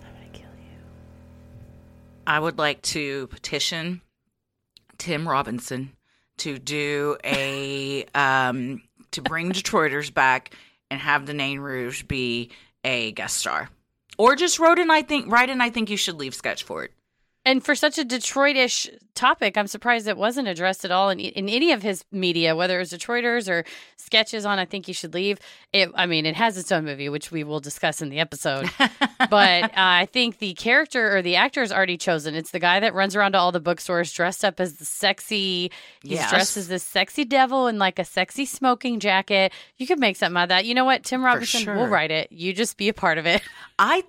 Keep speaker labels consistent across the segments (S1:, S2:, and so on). S1: I'm gonna kill you.
S2: I would like to petition Tim Robinson to do a um to bring Detroiters back and have the Nain Rouge be a guest star. Or just wrote in I think write in I think you should leave sketch for it.
S3: And for such a Detroitish topic, I'm surprised it wasn't addressed at all in, in any of his media, whether it was Detroiters or sketches on I Think You Should Leave. It, I mean, it has its own movie, which we will discuss in the episode. but uh, I think the character or the actor is already chosen. It's the guy that runs around to all the bookstores dressed up as the sexy. He's
S2: Yes.
S3: dressed as this sexy devil in like a sexy smoking jacket. You could make something out of that. You know what, Tim Robinson,
S2: sure.
S3: we'll write it. You just be a part of it.
S2: I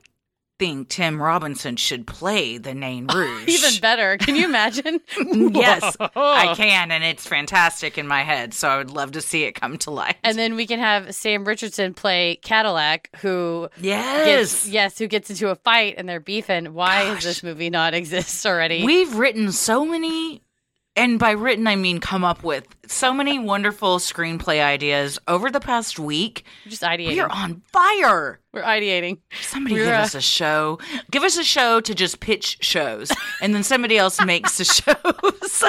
S2: think Tim Robinson should play the Nain
S3: Oh,
S2: Rouge.
S3: Even better. Can you imagine?
S2: yes, I can, and it's fantastic in my head. So I would love to see it come to life.
S3: And then we can have Sam Richardson play Cadillac, who
S2: yes,
S3: gets, yes, who gets into a fight and they're beefing. Why does this movie not exist already?
S2: We've written so many, and by written, I mean come up with so many wonderful screenplay ideas over the past week.
S3: We're just ideating.
S2: We are on fire.
S3: We're ideating.
S2: Somebody
S3: We're,
S2: give
S3: uh,
S2: us a show. Give us a show to just pitch shows, and then somebody else makes the shows.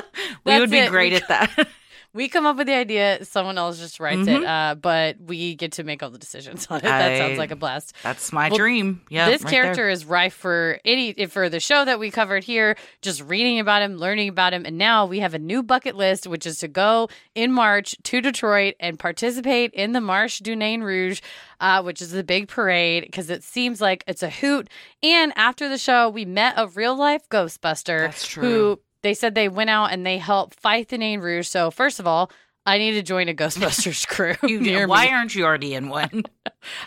S2: we
S3: That's
S2: would be
S3: it.
S2: great at that.
S3: We come up with the idea, someone else just writes it, uh, but we get to make all the decisions on it.
S2: I-
S3: that sounds like a blast.
S2: That's my
S3: Well,
S2: dream. Yeah,
S3: this
S2: right there.
S3: character is rife for any for the show that we covered here. Just reading about him, learning about him, and now we have a new bucket list, which is to go in March to Detroit and participate in the Marche du Nain Rouge, uh, which is the big parade because it seems like it's a hoot. And after the show, we met a real life Ghostbuster
S2: That's
S3: who
S2: true.
S3: they said they went out and they helped fight the Nain Rouge. So first of all. I need to join a Ghostbusters crew. near
S2: You,
S3: me.
S2: why aren't you already in one?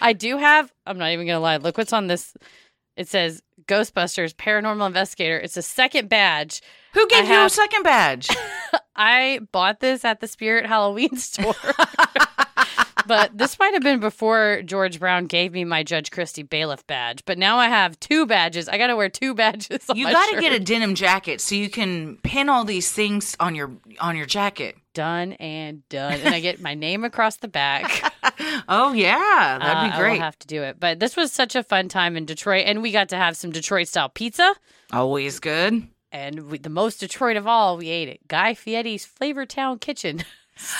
S3: I do have. I'm not even gonna lie. Look what's on this. It says Ghostbusters Paranormal Investigator. It's a second badge.
S2: Who gave you a
S3: have-
S2: second badge?
S3: I bought this at the Spirit Halloween store. but this might have been before George Brown gave me my Judge Christie bailiff badge. But now I have two badges. I got to wear two badges. On
S2: You
S3: my
S2: got to
S3: shirt.
S2: get a denim jacket so you can pin all these things on your on your jacket.
S3: done and done, and I get my name across the back.
S2: Oh yeah, that'd
S3: Uh,
S2: be
S3: I
S2: great.
S3: will have to do it. But this was such a fun time in Detroit, and we got to have some Detroit style pizza.
S2: Always good.
S3: and we, the most Detroit of all, we ate it. Guy Fieri's Flavor Town Kitchen.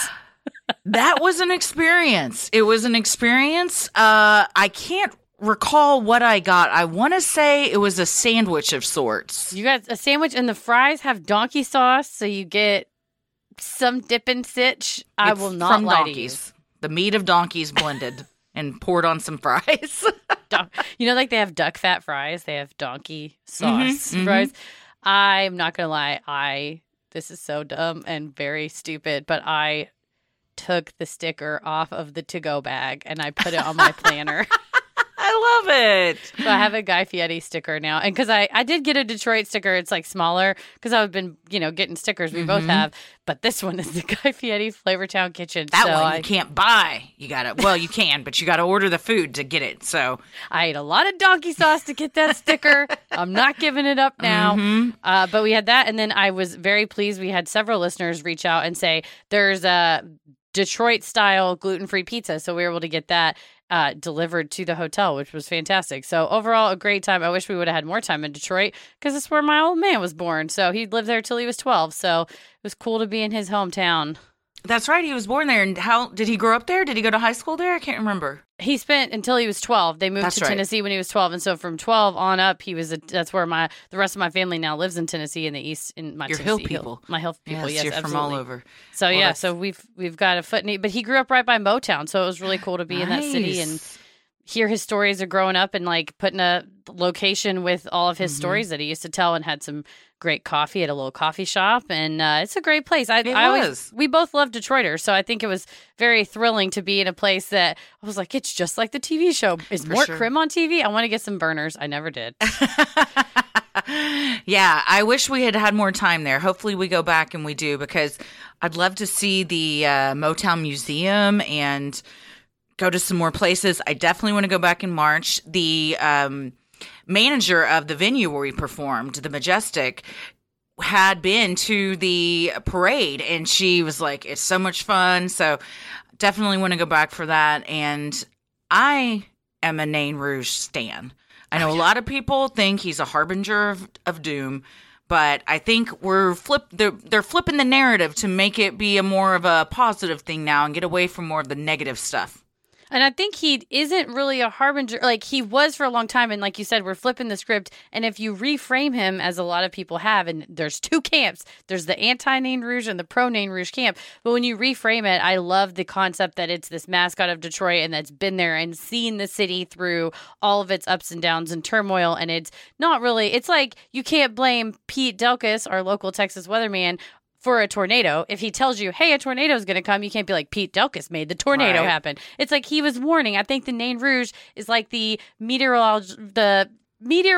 S2: That was an experience. It was an experience. Uh, I can't recall what I got. I want to say it was a sandwich of sorts.
S3: You got a sandwich, and the fries have donkey sauce, so you get some dip and sitch. I
S2: It's
S3: will not
S2: from
S3: lie
S2: donkeys. The meat of donkeys blended and poured on some fries.
S3: to you. Don- you know, like they have duck fat fries, they have donkey sauce
S2: mhm.
S3: fries. I'm not gonna lie, I this is so dumb and very stupid, but I took the sticker off of the to-go bag and I put it on my planner.
S2: I love it.
S3: So I have a Guy Fieri sticker now, and because I I did get a Detroit sticker, it's like smaller because I've been you know getting stickers we both
S2: Mhm.
S3: have, but this one is the Guy Fieri Flavortown Kitchen.
S2: That
S3: so
S2: one you
S3: I,
S2: can't buy. You gotta. Well, you can, but you gotta order the food to get it. So
S3: I ate a lot of donkey sauce to get that sticker. I'm not giving it up now.
S2: Mhm.
S3: Uh, but we had that, and then I was very pleased. We had several listeners reach out and say there's a Detroit style gluten free pizza, so we were able to get that uh, delivered to the hotel, which was fantastic. So overall, a great time. I wish we would have had more time in Detroit because it's where my old man was born. So he lived there till he was 12. So it was cool to be in his hometown.
S2: That's right. He was born there. And how did he grow up there? Did he go to high school there? I can't remember.
S3: He spent until he was 12. They moved
S2: That's
S3: to
S2: right.
S3: Tennessee when he was 12, and so from 12 on up, he was. A, that's where my the rest of my family now lives in Tennessee in the east in my
S2: Your hill
S3: Tennessee
S2: people.
S3: my hill people. Yes,
S2: you're
S3: absolutely.
S2: from all over.
S3: So
S2: Well,
S3: yeah,
S2: that's-
S3: so we've we've got a foot in. But he grew up right by Motown, so it was really cool to be in that city and
S2: Nice.
S3: hear his stories of growing up and like putting a location with all of his
S2: Mhm.
S3: stories that he used to tell and had some great coffee at a little coffee shop and uh, it's a great place. I,
S2: It
S3: I always
S2: was.
S3: we both love Detroiters, so I think it was very thrilling to be in a place that I was like, it's just like the TV show. Is
S2: For
S3: more
S2: sure.
S3: Krim on TV? I want to get some burners. I never did.
S2: yeah, I wish we had had more time there. Hopefully, we go back and we do because I'd love to see the uh, Motown Museum and go to some more places. I definitely want to go back in March. The um, manager of the venue where we performed, the Majestic, had been to the parade and she was like, It's so much fun. So, definitely want to go back for that. And I am a Nain Rouge stan. I know a lot of people think he's a harbinger of, of doom, but I think we're flip they're, they're flipping the narrative to make it be a more of a positive thing now and get away from more of the negative stuff.
S3: And I think he isn't really a harbinger. Like he was for a long time. And like you said, we're flipping the script. And if you reframe him, as a lot of people have, and there's two camps there's the anti Nain Rouge and the pro Nain Rouge camp. But when you reframe it, I love the concept that it's this mascot of Detroit and that's been there and seen the city through all of its ups and downs and turmoil. And it's not really, it's like you can't blame Pete Delkus, our local Texas weatherman. For a tornado, if he tells you, "Hey, a tornado is going to come," you can't be like Pete Delkus made the tornado
S2: Right.
S3: happen happen. It's like he was warning. I think the Nain Rouge is like the meteorolog the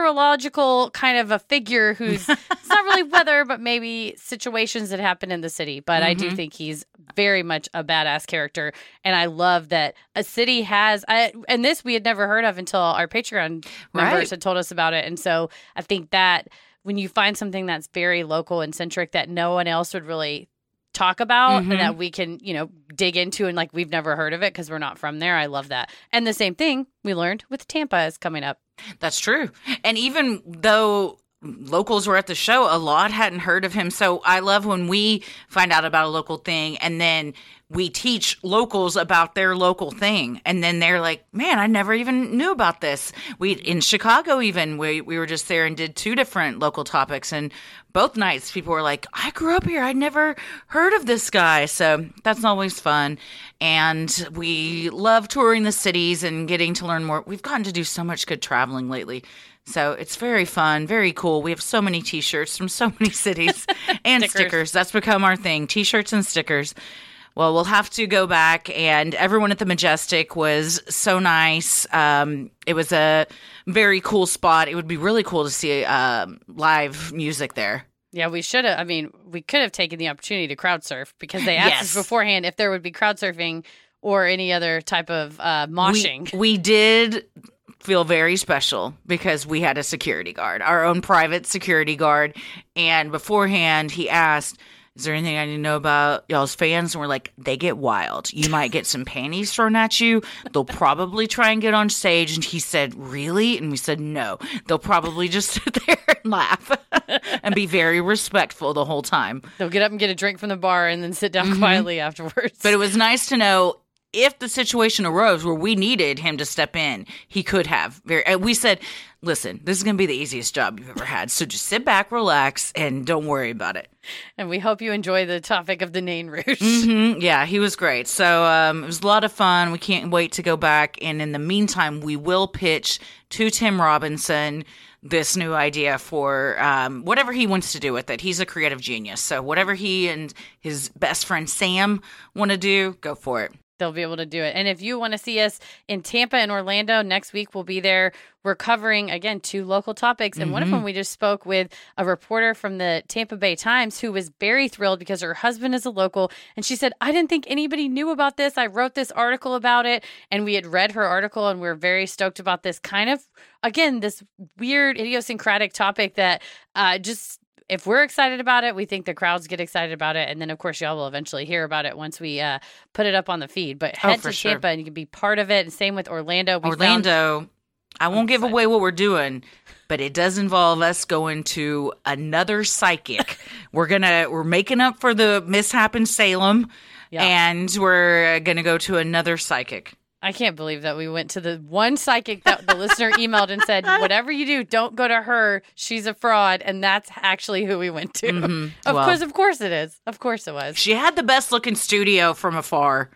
S3: meteorological kind of a figure who's it's not really weather, but maybe situations that happen in the city. But I do
S2: Mhm.
S3: think he's very much a badass character, and I love that a city has. I, and this we had never heard of until our Patreon members
S2: Right.
S3: had told us about it, and so I think that. When you find something that's very local and centric that no one else would really talk about
S2: Mhm.
S3: and that we can, you know, dig into and like we've never heard of it because we're not from there. I love that. And the same thing we learned with Tampa is coming up.
S2: That's true. And even though locals were at the show, a lot hadn't heard of him. So I love when we find out about a local thing and then we teach locals about their local thing. And then they're like, man, I never even knew about this. We in Chicago, even we, we were just there and did two different local topics. And both nights people were like, I grew up here. I never heard of this guy. So that's always fun. And we love touring the cities and getting to learn more. We've gotten to do so much good traveling lately. So it's very fun, very cool. We have so many t shirts from so many cities and
S3: Stickers.
S2: stickers. That's become our thing t shirts and stickers. Well, we'll have to go back. And everyone at the Majestic was so nice. Um, it was a very cool spot. It would be really cool to see um live music there.
S3: Yeah, we should have. I mean, we could have taken the opportunity to crowd surf because they asked
S2: Yes.
S3: us beforehand if there would be crowd surfing or any other type of uh,
S2: We-
S3: moshing.
S2: We, did feel very special because we had a security guard, our own private security guard. And beforehand, he asked, Is there anything I need to know about y'all's fans? And we're like, They get wild. You might get some panties thrown at you. They'll probably try and get on stage. And he said, Really? And we said, No. They'll probably just sit there and laugh and be very respectful the whole time.
S3: They'll get up and get a drink from the bar and then sit down
S2: Mm-hmm.
S3: quietly afterwards.
S2: But it was nice to know if the situation arose where we needed him to step in, he could have. Very, and we said, listen, this is going to be the easiest job you've ever had. So just sit back, relax, and don't worry about it.
S3: and we hope you enjoy the topic of the Nain Rouge.
S2: Mhm. Yeah, he was great. So um, it was a lot of fun. We can't wait to go back. And in the meantime, we will pitch to Tim Robinson this new idea for um, whatever he wants to do with it. He's a creative genius. So whatever he and his best friend Sam want to do, go for it.
S3: they'll be able to do it. And if you want to see us in Tampa and Orlando next week, we'll be there. We're covering again two local topics, and one of them we just spoke with a reporter from the Tampa Bay Times who was very thrilled because her husband is a local, and she said, "I didn't think anybody knew about this. I wrote this article about it, and we had read her article, and we are very stoked about this kind of again this weird idiosyncratic topic that uh, just." If we're excited about it, we think the crowds get excited about it. And then, of course, y'all will eventually hear about it once we uh, put it up on the feed. But
S2: Oh,
S3: head
S2: for
S3: to
S2: sure.
S3: Tampa and you can be part of it. And same with Orlando. We found-
S2: Orlando. I won't give away what we're doing, but it does involve us going to another psychic. we're gonna we're making up for the mishap in Salem,
S3: Yeah.
S1: And we're going to go to another psychic.
S3: I can't believe that we went to the one psychic that the listener emailed and said, whatever you do, don't go to her. She's a fraud. And that's actually who we went to.
S1: Mhm.
S3: Of
S1: Well,
S3: course, of course it is. Of course it was
S1: She had the best looking studio from afar.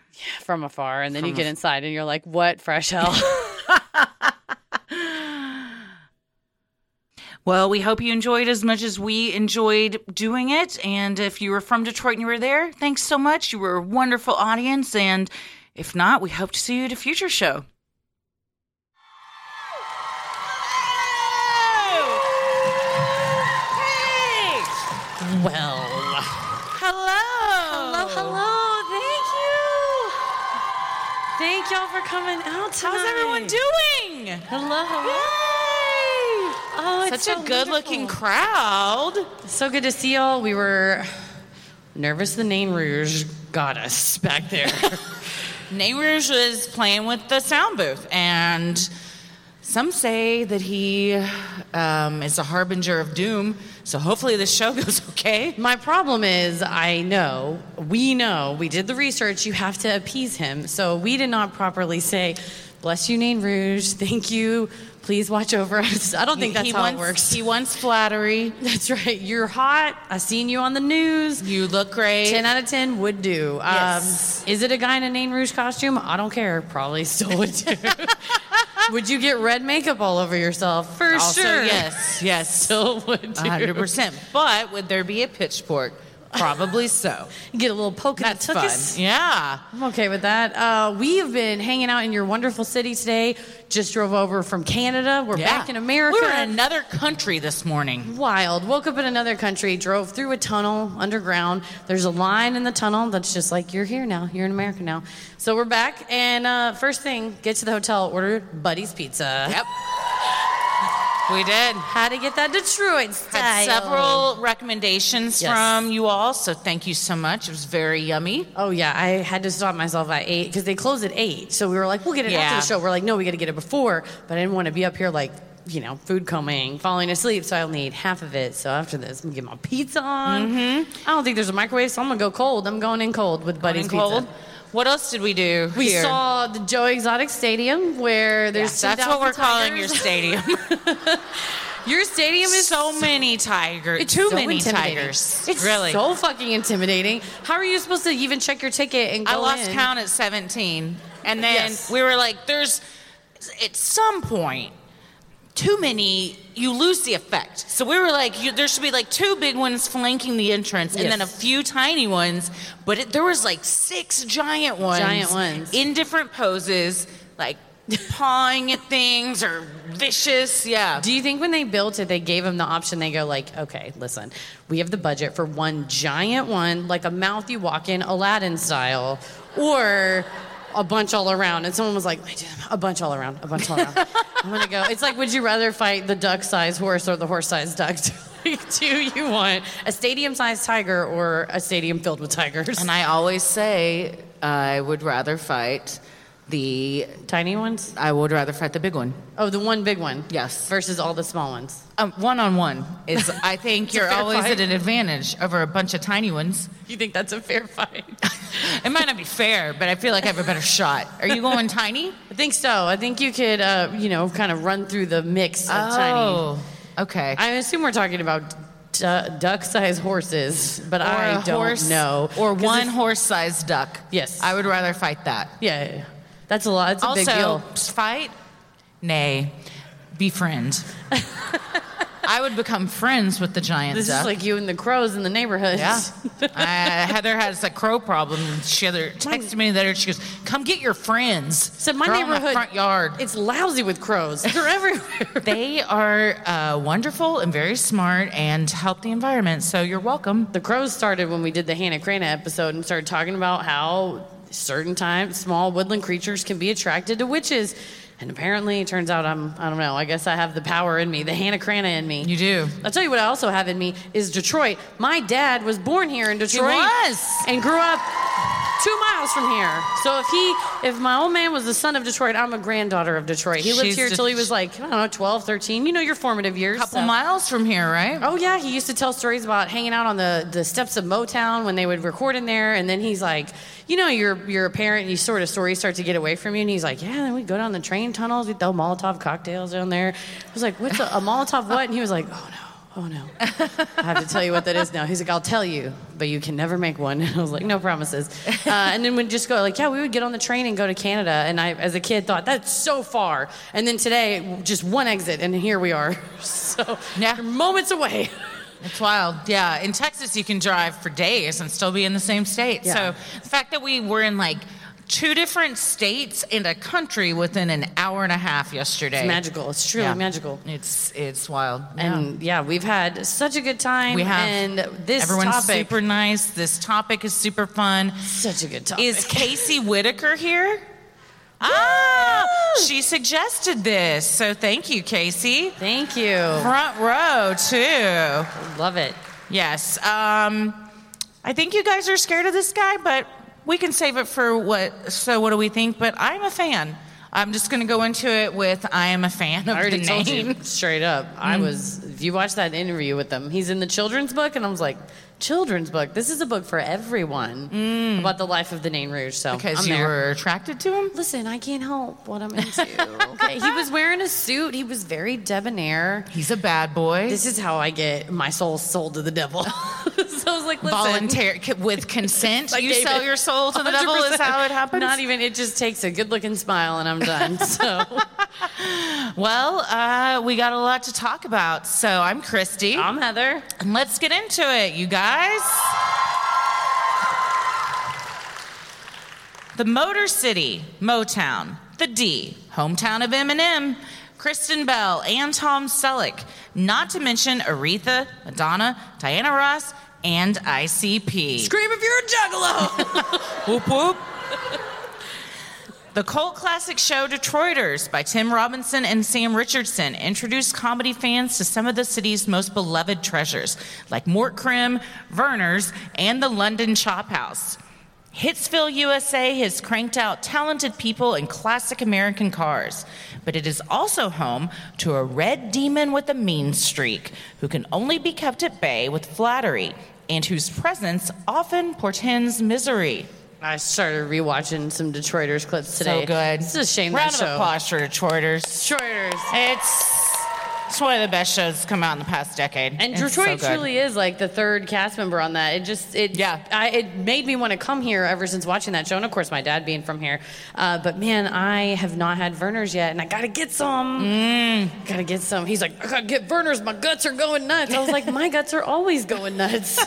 S3: from afar. And then you
S1: From
S3: get
S1: af-
S3: inside and you're like, what fresh hell?
S1: Well, we hope you enjoyed as much as we enjoyed doing it. And if you were from Detroit and you were there, thanks so much. You were a wonderful audience. And if not, we hope to see you at a future show.
S3: well,
S1: Hello.
S4: Hello, thank you. Thank y'all for coming out tonight.
S1: How's everyone doing?
S4: Hello, Oh, it's
S1: Such a
S4: so
S1: good
S4: wonderful.
S1: looking crowd.
S3: so good to see y'all. We were nervous the Nain Rouge got us back there.
S1: Nate Rouge was playing with the sound booth, and some say that he um, is a harbinger of doom. So hopefully, this show goes okay.
S3: My problem is, I know, we know, we did the research, you have to appease him. So we did not properly say, bless you, Nain Rouge, thank you, please watch over us. I don't think that's
S2: he
S3: how
S2: wants,
S3: it works.
S2: He wants flattery.
S3: That's right. You're hot. I seen you on the news.
S2: You look great.
S3: 10 out of 10 would do.
S2: Yes.
S3: Um, is it a guy in a Nain Rouge costume? I don't care. Probably still would do. would you get red makeup all over yourself? For
S2: also,
S3: sure.
S2: yes, yes,
S3: Still would do.
S2: 100. percent But would there be a pitchfork? Probably so.
S3: Get a little poke in
S2: That's
S3: the
S2: fun.
S3: tuchus.
S2: Yeah.
S3: I'm okay with that. Uh, we have been hanging out in your wonderful city today. Just drove over from Canada. We're
S2: yeah.
S3: back in America.
S2: We were in another country this morning.
S3: Wild. Woke up in another country. Drove through a tunnel underground. There's a line in the tunnel that's just like you're here now. You're in America now. So we're back. And uh, first thing, get to the hotel. Order Buddy's Pizza.
S2: Yep. We did.
S3: How to get that Detroit style.
S2: Had several recommendations
S3: Yes.
S2: from you all, so thank you so much. It was very yummy.
S3: Oh yeah, I had to stop myself at eight because they close at eight. So we were like, we'll get it after
S2: Yeah.
S3: the show. We're like, no, we got to get it before. But I didn't want to be up here like, you know, food combing, falling asleep. So I only ate half of it. So after this, I'm gonna get my pizza on.
S2: Mm-hmm.
S3: I don't think there's a microwave, so I'm gonna go cold. I'm going in cold with Buddy's
S2: And cold.
S3: Pizza.
S2: What else did we do?
S3: We
S2: here?
S3: saw the Joe Exotic Stadium where
S2: Yes,
S3: there's
S2: that's what
S3: 10,000
S2: we're calling your
S3: tigers.
S2: stadium.
S3: your stadium is
S2: so many tigers. too
S3: so
S2: many
S3: intimidating.
S2: tigers.
S3: It's
S2: really.
S3: so fucking intimidating. How are you supposed to even check your ticket and go
S2: I lost
S3: in?
S2: count at 17. And then
S3: Yes.
S2: we were like, there's, at some point, too many, you lose the effect. So we were like, you, there should be like two big ones flanking the entrance and then a
S3: Yes.
S2: few tiny ones. But it, there was like six giant ones.
S3: Giant ones.
S2: In different poses, like pawing at things or vicious. Yeah.
S3: Do you think when they built it, they gave them the option? They go like, okay, listen, we have the budget for one giant one, like a mouth you walk in, Aladdin style, or a bunch all around. And someone was like, I just- a bunch all around, a bunch all around. I'm gonna go. It's like, would you rather fight the duck-sized horse or the horse-sized duck? Like, Do you want a stadium-sized tiger or a stadium filled with tigers?
S2: And I always say, I would rather fight the,
S3: Tiny ones?
S2: I would rather fight the big one.
S3: Oh, the one big one.
S2: Yes.
S3: Versus all the small ones.
S2: Um, one on one is, I think
S3: a
S2: you're
S3: fair
S2: always
S3: fight.
S2: at an advantage over a bunch of tiny ones.
S3: You think that's a fair fight?
S2: It might not be fair, but I feel like I have a better shot. Are you going tiny?
S3: I think so. I think you could, uh, you know, kind of run through the mix of tiny.
S2: Oh, okay.
S3: I assume we're talking about du- duck-sized horses, but
S2: Or
S3: I
S2: a
S3: don't
S2: horse,
S3: know.
S2: Or
S3: 'Cause
S2: one
S3: it's-
S2: horse sized duck.
S3: Yes.
S2: I would rather fight that.
S3: Yeah, yeah, yeah. that's a lot. It's a
S2: also,
S3: big deal.
S2: fight? Nay, befriend. I would become friends with the giant
S3: This
S2: duck.
S3: is like you and the crows in the neighborhood.
S2: Yeah. uh, Heather has a crow problem. She other texted me that she goes, "Come get your friends."
S3: so my
S2: They're all in
S3: neighborhood
S2: front yard.
S3: It's lousy with crows. They're everywhere.
S2: They are uh, wonderful and very smart and help the environment. So you're welcome.
S3: the crows started when we did the Hannah Crana episode and started talking about how certain times small woodland creatures can be attracted to witches. And apparently, it turns out I'm, I don't know, I guess I have the power in me, the Hannah Crana in me.
S2: You do.
S3: I'll tell you what I also have in me is Detroit. My dad was born here in Detroit.
S2: was.
S3: And grew up two miles from here. So if he, if my old man was the son of Detroit, I'm a granddaughter of Detroit. He lived
S2: She's
S3: here
S2: the-
S3: till he was like, I don't know, 12, 13. You know your formative years.
S2: couple
S3: so-
S2: miles from here, right?
S3: Oh yeah, he used to tell stories about hanging out on the, the steps of Motown when they would record in there, and then he's like, you know, you're you're a parent, you sort of stories start to get away from you, and he's like, yeah, then we'd go down the train tunnels, we'd throw Molotov cocktails down there. I was like, what's a, a Molotov what? And he was like, oh no, oh no, I have to tell you what that is now. He's like, I'll tell you, but you can never make one. And I was like, no promises. Uh, and then we'd just go like, yeah, we would get on the train and go to Canada, and I as a kid thought that's so far, and then today just one exit, and here we are. so
S2: Yeah.
S3: you're moments away.
S2: It's wild. Yeah. In Texas, you can drive for days and still be in the same state.
S3: Yeah.
S2: So the fact that we were in like two different states and a country within an hour and a half yesterday.
S3: It's magical. It's truly
S2: Yeah.
S3: magical.
S2: It's it's wild.
S3: And yeah, we've had such a good time.
S2: we have
S3: And this
S2: everyone's
S3: topic,
S2: super nice. This topic is super fun.
S3: such a good topic.
S2: Is Casey Whitaker here? Ah, she suggested this. So thank you, Casey.
S3: Thank you.
S2: Front row too.
S3: Love it.
S2: Yes. Um, I think you guys are scared of this guy, but we can save it for what. So, what do we think? But I'm a fan. I'm just going to go into it with I am a fan of
S3: I already
S2: the
S3: told
S2: name. Mm.
S3: you straight up. I was. If you watch that interview with him, he's in the children's book, and I was like, children's book. This is a book for everyone about the life of the Nain Rouge. So
S2: Because
S3: I'm
S2: Mm. you
S3: there.
S2: were attracted to him?
S3: Listen, I can't help what I'm into. okay, he was wearing a suit. He was very debonair.
S2: He's a bad boy.
S3: This is how I get my soul sold to the devil. so I was like, listen.
S2: Voluntary, c- with consent.
S3: I
S2: you
S3: gave
S2: sell
S3: it
S2: your soul to the devil, is
S3: 100%.
S2: how it happens.
S3: Not even. It just takes a good-looking smile, and I'm done. So
S2: well, uh, we got a lot to talk about. So, I'm Christy.
S3: I'm Heather.
S2: And let's get into it, you guys. The Motor City, Motown, The D, hometown of Eminem, Kristen Bell, and Tom Selleck, not to mention Aretha, Madonna, Diana Ross, and ICP.
S3: Scream if you're a juggalo.
S2: Whoop whoop. The cult classic show Detroiters by Tim Robinson and Sam Richardson introduced comedy fans to some of the city's most beloved treasures, like Mort Krim, Verner's, and the London Chop House. Hitsville, USA has cranked out talented people and classic American cars, but it is also home to a red demon with a mean streak who can only be kept at bay with flattery and whose presence often portends misery.
S3: I started rewatching some Detroiters clips today.
S2: So good.
S3: It's a shame
S2: Round
S3: that
S2: of
S3: show.
S2: applause for Detroiters.
S3: Detroiters.
S2: It's it's one of the best shows to come out in the past decade.
S3: And
S2: It's
S3: Detroit
S2: so good.
S3: truly is like the third cast member on that. It just it
S2: Yeah.
S3: I, it made me want to come here ever since watching that show, and of course my dad being from here. Uh, but man, I have not had Verner's yet, and I gotta get some.
S2: Mm.
S3: Gotta get some. He's like, I gotta get Verner's. My guts are going nuts. I was like, my guts are always going nuts.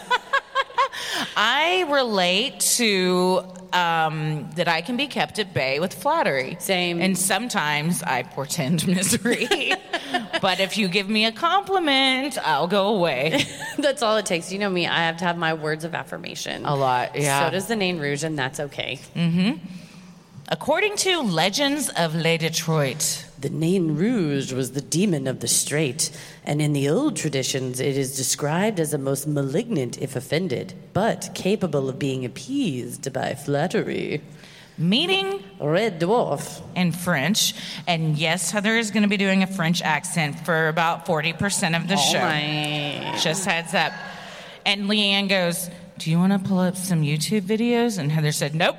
S2: I relate to um, that I can be kept at bay with flattery.
S3: Same.
S2: And sometimes I portend misery. but if you give me a compliment, I'll go away.
S3: That's all it takes. You know me. I have to have my words of affirmation.
S2: A lot, yeah. Mm-hmm.
S3: So does the name Rouge, and that's okay.
S2: According to Legends of Le Detroit,
S3: The Nain Rouge was the demon of the strait, and in the old traditions, it is described as a most malignant if offended, but capable of being appeased by flattery.
S2: meaning
S3: Red Dwarf.
S2: in French. And yes, Heather is going to be doing a French accent for about 40% of the show. Just heads up. And Leanne goes, Do you want to pull up some YouTube videos? And Heather said, Nope.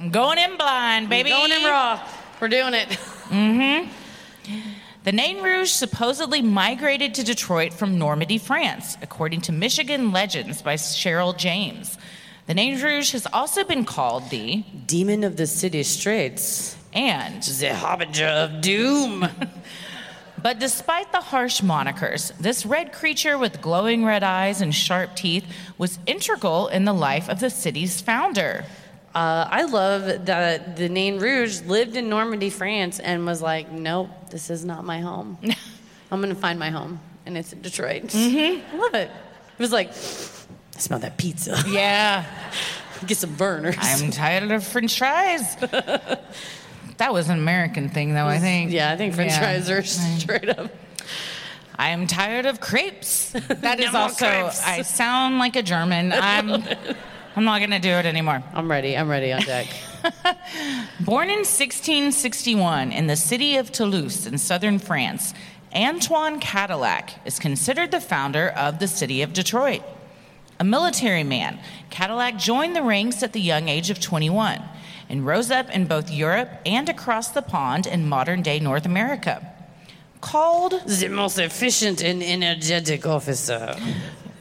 S2: I'm going in blind, baby. Mm-hmm.
S3: Going in raw. We're doing it.
S2: The Nain Rouge supposedly migrated to Detroit from Normandy, France, according to Michigan Legends by Cheryl James. The Nain Rouge has also been called the
S3: Demon of the city straits.
S2: and
S3: The Harbinger of Doom.
S2: But despite the harsh monikers, this red creature with glowing red eyes and sharp teeth was integral in the life of the city's founder.
S3: Uh, I love that the Nain Rouge lived in Normandy, France, and was like, nope, this is not my home. I'm going to find my home, and it's in Detroit.
S2: Mm-hmm.
S3: I love it. It was like, I smell that pizza.
S2: Yeah,
S3: Get some burners.
S2: I'm tired of french fries. that was an American thing, though, I think.
S3: yeah, I think french
S2: Yeah.
S3: fries are straight up.
S2: I'm tired of crepes. That is
S3: more
S2: also,
S3: crepes.
S2: I sound like a German. I'm I'm not going to do it anymore.
S3: I'm ready. I'm ready on deck.
S2: Born in 1661 in the city of Toulouse in southern France, Antoine Cadillac is considered the founder of the city of Detroit. A military man, Cadillac joined the ranks at the young age of 21 and rose up in both Europe and across the pond in modern day North America. Called
S3: the most efficient and energetic officer.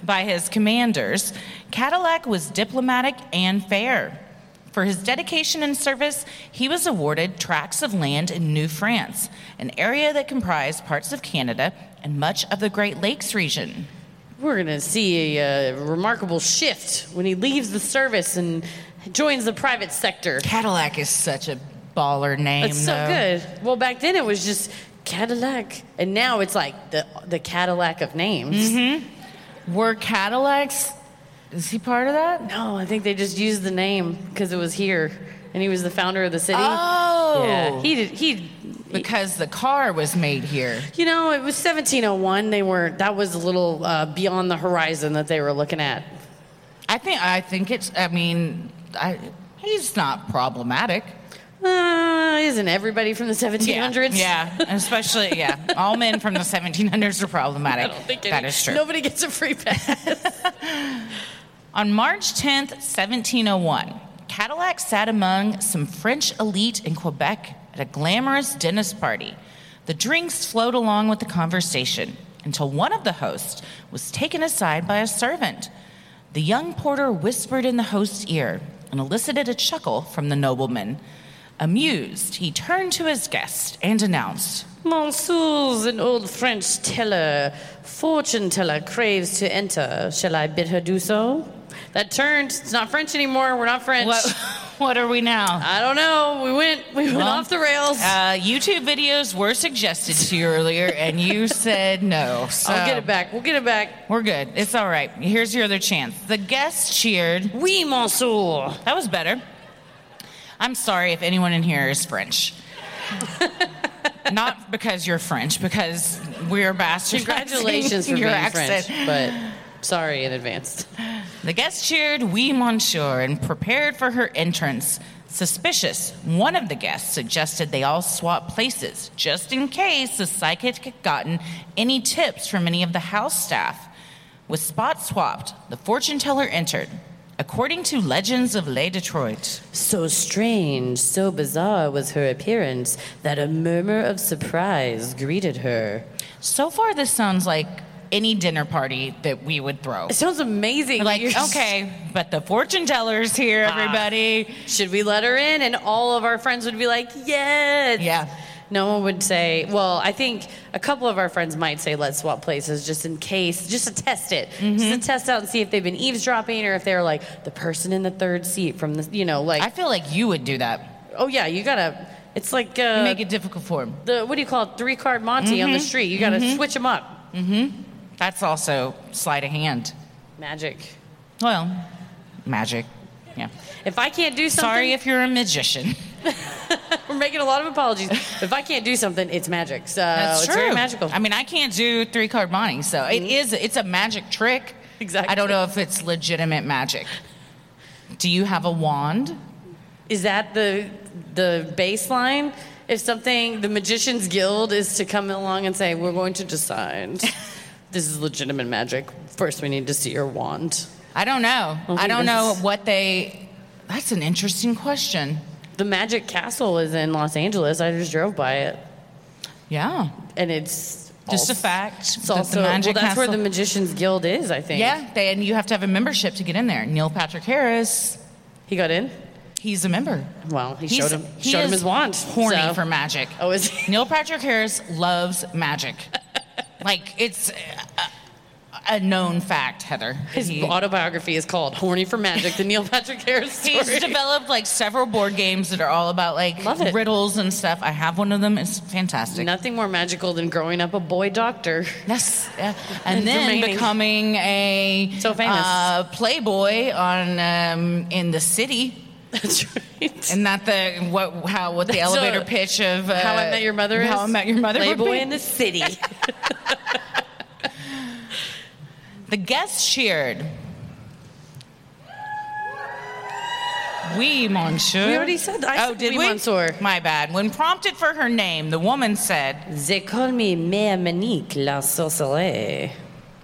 S2: by his commanders, Cadillac was diplomatic and fair. For his dedication and service, he was awarded tracts of land in New France, an area that comprised parts of Canada and much of the Great Lakes region.
S3: We're going to see a uh, remarkable shift when he leaves the service and joins the private sector.
S2: Cadillac is such a baller name.
S3: It's so
S2: though.
S3: good. Well, back then it was just Cadillac, and now it's like the the Cadillac of names.
S2: Mm-hmm. Were Cadillacs? Is he part of that?
S3: No, I think they just used the name because it was here, and he was the founder of the city.
S2: Oh,
S3: yeah. He did. He.
S2: because the car was made here.
S3: You know, it was 1701. They weren't. That was a little uh, beyond the horizon that they were looking at.
S2: I think. I think it's. I mean, I, he's not problematic.
S3: Uh, isn't everybody from the 1700s?
S2: Yeah, yeah. especially yeah. All men from the 1700s are problematic.
S3: I don't think any,
S2: that is true.
S3: Nobody gets a free pass.
S2: On March 10th, 1701, Cadillac sat among some French elite in Quebec at a glamorous dinner party. The drinks flowed along with the conversation until one of the hosts was taken aside by a servant. The young porter whispered in the host's ear and elicited a chuckle from the nobleman. Amused, he turned to his guest and announced,
S3: Monsoul's an old French teller, fortune teller, craves to enter. Shall I bid her do so? That turned. It's not French anymore. We're not French.
S2: What, what are we now?
S3: I don't know. We went. We went
S2: Well,
S3: off the rails.
S2: Uh, YouTube videos were suggested to you earlier, and you said no. So
S3: I'll get it back. We'll get it back.
S2: We're good. It's all right. Here's your other chance. The guests cheered.
S3: Oui, Monsoul.
S2: That was better. I'm sorry if anyone in here is French. Not because you're French, because we're bastards.
S3: Congratulations for
S2: your
S3: being
S2: accent.
S3: French, but sorry in advance.
S2: The guests cheered, Oui, monsieur, and prepared for her entrance. Suspicious, one of the guests suggested they all swap places, just in case the psychic had gotten any tips from any of the house staff. With spots swapped, the fortune teller entered, according to legends of Les Detroit.
S3: So strange, so bizarre was her appearance that a murmur of surprise greeted her.
S2: So far, this sounds like any dinner party that we would throw.
S3: It sounds amazing.
S2: Like,
S3: You're just-
S2: okay, but the fortune teller's here, everybody.
S3: Ah. Should we let her in? And all of our friends would be like, yes.
S2: Yeah.
S3: No one would say, well, I think a couple of our friends might say, let's swap places just in case, just to test it,
S2: Mm-hmm.
S3: just to test out and see if they've been eavesdropping or if they're like the person in the third seat from the, you know, like,
S2: I feel like you would do that.
S3: oh yeah, you gotta, it's like, uh,
S2: Make it difficult for him.
S3: the, what do you call it, three card Monty on the street. You gotta 'em switch them up.
S2: Mm-hmm. That's also sleight of hand.
S3: Magic.
S2: Well, magic. Yeah.
S3: If I can't do something,
S2: Sorry if you're a magician.
S3: we're making a lot of apologies. if I can't do something, it's magic. So Oh, it's very magical. Mm-hmm.
S2: I mean, I can't do three card money, so it is. It's a magic trick.
S3: Exactly.
S2: I don't know if it's legitimate magic. Do you have a wand?
S3: Is that the the baseline? If something the Magicians Guild is to come along and say, "We're going to decide this is legitimate magic," first we need to see your wand. Oh
S2: I don't know.
S3: Well,
S2: I don't
S3: this
S2: know
S3: is-
S2: what they. That's an interesting question.
S3: The Magic Castle is in Los Angeles. I just drove by it,
S2: Yeah.
S3: and it's
S2: Just a
S3: al-
S2: fact. that
S3: It's
S2: the
S3: also well,
S2: Magic
S3: that's where
S2: Castle-
S3: the Magicians Guild is. I think.
S2: Yeah, they, and you have to have a membership to get in there. Neil Patrick Harris,
S3: he got in.
S2: he's a member.
S3: Well, he
S2: He's-
S3: showed him
S2: he
S3: showed him
S2: is
S3: his wand.
S2: Horny
S3: so-
S2: for magic.
S3: Oh, is he?
S2: Neil Patrick Harris loves magic. like it's a, a known fact, Heather.
S3: His
S2: He-
S3: autobiography is called "Horny for Magic: The Neil Patrick Harris Story."
S2: He's developed like several board games that are all about like
S3: Love it.
S2: riddles and stuff. I have one of them. It's fantastic.
S3: Nothing more magical than growing up a boy doctor.
S2: Yes, yeah. and,
S3: And
S2: then
S3: remaining.
S2: becoming a
S3: So famous.
S2: uh, playboy on um, in the city.
S3: That's right.
S2: Isn't that the what how what the
S3: So,
S2: elevator pitch of uh,
S3: How I Met Your Mother is.
S2: How I Met Your Mother. would
S3: Playboy
S2: be?
S3: in the City.
S2: The guests cheered. we, monsieur.
S3: We already said that. I
S2: oh,
S3: said
S2: did
S3: we,
S2: we?
S3: monsieur.
S2: My bad. When prompted for her name, the woman said,
S3: They call me Mère Manique la Sorcelée.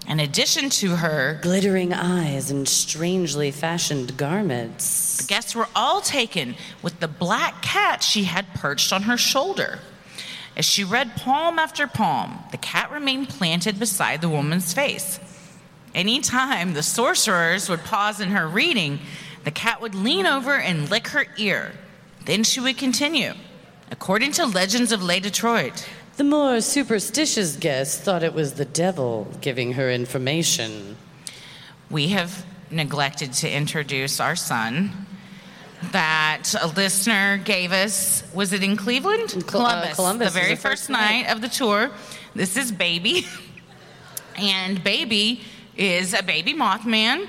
S2: in addition to her,
S3: Glittering eyes and strangely fashioned garments.
S2: the guests were all taken with the black cat she had perched on her shoulder. As she read palm after palm, the cat remained planted beside the woman's face. Any time the sorcerers would pause in her reading, the cat would lean over and lick her ear. Then she would continue. According to legends of Les Detroit,
S3: The more superstitious guests thought it was the devil giving her information.
S2: we have neglected to introduce our son that a listener gave us. Was it in Cleveland?
S3: Col- uh, Columbus
S2: The
S3: was
S2: very
S3: the
S2: first,
S3: first
S2: night. of the tour. This is Baby. and Baby is a baby Mothman.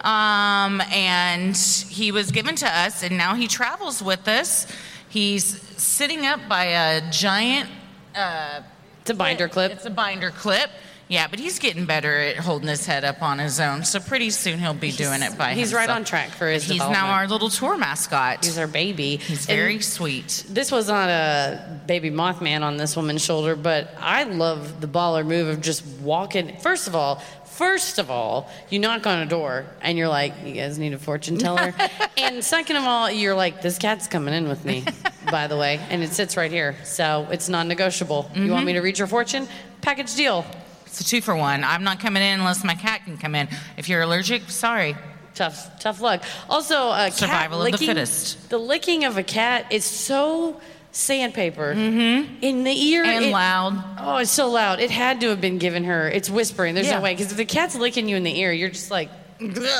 S2: Um, and he was given to us, and now he travels with us. He's sitting up by a giant uh,
S3: It's a binder clip.
S2: it's a binder clip. Yeah, but he's getting better at holding his head up on his own. So pretty soon he'll be doing it by
S3: He's right
S2: himself.
S3: on track for his
S2: He's now
S3: development.
S2: our little tour mascot.
S3: He's our baby.
S2: He's
S3: And
S2: very sweet.
S3: this was not a baby Mothman on this woman's shoulder, but I love the baller move of just walking. First of all, first of all, you knock on a door and you're like, "You guys need a fortune teller," and second of all, you're like, "This cat's coming in with me." By the way, and it sits right here, so it's non-negotiable. You want me to read your fortune? Package deal.
S2: Mm-hmm. It's a two for one. I'm not coming in unless my cat can come in. If you're allergic, sorry.
S3: Tough, tough luck. Also, uh,
S2: Survival
S3: cat
S2: of the
S3: licking,
S2: fittest.
S3: The licking of a cat is so sandpaper in the ear
S2: Mm-hmm. And
S3: it-
S2: loud.
S3: Oh, it's so loud. It had to have been given her. It's whispering. There's
S2: Yeah.
S3: no way because if the cat's licking you in the ear, you're just like,
S2: Not
S3: today.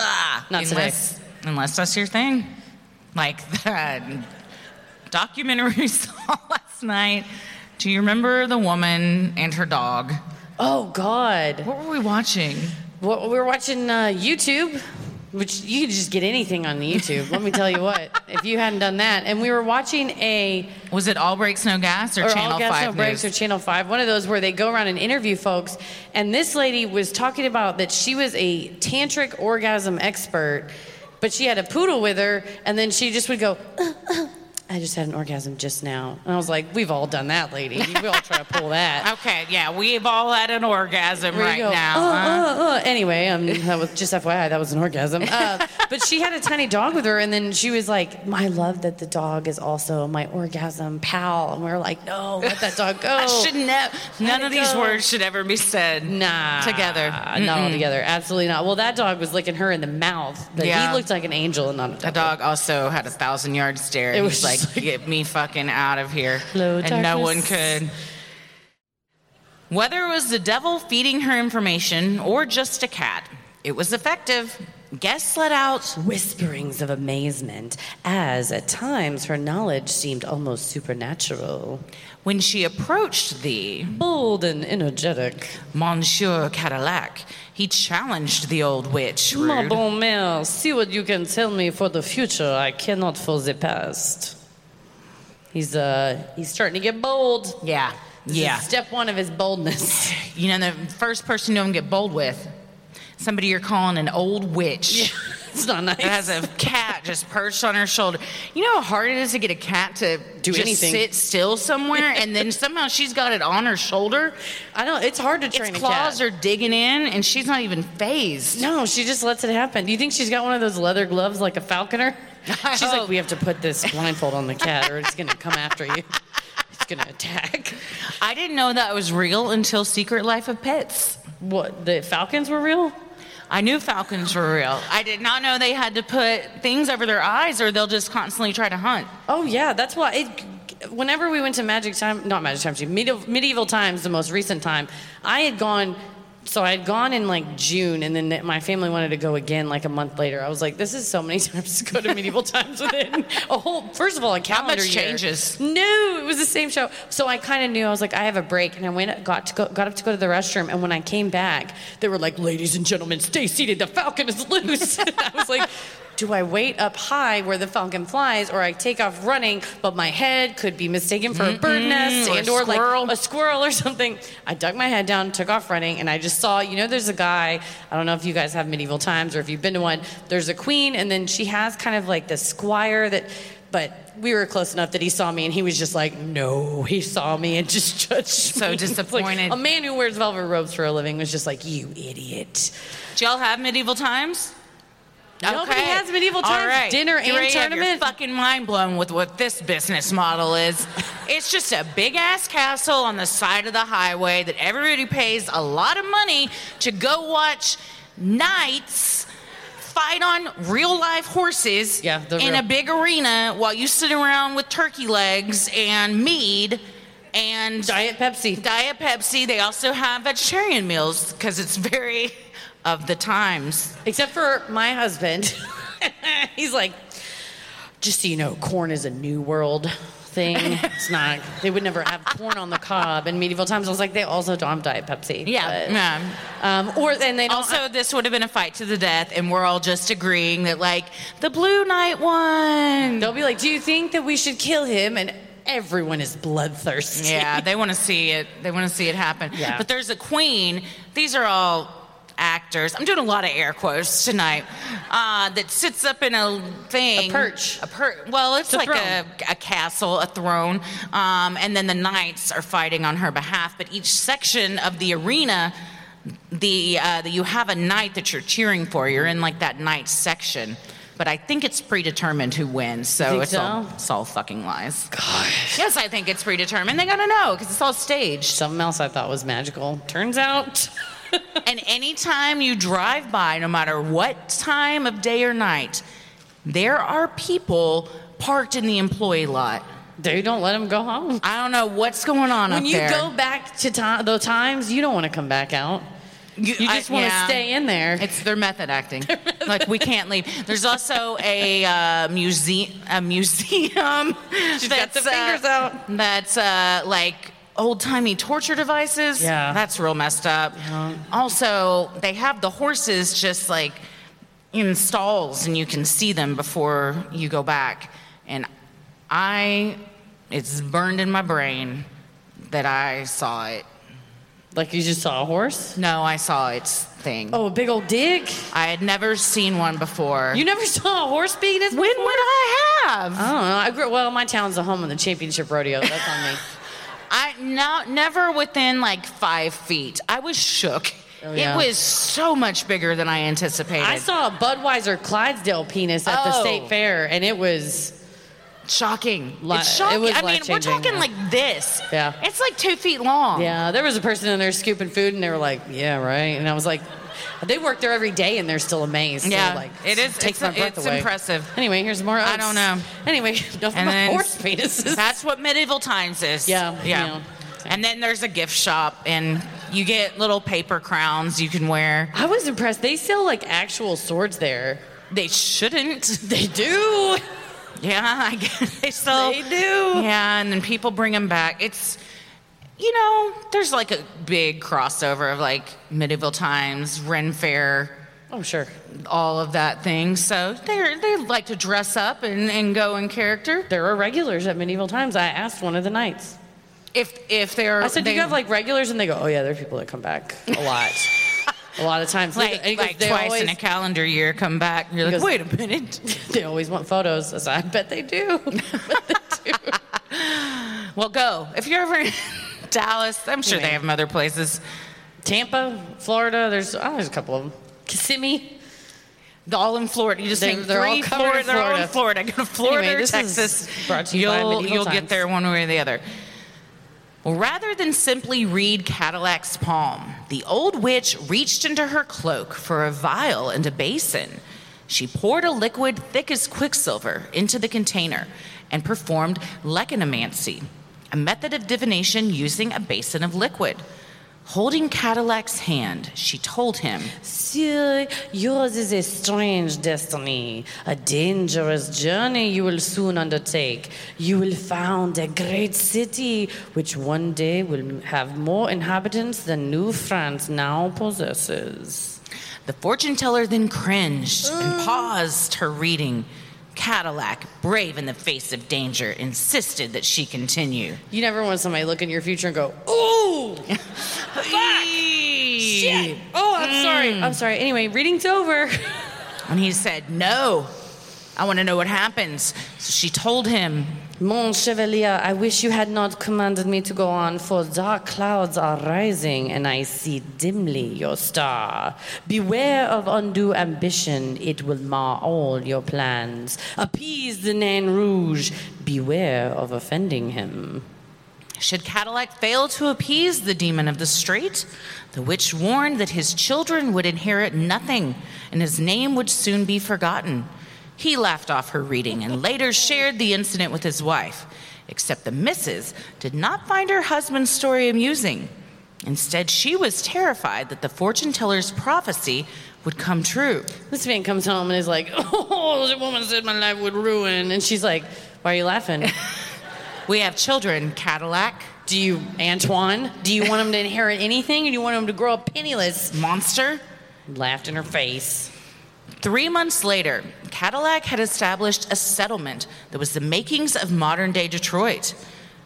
S2: unless, Unless that's your thing. Like that documentary we saw last night. Do you remember the woman and her dog?
S3: oh god.
S2: What were we watching?
S3: Well, we were watching uh, YouTube, which you can just get anything on YouTube. Let me tell you what. If you hadn't done that, and we were watching a
S2: Was it All Breaks No Gas or, Channel
S3: all gas,
S2: 5
S3: no breaks or
S2: News?
S3: Channel Five, one of those where they go around and interview folks. And this lady was talking about that she was a tantric orgasm expert, but she had a poodle with her, and then she just would go. "Uh, uh, I just had an orgasm just now, and I was like, "We've all done that, lady. We all try to pull that."
S2: okay, yeah, we've all had an orgasm
S3: Where
S2: right
S3: you go,
S2: now. huh?
S3: "Uh, uh, uh." Anyway, um, that was just FYI, that was an orgasm. Uh, but she had a tiny dog with her, and then she was like, "I love that the dog is also my orgasm pal." And we were like, "No, Oh, let that dog go."
S2: I should never. None
S3: it
S2: of these
S3: go.
S2: words should ever be said.
S3: Nah.
S2: Together.
S3: Not all together. Absolutely not. Well, that dog was licking her in the mouth, but
S2: Yeah.
S3: he looked like an angel and not a dog.
S2: The dog also had a thousand yard stare.
S3: It
S2: It
S3: was
S2: was
S3: just
S2: like, get me fucking out of here.
S3: Hello,
S2: and no one
S3: darkness.
S2: could. Whether it was the devil feeding her information or just a cat, it was effective. Guests let out
S3: Whisperings of amazement, as at times her knowledge seemed almost supernatural.
S2: when she approached the
S3: Bold and energetic.
S2: Monsieur Cadillac. He challenged the old witch.
S3: Ma
S2: rude.
S3: bonne mère, see what you can tell me for the future. I cannot for the past. He's uh he's starting to get bold.
S2: Yeah.
S3: This is
S2: yeah.
S3: step one of his boldness.
S2: You know, the first person you don't get bold with, somebody you're calling an old witch
S3: it's not nice.
S2: that has a cat just perched on her shoulder. You know how hard it is to get a cat to
S3: Do
S2: just
S3: anything.
S2: sit still somewhere, and then somehow she's got it on her shoulder.
S3: I know it's hard to
S2: Its
S3: train a cat.
S2: claws are digging in, and she's not even phased.
S3: No, she just lets it happen. Do you think she's got one of those leather gloves like a falconer?
S2: I
S3: She's
S2: hope.
S3: like, we have to put this blindfold on the cat or it's going to come after you. It's going to attack.
S2: I didn't know that was real until Secret Life of Pets.
S3: What, the falcons were real?
S2: I knew falcons were real. I did not know they had to put things over their eyes, or they'll just constantly try to hunt.
S3: Oh, yeah, that's why. It, whenever we went to Magic Time, not Magic Time, medieval, medieval Times, the most recent time, I had gone. So I had gone in like June, and then my family wanted to go again like a month later. I was like, "This is so many times to go to medieval times within a whole." First of all, a calendar
S2: much
S3: year.
S2: changes?
S3: No, it was the same show. So I kind of knew. I was like, I have a break, and I went got to go, got up to go to the restroom. And when I came back, they were like, "Ladies and gentlemen, stay seated. The Falcon is loose." I was like, do I wait up high where the falcon flies, or I take off running, but my head could be mistaken for a bird nest
S2: Mm-hmm. or a
S3: and or like
S2: squirrel.
S3: a squirrel or something. I dug my head down, took off running, and I just saw, you know, there's a guy, I don't know if you guys have medieval times or if you've been to one, there's a queen, and then she has kind of like this squire that, but we were close enough that he saw me and he was just like, no, he saw me and just judged
S5: So
S3: me. It's like,
S5: disappointed.
S3: a man who wears velvet robes for a living was just like, you idiot.
S2: Do y'all have medieval times?
S3: Nobody has medieval times, dinner
S2: Get
S3: and
S2: ready to have your
S3: tournament.
S2: fucking mind blown with what this business model is. it's just a big ass castle on the side of the highway that everybody pays a lot of money to go watch knights fight on real live horses
S3: Yeah, they're
S2: in
S3: real.
S2: a big arena while you sit around with turkey legs and mead and
S3: Diet Pepsi.
S2: Diet Pepsi. They also have vegetarian meals because it's very of the times.
S3: Except for my husband. He's like, just so you know, corn is a new world thing. It's not, they would never have corn on the cob in medieval times. I was like, they also don't have Diet Pepsi.
S2: Yeah,
S3: but-
S2: yeah.
S3: Um, or, and they don't
S2: Also, this would have been a fight to the death, and we're all just agreeing that, like, the Blue Knight won.
S3: they'll be like, do you think that we should kill him? And everyone is bloodthirsty.
S2: Yeah, they want to see it. They want to see it happen.
S3: Yeah.
S2: But there's a queen. These are all actors. I'm doing a lot of air quotes tonight. Uh, that sits up in a thing.
S3: A perch.
S2: A perch. Well, it's
S3: a
S2: like a,
S3: throne.
S2: a castle, a throne. Um, and then the knights are fighting on her behalf. But each section of the arena. The uh, that you have a knight that you're cheering for. You're in like that knight section, but I think it's predetermined who wins. So
S3: think
S2: it's all
S3: so?
S2: it's all fucking lies. Yes, I think it's predetermined. They gotta know because it's all staged.
S3: Something else I thought was magical. Turns out.
S2: And anytime you drive by, no matter what time of day or night, there are people parked in the employee lot.
S3: They don't let him go home.
S2: I don't know what's going on
S3: When
S2: up
S3: you
S2: there.
S3: go back to ti those times, you don't want to come back out. You
S2: I-
S3: just want to
S2: yeah.
S3: stay in there.
S2: It's their method acting. like we can't leave. There's also a uh, museum. A museum. She's
S3: got the fingers out.
S2: That's uh, like old timey torture devices.
S3: Yeah.
S2: that's real messed up. Also, they have the horses just like in stalls, and you can see them before you go back. And I, it's burned in my brain that I saw it.
S3: Like you just saw a horse.
S2: No, I saw its thing.
S3: Oh, a big old dick.
S2: I had never seen one before.
S3: You never saw a horse being this.
S2: when would I
S3: I
S2: have?
S3: don't know. I grew well. My town's the home of the championship rodeo. That's on me.
S2: I no, never within like five feet. I was shook.
S3: Oh, yeah.
S2: It was so much bigger than I anticipated.
S3: I saw a Budweiser Clydesdale penis at the
S2: Oh.
S3: state fair, and it was
S2: shocking.
S3: Li-
S2: it's shocking.
S3: it was
S2: I mean, we're
S3: life-changing,
S2: talking
S3: yeah.
S2: like this.
S3: Yeah.
S2: It's like two feet long.
S3: yeah. There was a person in there scooping food, and they were like, "Yeah, right." And I was like, "They work there every day, and they're still amazed." So,
S2: Yeah,
S3: like,
S2: it is- it's-
S3: Takes my breath
S2: it's
S3: away.
S2: impressive.
S3: Anyway, here's more.
S2: I
S3: oats.
S2: don't know.
S3: Anyway, enough
S2: And
S3: about
S2: then-
S3: horse penises.
S2: That's what medieval times is.
S3: Yeah,
S2: Yeah.
S3: you know.
S2: And then there's a gift shop, and you get little paper crowns you can wear.
S3: I was impressed. They sell like actual swords there.
S2: They shouldn't.
S3: They do.
S2: Yeah, I guess they still.
S3: They do.
S2: Yeah, and then people bring them back. It's, you know, there's like a big crossover of like medieval times, Ren Fair,
S3: Oh sure.
S2: all of that thing. So they they like to dress up and, and go in character.
S3: There are regulars at medieval times. I asked one of the knights.
S2: If if they're
S3: I said, "Do
S2: they-
S3: you have like regulars?" And they go, "Oh yeah, there are people that come back a lot, a lot of times,
S2: like,
S3: And he goes,
S2: like
S3: "They
S2: twice
S3: always,
S2: in a calendar year come back and you're like
S3: goes-
S2: wait a minute.
S3: They always want photos." I said, "I bet they do."
S2: Well, go if you're ever in Dallas. I'm sure they
S3: Anyway.
S2: have 'em other places.
S3: Tampa, Florida. There's oh, there's a couple of them. Kissimmee.
S2: They're all in Florida. You just
S3: They're-
S2: think
S3: they're all
S2: three
S3: covered in
S2: Florida. They're all in
S3: Florida.
S2: Florida. Go to Florida
S3: Anyway,
S2: or
S3: this is
S2: Texas.
S3: brought to you by
S2: you'll
S3: Medieval
S2: you'll
S3: Times.
S2: get there one way or the other. Well, rather than simply read Cadillac's palm, the old witch reached into her cloak for a vial and a basin. She poured a liquid thick as quicksilver into the container and performed leconomancy, a method of divination using a basin of liquid. Holding Cadillac's hand, she told him.
S3: Sir, yours is a strange destiny, a dangerous journey you will soon undertake. You will found a great city, which one day will have more inhabitants than New France now possesses.
S2: The fortune teller then cringed
S3: Mm.
S2: and paused her reading. Cadillac, brave in the face of danger, insisted that she continue.
S3: You never want somebody to look in your future and go, "Ooh,
S2: Shit.
S3: oh, I'm sorry, I'm sorry." Anyway, reading's over.
S2: Mm. And he said, No, I want to know what happens. So she told him,
S3: Mon chevalier, I wish you had not commanded me to go on, for dark clouds are rising, and I see dimly your star. Beware of undue ambition, it will mar all your plans. Appease the Nain Rouge, beware of offending him.
S2: Should Cadillac fail to appease the demon of the street, the witch warned that his children would inherit nothing and his name would soon be forgotten. He laughed off her reading and later shared the incident with his wife, except the missus did not find her husband's story amusing. Instead, she was terrified that the fortune teller's prophecy would come true.
S3: This man comes home and is like, Oh, the woman said my life would ruin. And she's like, Why are you laughing?
S2: We have children, Cadillac.
S3: Do you, Antoine, do you want him to inherit anything or do you want him to grow up penniless?
S2: Monster?
S3: Laughed in her face.
S2: Three months later, Cadillac had established a settlement that was the makings of modern day Detroit.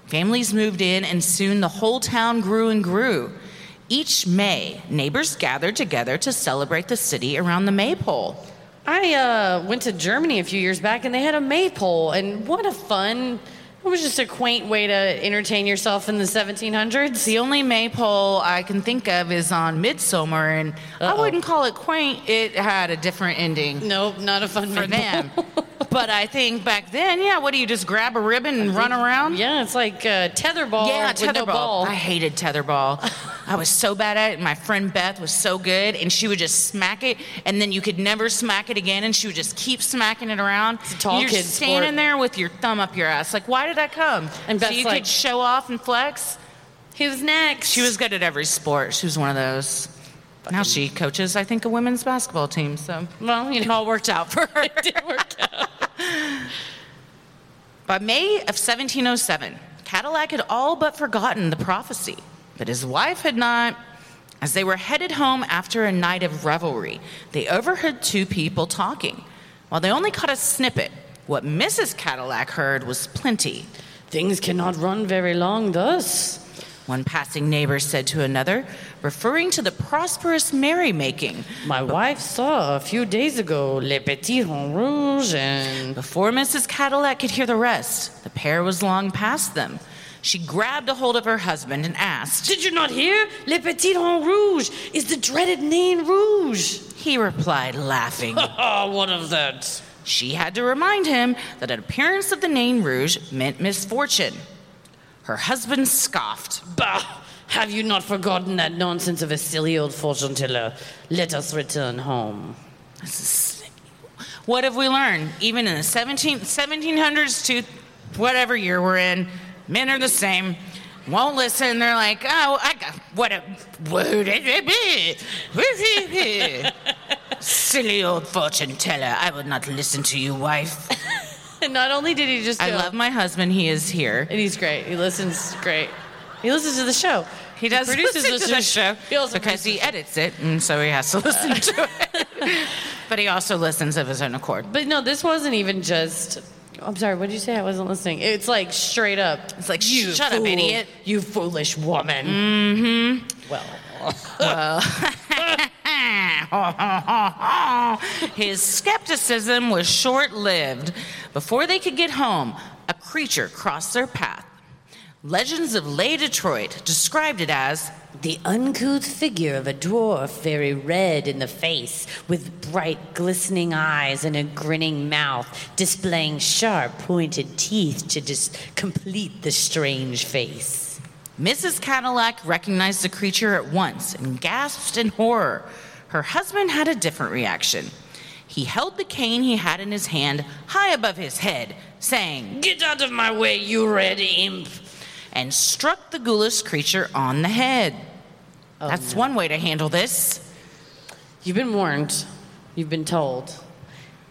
S2: Families moved in, and soon the whole town grew and grew. Each May, neighbors gathered together to celebrate the city around the maypole.
S3: I uh, went to Germany a few years back and they had a maypole, and what a fun! It was just a quaint way to entertain yourself in the 1700s.
S2: The only maypole I can think of is on Midsummer, and I
S3: Uh-oh.
S2: wouldn't call it quaint, it had a different ending.
S3: Nope, not a fun
S2: for
S3: maypole.
S2: them. but I think back then, yeah, what do you just grab a ribbon and run around?
S3: Yeah, it's like uh, tetherball.
S2: Yeah,
S3: with no
S2: tetherball.
S3: ball.
S2: I hated tetherball. I was so bad at it. and My friend Beth was so good, and she would just smack it, and then you could never smack it again, and she would just keep smacking it around.
S3: a tall
S2: You're
S3: kid
S2: standing
S3: sport.
S2: there with your thumb up your ass, like, why did I come?
S3: And
S2: so
S3: Beth's
S2: you
S3: like-
S2: could show off and flex.
S3: Who's next?
S2: She was good at every sport. She was one of those. Now she coaches, I think, a women's basketball team. So
S3: well, you
S2: it
S3: know,
S2: all worked out for her. By May of 1707, Cadillac had all but forgotten the prophecy, but his wife had not. As they were headed home after a night of revelry, they overheard two people talking. While they only caught a snippet, what Mrs. Cadillac heard was plenty.
S3: things cannot run very long thus.
S2: One passing neighbor said to another, referring to the prosperous merrymaking.
S3: My wife saw a few days ago Le Petit Rond Rouge and
S2: Before Mrs. Cadillac could hear the rest, the pair was long past them. She grabbed a hold of her husband and asked,
S3: did you not hear? Le Petit Rond Rouge is the dreaded Nain Rouge.
S2: He replied, laughing.
S3: Oh, what of that?
S2: she had to remind him that an appearance of the name Rouge meant misfortune. Her husband scoffed.
S3: Bah! Have you not forgotten that nonsense of a silly old fortune teller? Let us return home.
S2: What have we learned? Even in the 17, 1700s to whatever year we're in, men are the same. Won't listen. They're like, oh, I got what a what a silly old fortune teller. I would not listen to you, wife.
S3: And not only did he just
S2: I
S3: go-
S2: love my husband. He is here.
S3: and he's great. He listens great. He listens to the show.
S2: He does
S3: produces
S2: listen
S3: this
S2: to the show
S3: He also
S2: because he
S3: produces-
S2: edits it, and so he has to listen to it. but he also listens of his own accord.
S3: But no, this wasn't even just. I'm sorry. What did you say? I wasn't listening. It's like straight up.
S2: It's like, shut up, idiot. Mm.
S3: You foolish woman. Mm-hmm. Well.
S2: His skepticism was short lived. Before they could get home, a creature crossed their path. Legends of Lay Detroit described it as
S1: The uncouth figure of a dwarf, very red in the face, with bright glistening eyes and a grinning mouth, displaying sharp pointed teeth to just complete the strange face.
S2: Mrs. Cadillac recognized the creature at once and gasped in horror. Her husband had a different reaction. He held the cane he had in his hand high above his head, saying,
S3: Get out of my way, you red imp.
S2: and struck the ghoulish creature on the head. That's one way to handle this.
S3: Oh, You've been warned. You've been told.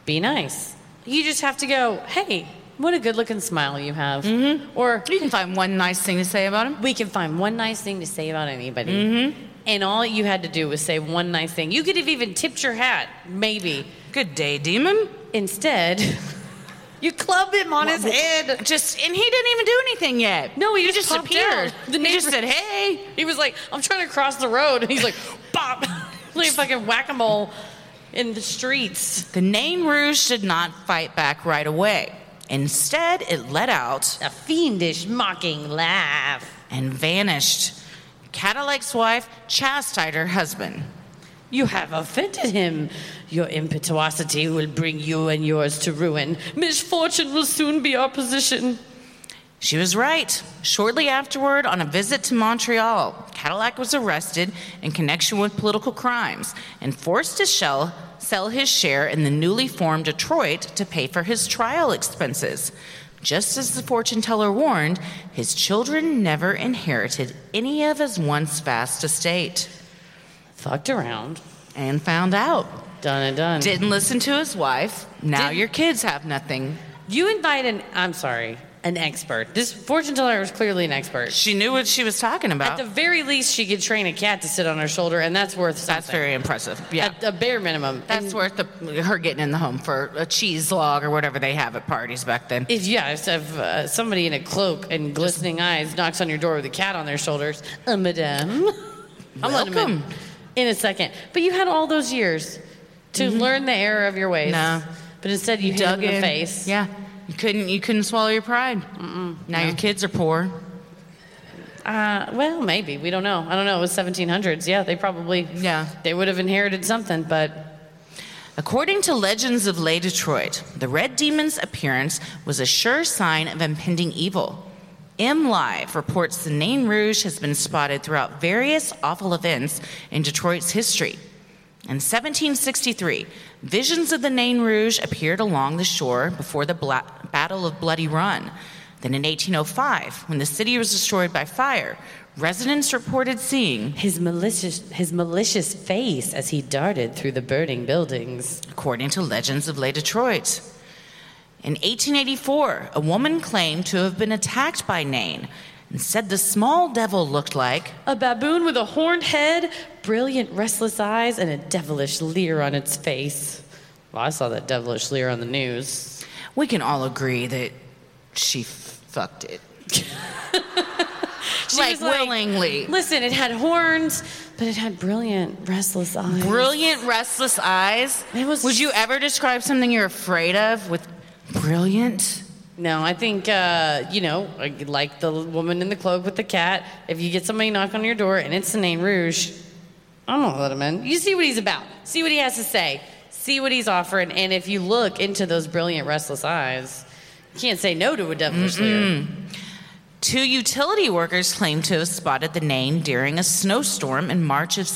S3: Be nice. You just have to go, hey, what a good looking smile you have. Or
S2: Mm-hmm. You can find one nice thing to say about him. Mm-hmm.
S3: we can find one nice thing to say about anybody. and all you had to do was say one nice thing. You could have even tipped your hat, maybe.
S2: Good day, demon.
S3: Instead, you clubbed him on his head.
S2: Just and he didn't even do anything yet.
S3: No, he
S2: he
S3: just
S2: just
S3: popped
S2: appeared.
S3: out. The
S2: He just said,
S3: neighbor-
S2: "Hey."
S3: He was like, I'm trying to cross the road. And he's like, bop. like fucking whack a mole in the streets.
S2: The Nain Rouge did not fight back right away. Instead, it let out
S3: A fiendish mocking laugh.
S2: and vanished. Cadillac's wife chastised her husband.
S3: You have offended him. Your impetuosity will bring you and yours to ruin. Misfortune will soon be our position.
S2: She was right. Shortly afterward, on a visit to Montreal, Cadillac was arrested in connection with political crimes and forced to shell, sell his share in the newly formed Detroit to pay for his trial expenses. Just as the fortune teller warned, his children never inherited any of his once vast estate
S3: Fucked around.
S2: and found out.
S3: Done and done.
S2: Didn't listen to his wife. Now
S3: Didn't-
S2: your kids have nothing.
S3: you invite an, I'm sorry, an expert. This fortune teller was clearly an expert.
S2: She knew what she was talking
S3: At
S2: about.
S3: the very least, she could train a cat to sit on her shoulder, and that's worth something.
S2: That's very impressive. Yeah.
S3: At the bare minimum.
S2: That's worth the, her getting in the home for a cheese log or whatever they have at parties back then.
S3: If yeah, if, if uh, somebody in a cloak and glistening eyes knocks on your door with a cat on their shoulders, uh, madame, I'm letting him in,
S2: Welcome.
S3: in a second. But you had all those years to
S2: Mm-hmm.
S3: learn the error of your ways.
S2: No.
S3: but instead you, dug in the face.
S2: Yeah, you couldn't you couldn't swallow your pride. now your kids are poor.
S3: Uh, well, maybe we don't know. I don't know. It was 1700s. Yeah, they probably
S2: Yeah.
S3: they would have inherited something, but
S2: According to legends of Lay Detroit, the Red Demon's appearance was a sure sign of impending evil. M Live reports the Nain Rouge has been spotted throughout various awful events in Detroit's history. In 1763, visions of the Nain Rouge appeared along the shore before the Bla- Battle of Bloody Run. Then in 1805, when the city was destroyed by fire, residents reported seeing
S3: his malicious his malicious face as he darted through the burning buildings.
S2: according to legends of lay Detroit. In 1884, a woman claimed to have been attacked by Nain and said the small devil looked like
S3: A baboon with a horned head, brilliant, restless eyes, and a devilish leer on its face. Well, I saw that devilish leer on the news.
S2: we can all agree that she fucked it.
S3: She
S2: like
S3: was
S2: willingly.
S3: Listen, it had horns, but it had brilliant, restless eyes.
S2: Brilliant restless eyes.
S3: It was-
S2: Would you ever describe something you're afraid of with brilliant?
S3: No, I think, uh, you know, like- like the woman in the cloak with the cat, if you get somebody knock on your door and it's the name Rouge, I'm gonna let him in. You see what he's about, see what he has to say, see what he's offering, and if you look into those brilliant, restless eyes, you can't say no to a devilish leer.
S2: Two utility workers claim to have spotted the name during a snowstorm in March of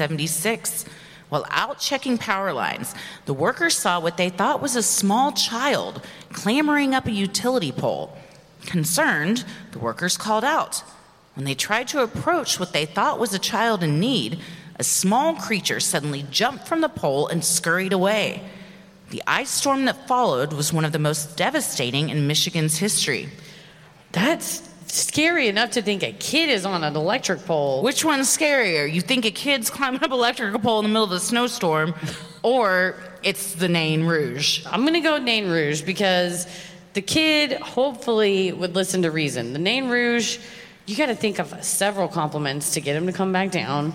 S2: 1976. While out checking power lines, the workers saw what they thought was a small child clambering up a utility pole. Concerned, the workers called out. When they tried to approach what they thought was a child in need, a small creature suddenly jumped from the pole and scurried away. The ice storm that followed was one of the most devastating in Michigan's history.
S3: That's scary enough to think a kid is on an electric pole.
S2: Which one's scarier? You think a kid's climbing up an electrical pole in the middle of a snowstorm, or it's the Nain Rouge?
S3: I'm gonna go Nain Rouge because the kid hopefully would listen to reason. The Nain Rouge, you got to think of several compliments to get him to come back down.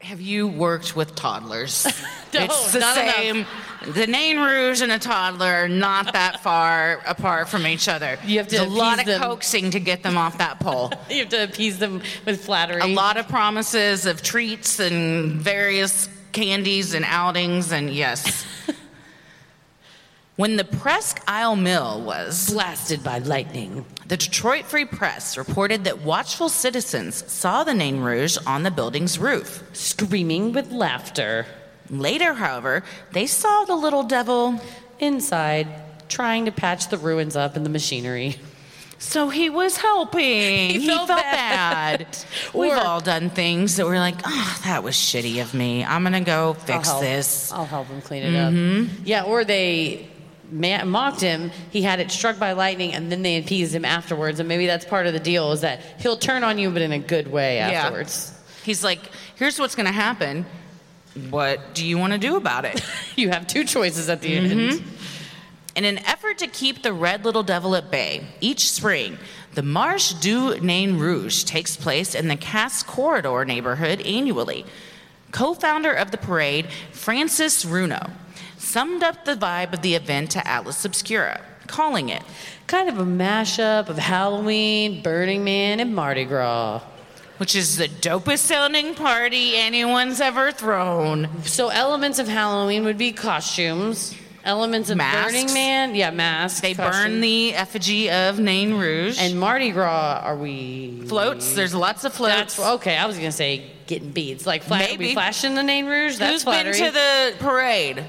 S2: Have you worked with toddlers?
S3: No,
S2: it's the
S3: Oh, not enough.
S2: same. The Nain Rouge and a toddler are not that far apart from each other.
S3: You have to
S2: There's a lot of
S3: appease them.
S2: coaxing to get them off that pole.
S3: You have to appease them with flattery.
S2: a lot of promises of treats and various candies and outings, and yes. when the Presque Isle Mill was
S3: blasted by lightning.
S2: The Detroit Free Press reported that watchful citizens saw the Nain Rouge on the building's roof.
S3: Screaming with laughter.
S2: Later, however, they saw the little devil,
S3: Inside, trying to patch the ruins up in the machinery.
S2: so Oh, he was helping. he,
S3: felt
S2: bad. We've
S3: Or-
S2: all done things that we're like, oh, that was shitty of me. I'm gonna go fix
S3: I'll help.
S2: this. Mm-hmm.
S3: I'll help him clean it up. Yeah, or they ma- mocked him. He had it struck by lightning, and then they appeased him afterwards. And maybe that's part of the deal is that he'll turn on you, but in a good way
S2: Yeah.
S3: afterwards.
S2: He's like, here's what's going to happen. What do you want to do about it? Mm-hmm.
S3: You have two choices at the end.
S2: In an effort to keep the red little devil at bay, each spring, the Marche du Nain Rouge takes place in the Cass Corridor neighborhood annually. Co founder of the parade, Francis Runo, summed up the vibe of the event to Atlas Obscura, calling it
S3: Kind of a mashup of Halloween, Burning Man, and Mardi Gras.
S2: which is the dopest sounding party anyone's ever thrown.
S3: So elements of Halloween would be costumes. Elements of
S2: Masks.
S3: Burning Man, yeah, masks.
S2: They burn
S3: costumes.
S2: the effigy of Nain Rouge
S3: and Mardi Gras. Are we
S2: floats. There's lots of floats.
S3: That's okay. I was gonna say getting beads, like flat, are we
S2: Maybe.
S3: flashing the name Rouge. That's
S2: Who's
S3: flattery.
S2: been to the parade?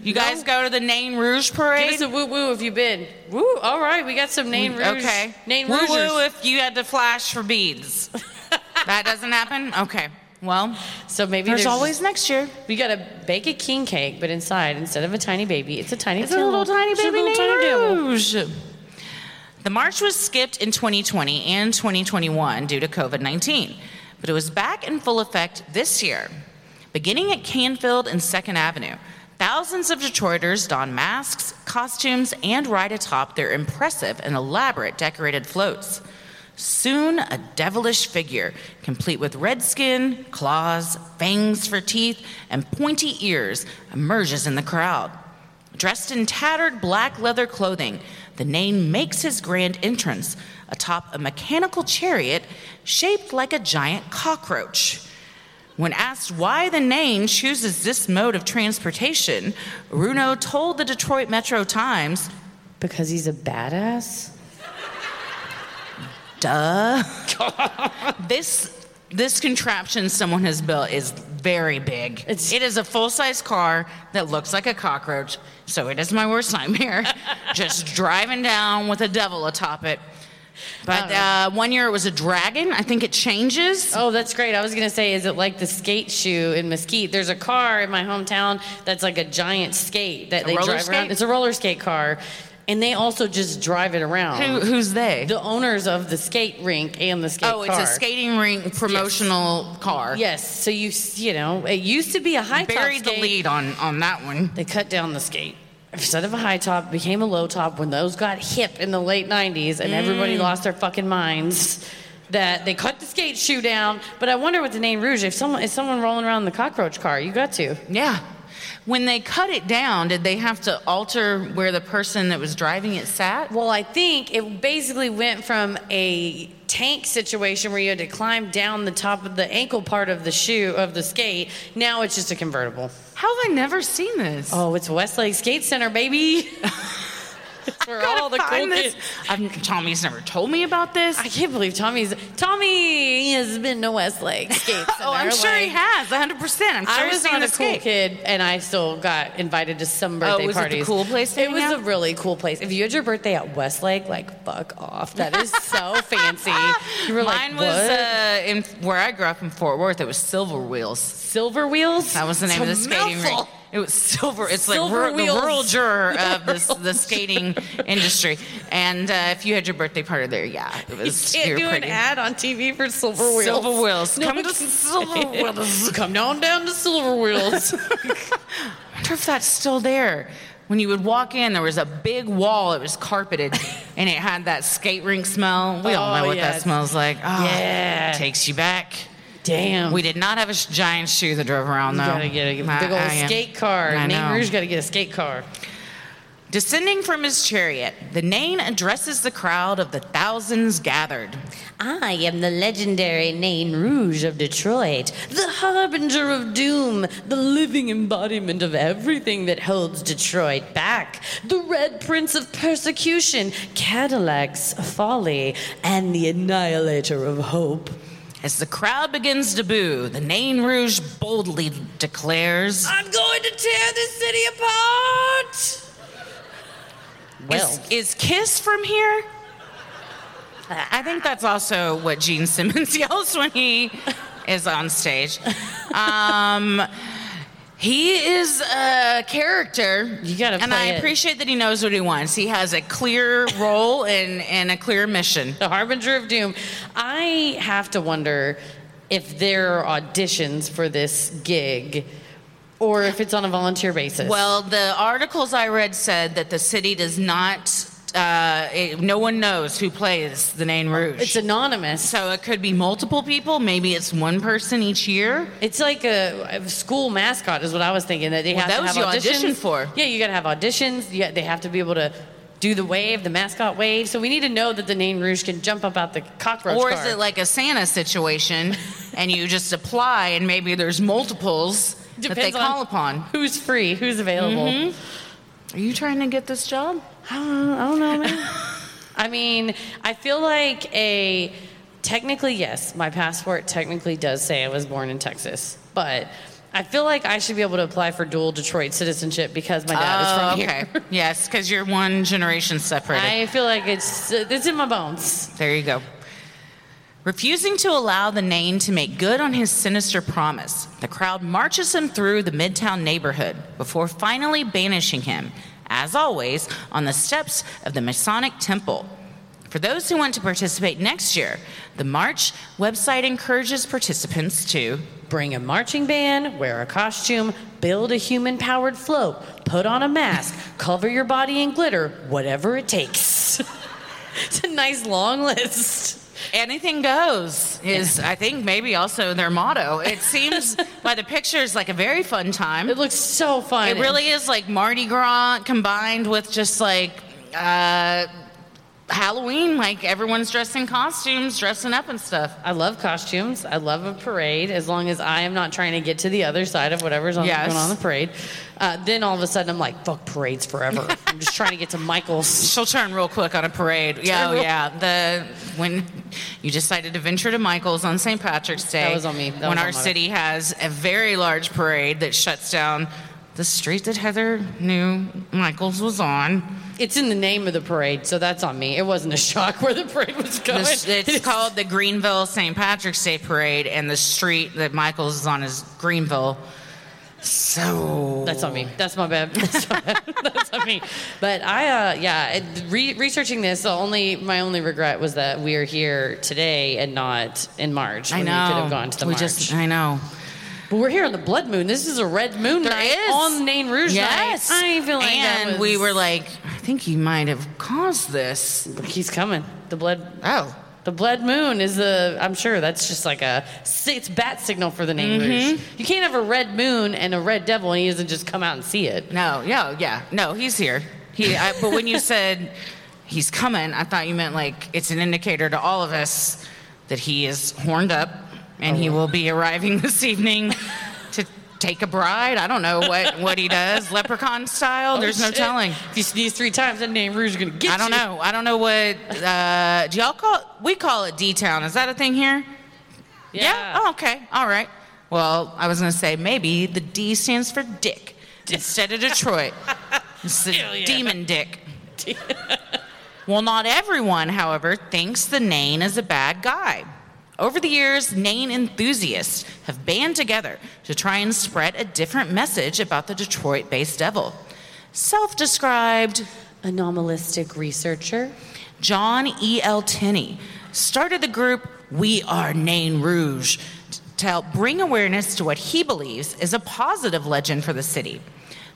S2: You guys go to the Nain Rouge parade?
S3: Give us a woo woo if you've been. Woo! All right, we got some name Rouge.
S2: Mm, Okay.
S3: name
S2: Woo
S3: Rouge.
S2: woo if you had to flash for beads. that doesn't happen? Okay. Well,
S3: So maybe
S2: there's
S3: there's,
S2: always next year.
S3: we gotta bake a king cake, but inside instead of a tiny baby, it's a tiny.
S2: It's a little
S3: devil.
S2: tiny
S3: It's a
S2: baby
S3: little tiny devil.
S2: Nain Rouge. The march was skipped in 2020 and 2021 due to COVID 19, but it was back in full effect this year. Beginning at Canfield and 2nd Avenue, thousands of Detroiters don masks, costumes, and ride atop their impressive and elaborate decorated floats. Soon, a devilish figure, complete with red skin, claws, fangs for teeth, and pointy ears, emerges in the crowd. Dressed in tattered black leather clothing, the Nain makes his grand entrance atop a mechanical chariot shaped like a giant cockroach. When asked why the Nain chooses this mode of transportation, Runo told the Detroit Metro Times,
S3: Because he's a badass.
S2: duh. this this contraption someone has built is very big.
S3: It's-
S2: it is a full-size car that looks like a cockroach, so it is my worst nightmare. Just driving down with a devil atop it. But uh, one year it was a dragon. I think it changes.
S3: Oh, that's great. I was gonna say, is it like the skate shoe in Mesquite? There's a car in my hometown that's like a giant skate that they
S2: roller
S3: drive around.
S2: skate?
S3: It's a roller skate car, and they also just drive it around.
S2: Who, who's they?
S3: the owners of the skate rink and the skate
S2: oh, it's a
S3: car.
S2: skating rink promotional car.
S3: Yes, so you s- you know it used to be a high
S2: Buried
S3: top
S2: the
S3: skate.
S2: lead on on that one.
S3: They cut down the skate. Instead of a high top, became a low top when those got hip in the late 90s and
S2: Mm.
S3: everybody lost their fucking minds that they cut the skate shoe down. But I wonder what the name Rouge, if someone is someone rolling around in the cockroach car, you got to.
S2: Yeah. When they cut it down, did they have to alter where the person that was driving it sat?
S3: Well, I think it basically went from a tank situation where you had to climb down the top of the ankle part of the shoe of the skate. Now it's just a convertible.
S2: How have I never seen this?
S3: Oh, it's Westlake Skate Center, baby. it's where all the cool kids.
S2: I've, Tommy's never told me about this.
S3: I can't believe Tommy's Tommy has been to Westlake Skate Center.
S2: oh, I'm sure he
S3: like,
S2: has, 100. percent I'm sure
S3: I
S2: he's
S3: was
S2: seen
S3: not a
S2: the
S3: cool
S2: skate.
S3: kid, and I still got invited to some birthday
S2: Oh, was it the
S3: parties.
S2: cool place to
S3: It
S2: hang
S3: was
S2: out?
S3: a really cool place. If you had your birthday at Westlake, like fuck off. That is so fancy. You were
S2: Mine
S3: like,
S2: was
S3: what?
S2: uh, in where I grew up in Fort Worth. It was Silver Wheels.
S3: Silver Wheels.
S2: That was the name of the
S3: It's a
S2: skating rink.
S3: mouthful.
S2: It was silver. It's
S3: Silver
S2: like ru- the
S3: Wheels.
S2: rural juror of this, the skating industry. And uh, if you had your birthday party there, yeah, it was.
S3: You can't
S2: were
S3: do
S2: pretty.
S3: an ad on TV for Silver Wheels.
S2: Silver Wheels. Come to
S3: Silver Wheels. Come on down to Silver Wheels.
S2: wonder if that's still there. When you would walk in, there was a big wall. It was carpeted, and it had that skate rink smell. We all
S3: Oh,
S2: know what that
S3: yes.
S2: smells like. Oh,
S3: Yeah.
S2: takes you back.
S3: Damn.
S2: We did not have a sh- giant shoe that drove around though.
S3: You gotta get a
S2: I-
S3: big old
S2: I am-
S3: skate car.
S2: I
S3: Nate
S2: know.
S3: Rouge gotta get a skate car.
S2: Descending from his chariot, the Nain addresses the crowd of the thousands gathered.
S1: I am the legendary Nain
S3: Rouge of Detroit, the harbinger of doom, the living embodiment of everything that holds Detroit back, the Red Prince of Persecution, Cadillac's Folly, and the Annihilator of Hope.
S2: As the crowd begins to boo, the Nain Rouge boldly declares.
S3: I'm going to tear this city apart! Well,
S2: Is, is Kiss from here? I I think that's also what Gene Simmons yells when he is on stage. Um, he is a character.
S3: You gotta
S2: And
S3: play
S2: I
S3: it.
S2: appreciate that he knows what he wants. He has a clear role and, and a clear mission.
S3: the harbinger of doom. I have to wonder if there are auditions for this gig or if it's on a volunteer basis.
S2: Well, the articles I read said that the city does not. Uh, it- no one knows who plays the Nain Rouge.
S3: it's anonymous.
S2: so it could be multiple people. Maybe it's one person each year.
S3: It's like a, a school mascot, is what I was thinking. That they
S2: Well,
S3: have
S2: those
S3: to have
S2: you
S3: auditions.
S2: audition for.
S3: Yeah, you got to have auditions. Yeah, they have to be able to do the wave, the mascot wave. So we need to know that the name Rouge can jump up out the cockroach.
S2: Or is
S3: car.
S2: it like a Santa situation and you just apply and maybe there's multiples that they
S3: Depends
S2: call
S3: on-
S2: upon? Mm-hmm.
S3: who's free, who's available?
S2: Are you trying to get this job?
S3: I don't know, I don't know, man. I mean, I feel like a technically yes, my passport technically does say I was born in Texas, but I feel like I should be able to apply for dual Detroit citizenship because my dad is from here.
S2: Oh, okay. yes, because you're one generation separated.
S3: I feel like it's it's in my bones.
S2: There you go. Refusing to allow the Nain to make good on his sinister promise, the crowd marches him through the Midtown neighborhood before finally banishing him, as always, on the steps of the Masonic Temple. For those who want to participate next year, the March website encourages participants to
S3: Bring a marching band, wear a costume, build a human powered float, put on a mask, cover your body in glitter, whatever it takes. it's a nice long list.
S2: Anything goes is, I think, maybe also their motto. It seems by the pictures like a very fun time.
S3: It looks so fun.
S2: It really is like Mardi Gras combined with just like uh, Halloween. Like everyone's dressed in costumes, dressing up and stuff.
S3: I love costumes. I love a parade as long as I am not trying to get to the other side of whatever's on,
S2: Yes.
S3: going on in the parade. Uh, then all of a sudden I'm like, fuck parades forever. I'm just trying to get to Michael's.
S2: She'll turn real quick on a parade. Yeah, oh,
S3: real-
S2: yeah. The when you decided to venture to Michael's on St. Patrick's Day.
S3: was on me. That
S2: when
S3: was
S2: our
S3: on my-
S2: city has a very large parade that shuts down the street that Heather knew Michael's was on.
S3: It's in the name of the parade, so that's on me. It wasn't a shock where the parade was going.
S2: This- it's called the Greenville St. Patrick's Day Parade, and the street that Michael's is on is Greenville. So
S3: That's on me. That's my bad. That's, my bad. That's on me. But I, uh, yeah, it- re- researching this, the only my only regret was that we are here today and not in March.
S2: I
S3: when
S2: know.
S3: We could have gone to the
S2: we
S3: March.
S2: just I know.
S3: but we're here on the Blood Moon. This is a Red Moon
S2: There
S3: night
S2: is.
S3: on Nain Rouge
S2: yes.
S3: night. I feel like that
S2: and
S3: was-
S2: we were like, I think you might have caused this.
S3: he's coming. The blood.
S2: Oh,
S3: The blood moon is the. I'm sure that's just like a. It's bat signal for the name
S2: Mm-hmm.
S3: Rouge. You can't have a red moon and a red devil and he doesn't just come out and see it.
S2: no, yeah, yeah, no, he's here. He. I, but when you said he's coming, I thought you meant like it's an indicator to all of us that he is horned up and
S3: Oh.
S2: he will be arriving this evening to take a bride. I don't know what what he does, leprechaun style. There's no
S3: Oh, Shit.
S2: telling.
S3: If you sneeze three times, that name Rouge is gonna get you.
S2: I don't know. I don't know what uh, do y'all call? We call it D town. Is that a thing here?
S3: Yeah.
S2: Oh, okay. All right. Well, I was gonna say maybe the D stands for Dick instead of Detroit. It's the demon Dick. well, not everyone, however, thinks the Nain is a bad guy. Over the years, Nain enthusiasts have band together to try and spread a different message about the Detroit based devil. Self described
S3: Anomalistic researcher.
S2: John E. L. Tinney started the group We Are Nain Rouge t- to help bring awareness to what he believes is a positive legend for the city.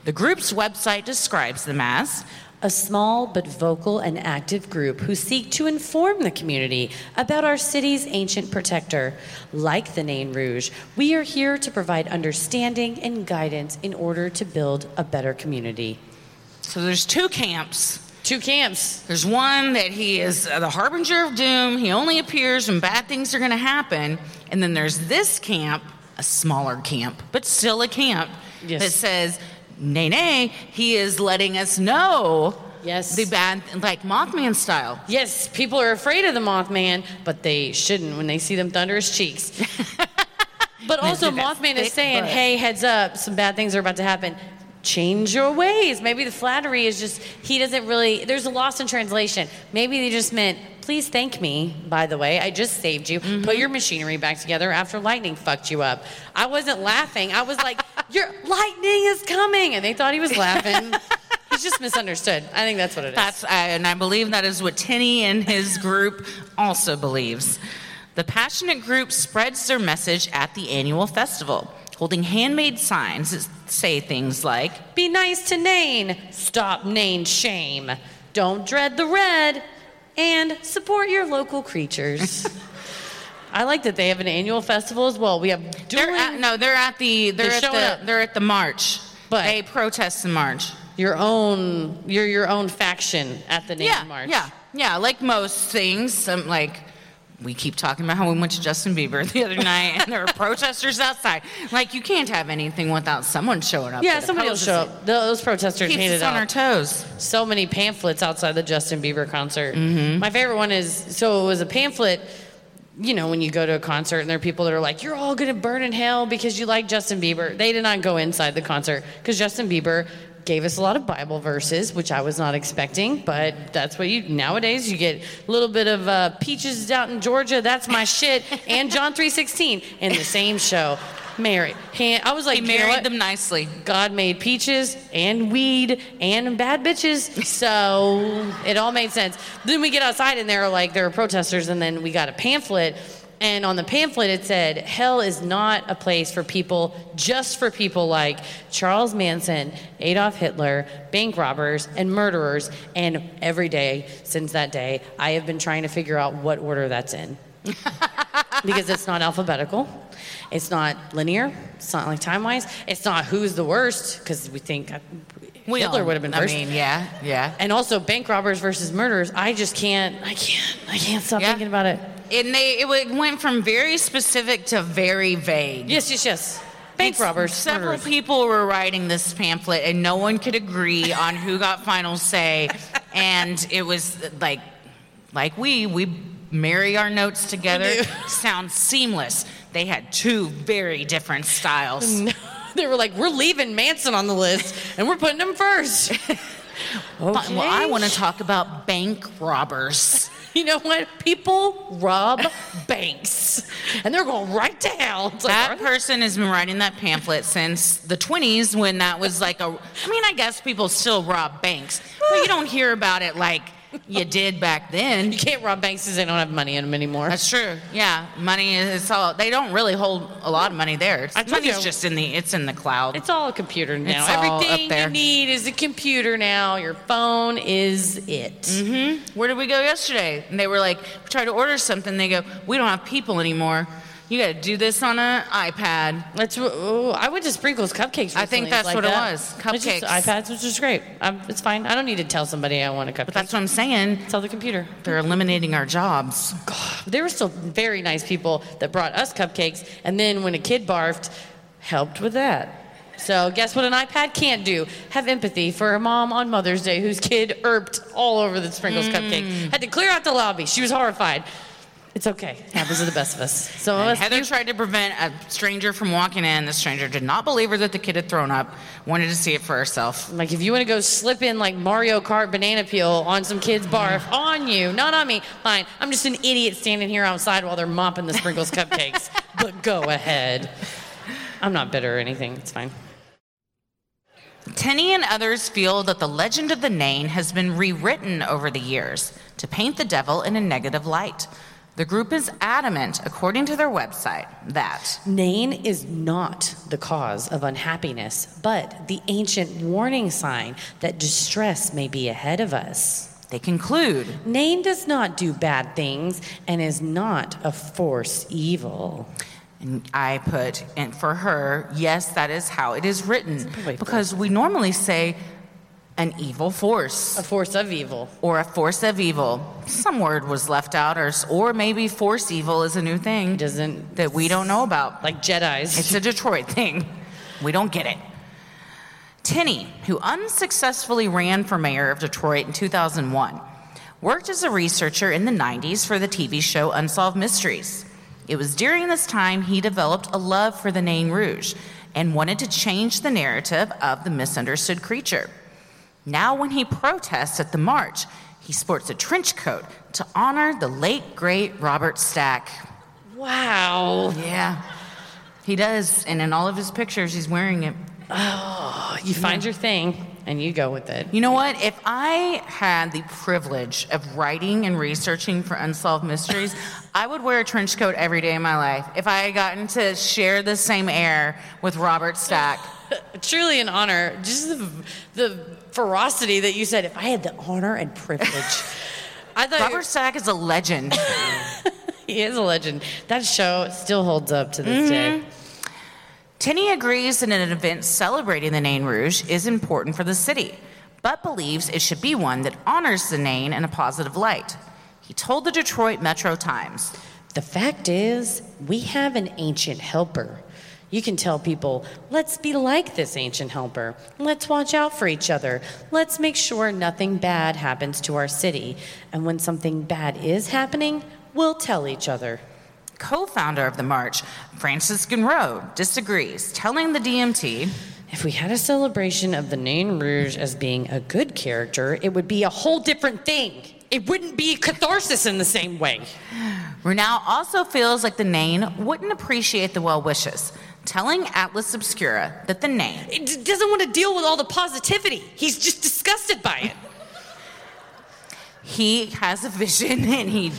S2: The group's website describes them as
S3: A small but vocal and active group who seek to inform the community about our city's ancient protector. Like the Nain Rouge, we are here to provide understanding and guidance in order to build a better community.
S2: so there's two camps.
S3: Two camps.
S2: There's one that he is uh, the harbinger of doom, he only appears when bad things are going to happen. And then there's this camp, a smaller camp, but still a camp
S3: Yes.
S2: that says, Nay, nay, he is letting us know
S3: Yes.
S2: the bad, like Mothman style.
S3: Yes, people are afraid of the Mothman, but they shouldn't when they see them thunderous cheeks. but also,
S2: That
S3: Mothman is
S2: thick
S3: saying,
S2: butt.
S3: hey, heads up, some bad things are about to happen. Change your ways. Maybe the flattery is just, he doesn't really, there's a loss in translation. Maybe they just meant, please thank me, by the way. I just saved you.
S2: Mm-hmm.
S3: Put your machinery back together after lightning fucked you up. I wasn't laughing. I was like, your lightning is coming. And they thought he was laughing. He's just misunderstood. I think that's what it is.
S2: That's uh, and I believe that is what Tinney and his group also believes. The passionate group spreads their message at the annual festival, holding handmade signs that say things like,
S3: Be nice to Nain. Stop Nain shame. Don't dread the red. And support your local creatures. I like that they have an annual festival as well. We have
S2: they're
S3: dueling.
S2: at, no, they're at the they're,
S3: They're
S2: at
S3: showing
S2: the
S3: up.
S2: they're at the march.
S3: But-
S2: they protest the march.
S3: your own your your own faction at the Nain
S2: yeah,
S3: March.
S2: Yeah, yeah. Like most things, um like we keep talking about how we went to Justin Bieber the other night, and there were protesters outside. Like you can't have anything without someone showing up.
S3: Yeah,
S2: that
S3: somebody will
S2: opposes
S3: show
S2: it.
S3: up. Tho- Those protesters
S2: Keeps
S3: handed
S2: us on our
S3: out
S2: toes.
S3: so many pamphlets outside the Justin Bieber concert.
S2: Mm-hmm.
S3: My favorite one is so it was a pamphlet. You know, when you go to a concert and there are people that are like, "You're all gonna burn in hell because you like Justin Bieber." They did not go inside the concert because Justin Bieber gave us a lot of Bible verses, which I was not expecting. But that's what you nowadays you get a little bit of uh, peaches out in Georgia. That's my shit. And John three sixteen in the same show. Mary, Han- I was like,
S2: He
S3: you know what?
S2: married them nicely.
S3: God made peaches and weed and bad bitches. So it all made sense. Then we get outside and there are like there are protesters and then we got a pamphlet and on the pamphlet it said hell is not a place for people just for people like Charles Manson, Adolf Hitler, bank robbers and murderers and every day since that day I have been trying to figure out what order that's in because it's not alphabetical. It's not linear. It's not like time wise. It's not who's the worst because we think uh,
S2: We
S3: Hitler
S2: all-
S3: would have been
S2: I
S3: first.
S2: mean, yeah, yeah.
S3: and also bank robbers versus murderers. I just can't. I can't. I can't stop
S2: Yeah.
S3: thinking about it.
S2: And they it w- went from very specific to very vague.
S3: Yes, yes, yes. Bank
S2: It's-
S3: robbers.
S2: Several
S3: murderers.
S2: people were writing this pamphlet, and no one could agree on who got final say. And it was like, like we we marry our notes together. Sounds seamless. They had two very different styles.
S3: they were like, we're leaving Manson on the list and we're putting him first.
S2: But- Well, I want to talk about bank robbers.
S3: You know what? People rob banks and they're going right to hell. It's like, are
S2: That
S3: they?
S2: person has been writing that pamphlet since the 20s when that was like a. I mean, I guess people still rob banks, but you don't hear about it like you did back then.
S3: you can't rob banks because they don't have money in them anymore.
S2: That's true. Yeah, money is all. They don't really hold a lot of money there.
S3: I told
S2: Money's
S3: you.
S2: just in the. It's in the cloud.
S3: It's all a computer now.
S2: It's all up
S3: Everything
S2: there.
S3: you need is a computer now. Your phone is it.
S2: Mm-hmm. Where did we go yesterday? And they were like, we tried to order something. They go, we don't have people anymore. You got to do this on an iPad.
S3: That's wh- oh, I went to Sprinkles Cupcakes. Recently.
S2: I think
S3: It's
S2: that's
S3: like
S2: what it
S3: that.
S2: was,
S3: It's just
S2: cupcakes.
S3: iPads, which is great. Um it's fine. I don't need to tell somebody I want a cupcake.
S2: But that's what I'm saying.
S3: tell the computer.
S2: They're eliminating our jobs.
S3: There were still very nice people that brought us cupcakes, and then when a kid barfed, helped with that. So guess what an iPad can't do? Have empathy for a mom on Mother's Day whose kid erped all over the Sprinkles
S2: Mm.
S3: cupcake. Had to clear out the lobby. She was horrified. It's okay. Happens to the best of us. So
S2: And
S3: unless
S2: Heather tried to prevent a stranger from walking in. The stranger did not believe her that the kid had thrown up. Wanted to see it for herself.
S3: Like if you want to go slip in like Mario Kart banana peel on some kid's barf on you, not on me. Fine. I'm just an idiot standing here outside while they're mopping the sprinkles cupcakes. But go ahead. I'm not bitter or anything. It's fine.
S2: Tenney and others feel that the legend of the Nain has been rewritten over the years to paint the devil in a negative light. The group is adamant, according to their website, that
S3: Nain is not the cause of unhappiness, but the ancient warning sign that distress may be ahead of us.
S2: they conclude
S3: Nain does not do bad things and is not a force evil.
S2: And I put, and for her, yes, that is how it is written. Because we normally say an evil force
S3: A force of evil.
S2: or a force of evil. Some word was left out, or, or maybe force evil is a new thing
S3: doesn't-
S2: that we don't know about.
S3: Like Jedi's.
S2: It's a Detroit thing. We don't get it. Tenney, who unsuccessfully ran for mayor of Detroit in 2001, worked as a researcher in the 90s for the TV show Unsolved Mysteries. It was during this time he developed a love for the Nain Rouge and wanted to change the narrative of the misunderstood creature. Now, when he protests at the march, he sports a trench coat to honor the late, great Robert Stack.
S3: wow.
S2: Yeah, he does. And in all of his pictures, he's wearing it.
S3: oh, you find your thing and you go with it.
S2: You know what? If I had the privilege of writing and researching for unsolved mysteries, I would wear a trench coat every day of my life. If I had gotten to share the same air with Robert Stack,
S3: Truly an honor. Just the, the ferocity that you said. If I had the honor and privilege, I thought
S2: Robert Stack is a legend.
S3: he is a legend. That show still holds up to this day.
S2: Tenny Mm-hmm. agrees that an event celebrating the Nain Rouge is important for the city, but believes it should be one that honors the Nain in a positive light. He told the Detroit Metro Times.
S3: The fact is, we have an ancient helper. You can tell people, let's be like this ancient helper. Let's watch out for each other. Let's make sure nothing bad happens to our city. And when something bad is happening, we'll tell each other.
S2: co founder of the march, Francis Gunrow, disagrees, telling the DMT,
S3: If we had a celebration of the Nain Rouge as being a good character, it would be a whole different thing. It wouldn't be catharsis in the same way.
S2: Renal also feels like the Nain wouldn't appreciate the well wishes, telling Atlas Obscura that the Nain,
S3: It d- doesn't want to deal with all the positivity. He's just disgusted by it.
S2: he has a vision and he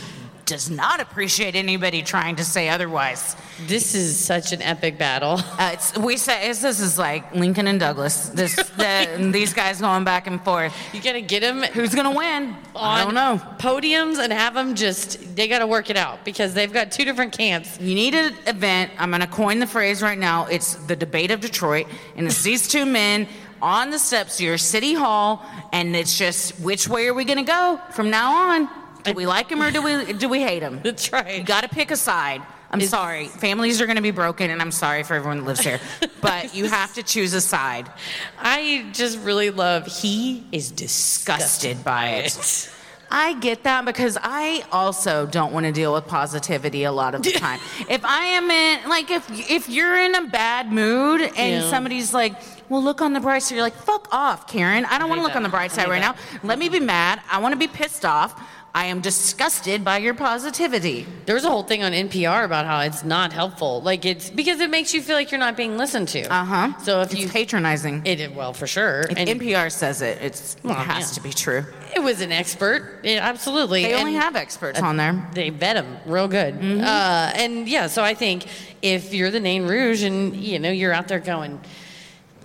S2: does not appreciate anybody trying to say otherwise.
S3: This is such an epic battle.
S2: Uh, it's, we say it's, this is like Lincoln and Douglas. This, the, these guys going back and forth.
S3: You gotta get him
S2: Who's gonna win? I don't
S3: on
S2: know.
S3: podiums and have them just, they gotta work it out because they've got two different camps.
S2: You need an event. I'm going to coin the phrase right now. It's the debate of Detroit, and it's these two men on the steps of your city hall, and it's just which way are we going to go from now on? Do we like him or do we do we hate him?
S3: That's
S2: You
S3: right.
S2: got to pick a side. I'm sorry. Families are going to be broken, and I'm sorry for everyone that lives here. But you have to choose a side.
S3: I just really love, he is disgusted.
S2: Disgusted by it. I get that because I also don't want to deal with positivity a lot of the time. if I am in like if if you're in a bad mood and
S3: Yeah.
S2: somebody's like, "Well, look on the bright side," you're like, "Fuck off, Karen! I don't want to look on the bright side right now. Let me be mad. I want to be pissed off. I am disgusted by your positivity."
S3: There was a whole thing on NPR about how it's not helpful. Like it's, because it makes you feel like you're not being listened to.
S2: Uh huh.
S3: So if
S2: it's
S3: you,
S2: patronizing.
S3: it did well for sure.
S2: if
S3: and
S2: NPR says it, it's,
S3: Well,
S2: it has
S3: yeah.
S2: to be true.
S3: it was an expert. Yeah, absolutely.
S2: They only
S3: And-
S2: have experts on there. Mm-hmm.
S3: they vet them real good. Uh, and yeah, so I think if you're the Nain Rouge and you know you're out there going,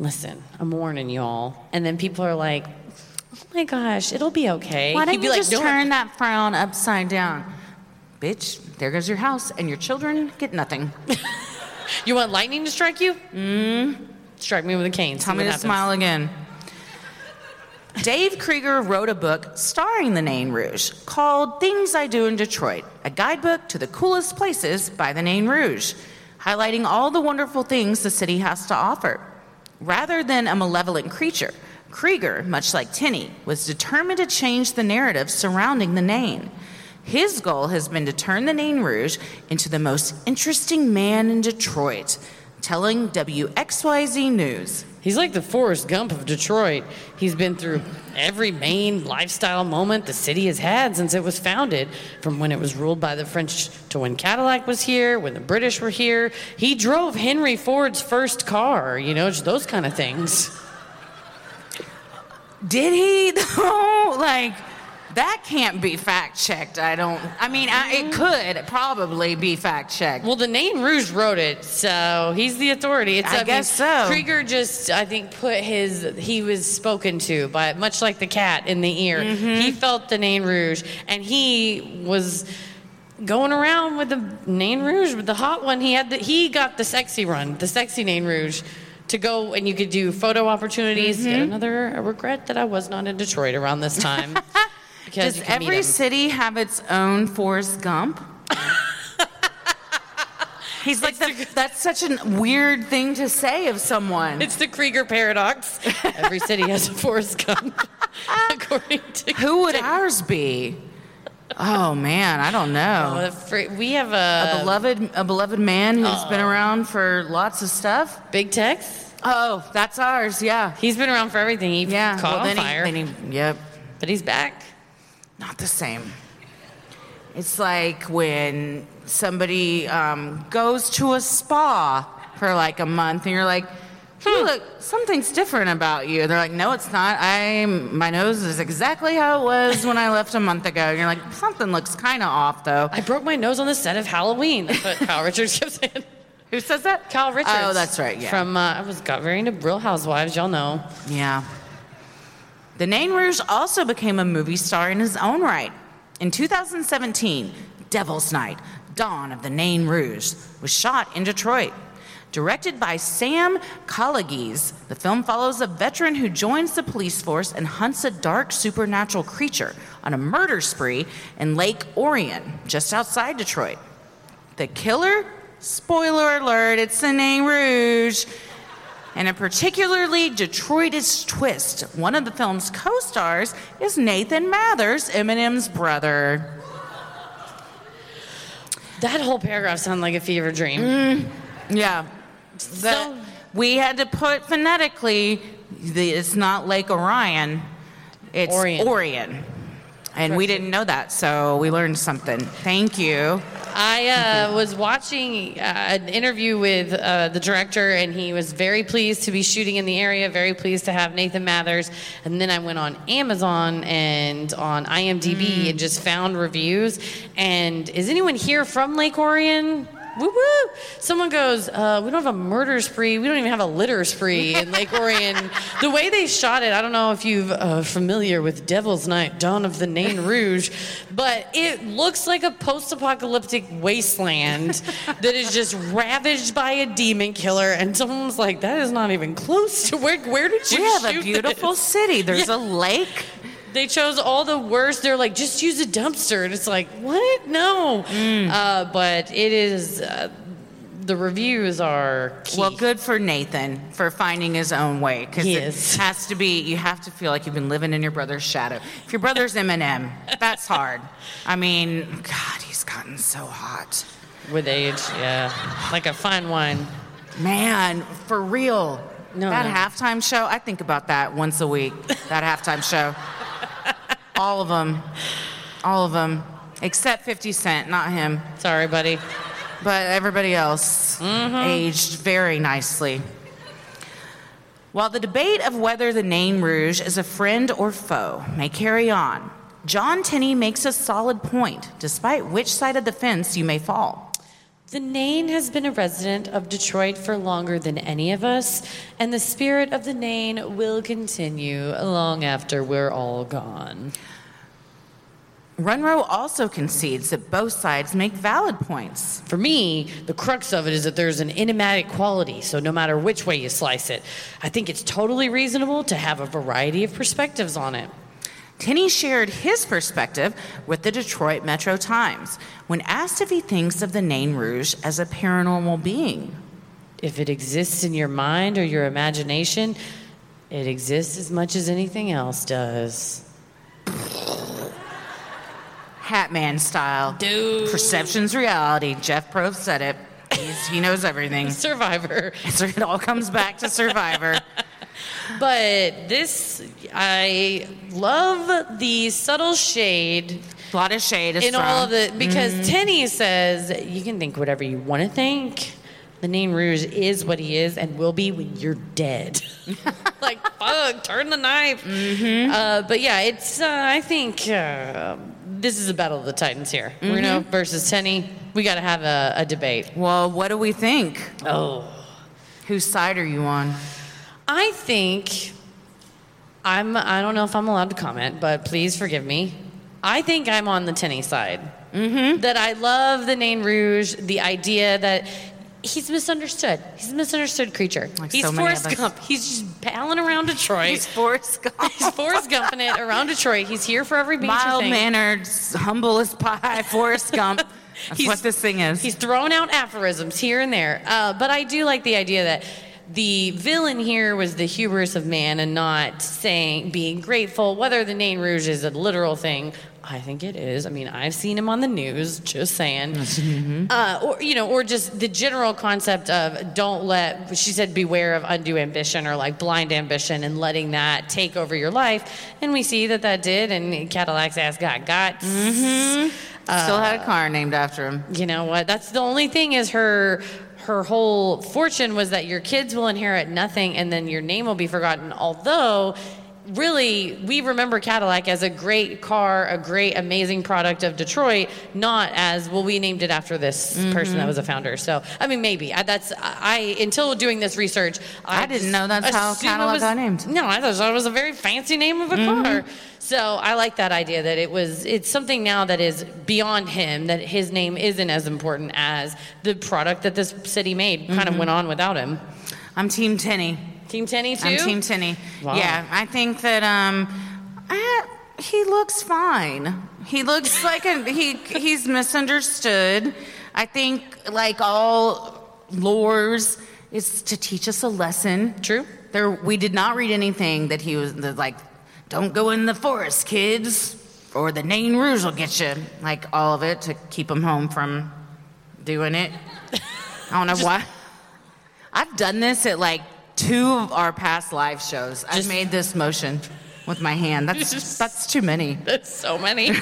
S3: listen, I'm warning you all, and then people are like, oh my gosh, it'll be okay.
S2: Why
S3: He'd
S2: don't
S3: be
S2: you
S3: like,
S2: just
S3: "No,
S2: turn that frown upside down? Bitch, there goes your house, and your children get nothing.
S3: You want lightning to strike you? Mm. Strike me with a cane.
S2: Mm-hmm. Tell
S3: see
S2: me
S3: what
S2: to
S3: happens."
S2: smile again. Dave Krieger wrote a book starring the Nain Rouge called Things I Do in Detroit, a guidebook to the coolest places by the Nain Rouge, highlighting all the wonderful things the city has to offer. Rather than a malevolent creature, Krieger, much like Tinney, was determined to change the narrative surrounding the Nain. His goal has been to turn the Nain Rouge into the most interesting man in Detroit, telling WXYZ News.
S3: He's like the Forrest Gump of Detroit. He's been through every main lifestyle moment the city has had since it was founded, from when it was ruled by the French to when Cadillac was here, when the British were here. He drove Henry Ford's first car, you know, just those kind of things.
S2: Did he though? Like that can't be fact checked. I don't. I mean, I, it could probably be fact checked.
S3: Well, the name Rouge wrote it, so he's the authority. It's,
S2: I guess so.
S3: Krieger just, I think, put his, he was spoken to by, much like the cat in the ear.
S2: Mm-hmm.
S3: He felt the name Rouge, and he was going around with the name Rouge, with the hot one. He had, the, he got the sexy run, the sexy name Rouge. To go and you could do photo opportunities.
S2: Mm-hmm.
S3: Yet another regret that I was not in Detroit around this time. because
S2: Does
S3: you can meet
S2: every
S3: 'em.
S2: city have its own Forrest Gump? He's like the, that's such a weird thing to say of someone.
S3: It's the Krieger paradox. Every city has a Forrest Gump, according to.
S2: Who would ours be? Oh man, I don't
S3: Oh,
S2: know.
S3: the fr- we have
S2: A
S3: a,
S2: beloved, a beloved man who's been around for lots of stuff.
S3: Big Tex.
S2: Oh, that's ours. Yeah,
S3: He's been around for everything. He
S2: yeah.
S3: caught
S2: Well,
S3: on
S2: then he-
S3: fire,
S2: then he- yep.
S3: but he's back.
S2: not the same. It's like when somebody um, goes to a spa for like a month and you're like, "You
S3: Hmm.
S2: look, something's different about you. And they're like, no, it's not. I'm, my nose is exactly how it was when I left a month ago. And you're like, something looks kind of off though.
S3: I broke my nose on the set of Halloween. That's what Kyle Richards kept saying.
S2: Who says that?
S3: Kyle Richards.
S2: Oh, that's right. Yeah.
S3: From uh, I was got very into Real Housewives. Y'all know.
S2: Yeah. The Nain Rouge also became a movie star in his own right. In 2017, Devil's Night, Dawn of the Nain Rouge, was shot in Detroit. Directed by Sam Colleges, the film follows a veteran who joins the police force and hunts a dark supernatural creature on a murder spree in Lake Orion, just outside Detroit. The killer? Spoiler alert, it's the Nain Rouge. And a particularly Detroitist twist. One of the film's co stars is Nathan Mathers, Eminem's brother.
S3: That whole paragraph sounded like a fever dream.
S2: Mm, Yeah. so, we had to put phonetically, the, it's not Lake Orion, it's
S3: Orion.
S2: Orion. And we didn't know that, so we learned something. Thank you.
S3: I uh, was watching uh, an interview with uh, the director, and he was very pleased to be shooting in the area, very pleased to have Nathan Mathers. And then I went on Amazon and on IMDb and just found reviews. And is anyone here from Lake Orion? Woo woo! Someone goes, uh, we don't have a murder spree. We don't even have a litter spree in Lake Orion. The way they shot it, I don't know if you've uh, familiar with Devil's Night, Dawn of the Nain Rouge, but it looks like a post-apocalyptic wasteland that is just ravaged by a demon killer. And someone's like, that is not even close to where. Where did you?
S2: We have a
S3: shoot
S2: beautiful
S3: this?"
S2: city. There's a
S3: Yeah.
S2: lake.
S3: They chose all the worst. They're like, just use a dumpster. And it's like, what? No. Uh, but it is. Uh, the reviews are key.
S2: Well, good for Nathan for finding his own way because
S3: Yes.
S2: it has to be. You have to feel like you've been living in your brother's shadow. If your brother's Eminem, that's hard. I mean, God, he's gotten so hot,
S3: With age, yeah. Like a fine wine.
S2: man. For real.
S3: No,
S2: that
S3: no.
S2: halftime show. I think about that once a week. That halftime show. All of them. All of them. Except 50 Cent, not him,
S3: Sorry, buddy. Mm-hmm.
S2: but everybody else aged very nicely. While the debate of whether the Nain Rouge is a friend or foe may carry on, John Tenney makes a solid point, despite which side of the fence you may fall.
S3: The Nain has been a resident of Detroit for longer than any of us, and the spirit of the Nain will continue long after we're all gone.
S2: Runrow also concedes that both sides make valid points.
S3: For me, the crux of it is that there's an enigmatic quality, so no matter which way you slice it, I think it's totally reasonable to have a variety of perspectives on it.
S2: Tenney shared his perspective with the Detroit Metro Times when asked if he thinks of the Nain Rouge as a paranormal being.
S3: If it exists in your mind or your imagination, it exists as much as anything else does.
S2: Hatman style.
S3: Dude.
S2: Perception's reality. Jeff Probe said it. He's, he knows everything.
S3: Survivor.
S2: So it all comes back to Survivor.
S3: But this, I love the subtle shade
S2: A lot of shade is
S3: in
S2: thrown.
S3: all of the because Tenny says you can think whatever you want to think. The name Rouge is what he is and will be when you're dead. like fuck, turn the knife. Uh,
S2: Mm-hmm.
S3: but yeah, it's. Uh, I think uh, this is a battle of the titans here. Bruno versus Tenny. We got to have a, a debate.
S2: Mm-hmm. Well, what do we think?
S3: Oh.
S2: Whose side are you on?
S3: I think I'm. I don't know if I'm allowed to comment, but please forgive me. I think I'm on the Tenny side. Mm-hmm. That I love the Nain Rouge. The idea that he's misunderstood. He's a misunderstood creature.
S2: Like
S3: he's
S2: so many of
S3: Forrest
S2: us.
S3: Gump. He's just palling around Detroit.
S2: He's
S3: he's,
S2: Forrest Gump.
S3: Forrest Gumping it around Detroit. He's here for every beach
S2: Mild
S3: thing.
S2: mannered, humble as pie, Forrest Gump. That's
S3: He's-
S2: what this thing is.
S3: He's throwing out aphorisms here and there. Uh, but I do like the idea that the villain here was the hubris of man and not saying being grateful. Whether the name Rouge is a literal thing, I think it is. I mean, I've seen him on the news. Just saying,
S2: Mm-hmm.
S3: uh, or you know, or just the general concept of don't let. She said, beware of undue ambition or like blind ambition and letting that take over your life. And we see that that did. And Cadillac's ass got got.
S2: Still had a car named after him.
S3: You know what? That's the only thing is her her whole fortune was that your kids will inherit nothing and then your name will be forgotten. Although, really, we remember Cadillac as a great car, a great, amazing product of Detroit, not as, well, we named it after this
S2: Mm-hmm.
S3: person that was a founder. So, I mean, maybe. I, that's, I, until doing this research, I,
S2: I didn't
S3: just
S2: know that's how
S3: assume it
S2: Cadillac
S3: was-
S2: got named.
S3: No, I thought it was a very fancy name of a car.
S2: Mm-hmm.
S3: So I like that idea that it was it's something now that is beyond him that his name isn't as important as the product that this city made kind of went on without him.
S2: Mm-hmm. I'm Team Tenny.
S3: Team Tenny too.
S2: I'm Team Tenny.
S3: Wow.
S2: Yeah, I think that um, I, he looks fine. He looks like a he. He's misunderstood. I think like all lores, it's to teach us a lesson.
S3: True.
S2: There, we did not read anything that he was that, like, don't go in the forest, kids, or the Nain Rouge will get you. Like all of it to keep him home from doing it. I don't know why. I've done this at like two of our past live shows. I've made this motion with my hand. That's that's too many.
S3: That's so many.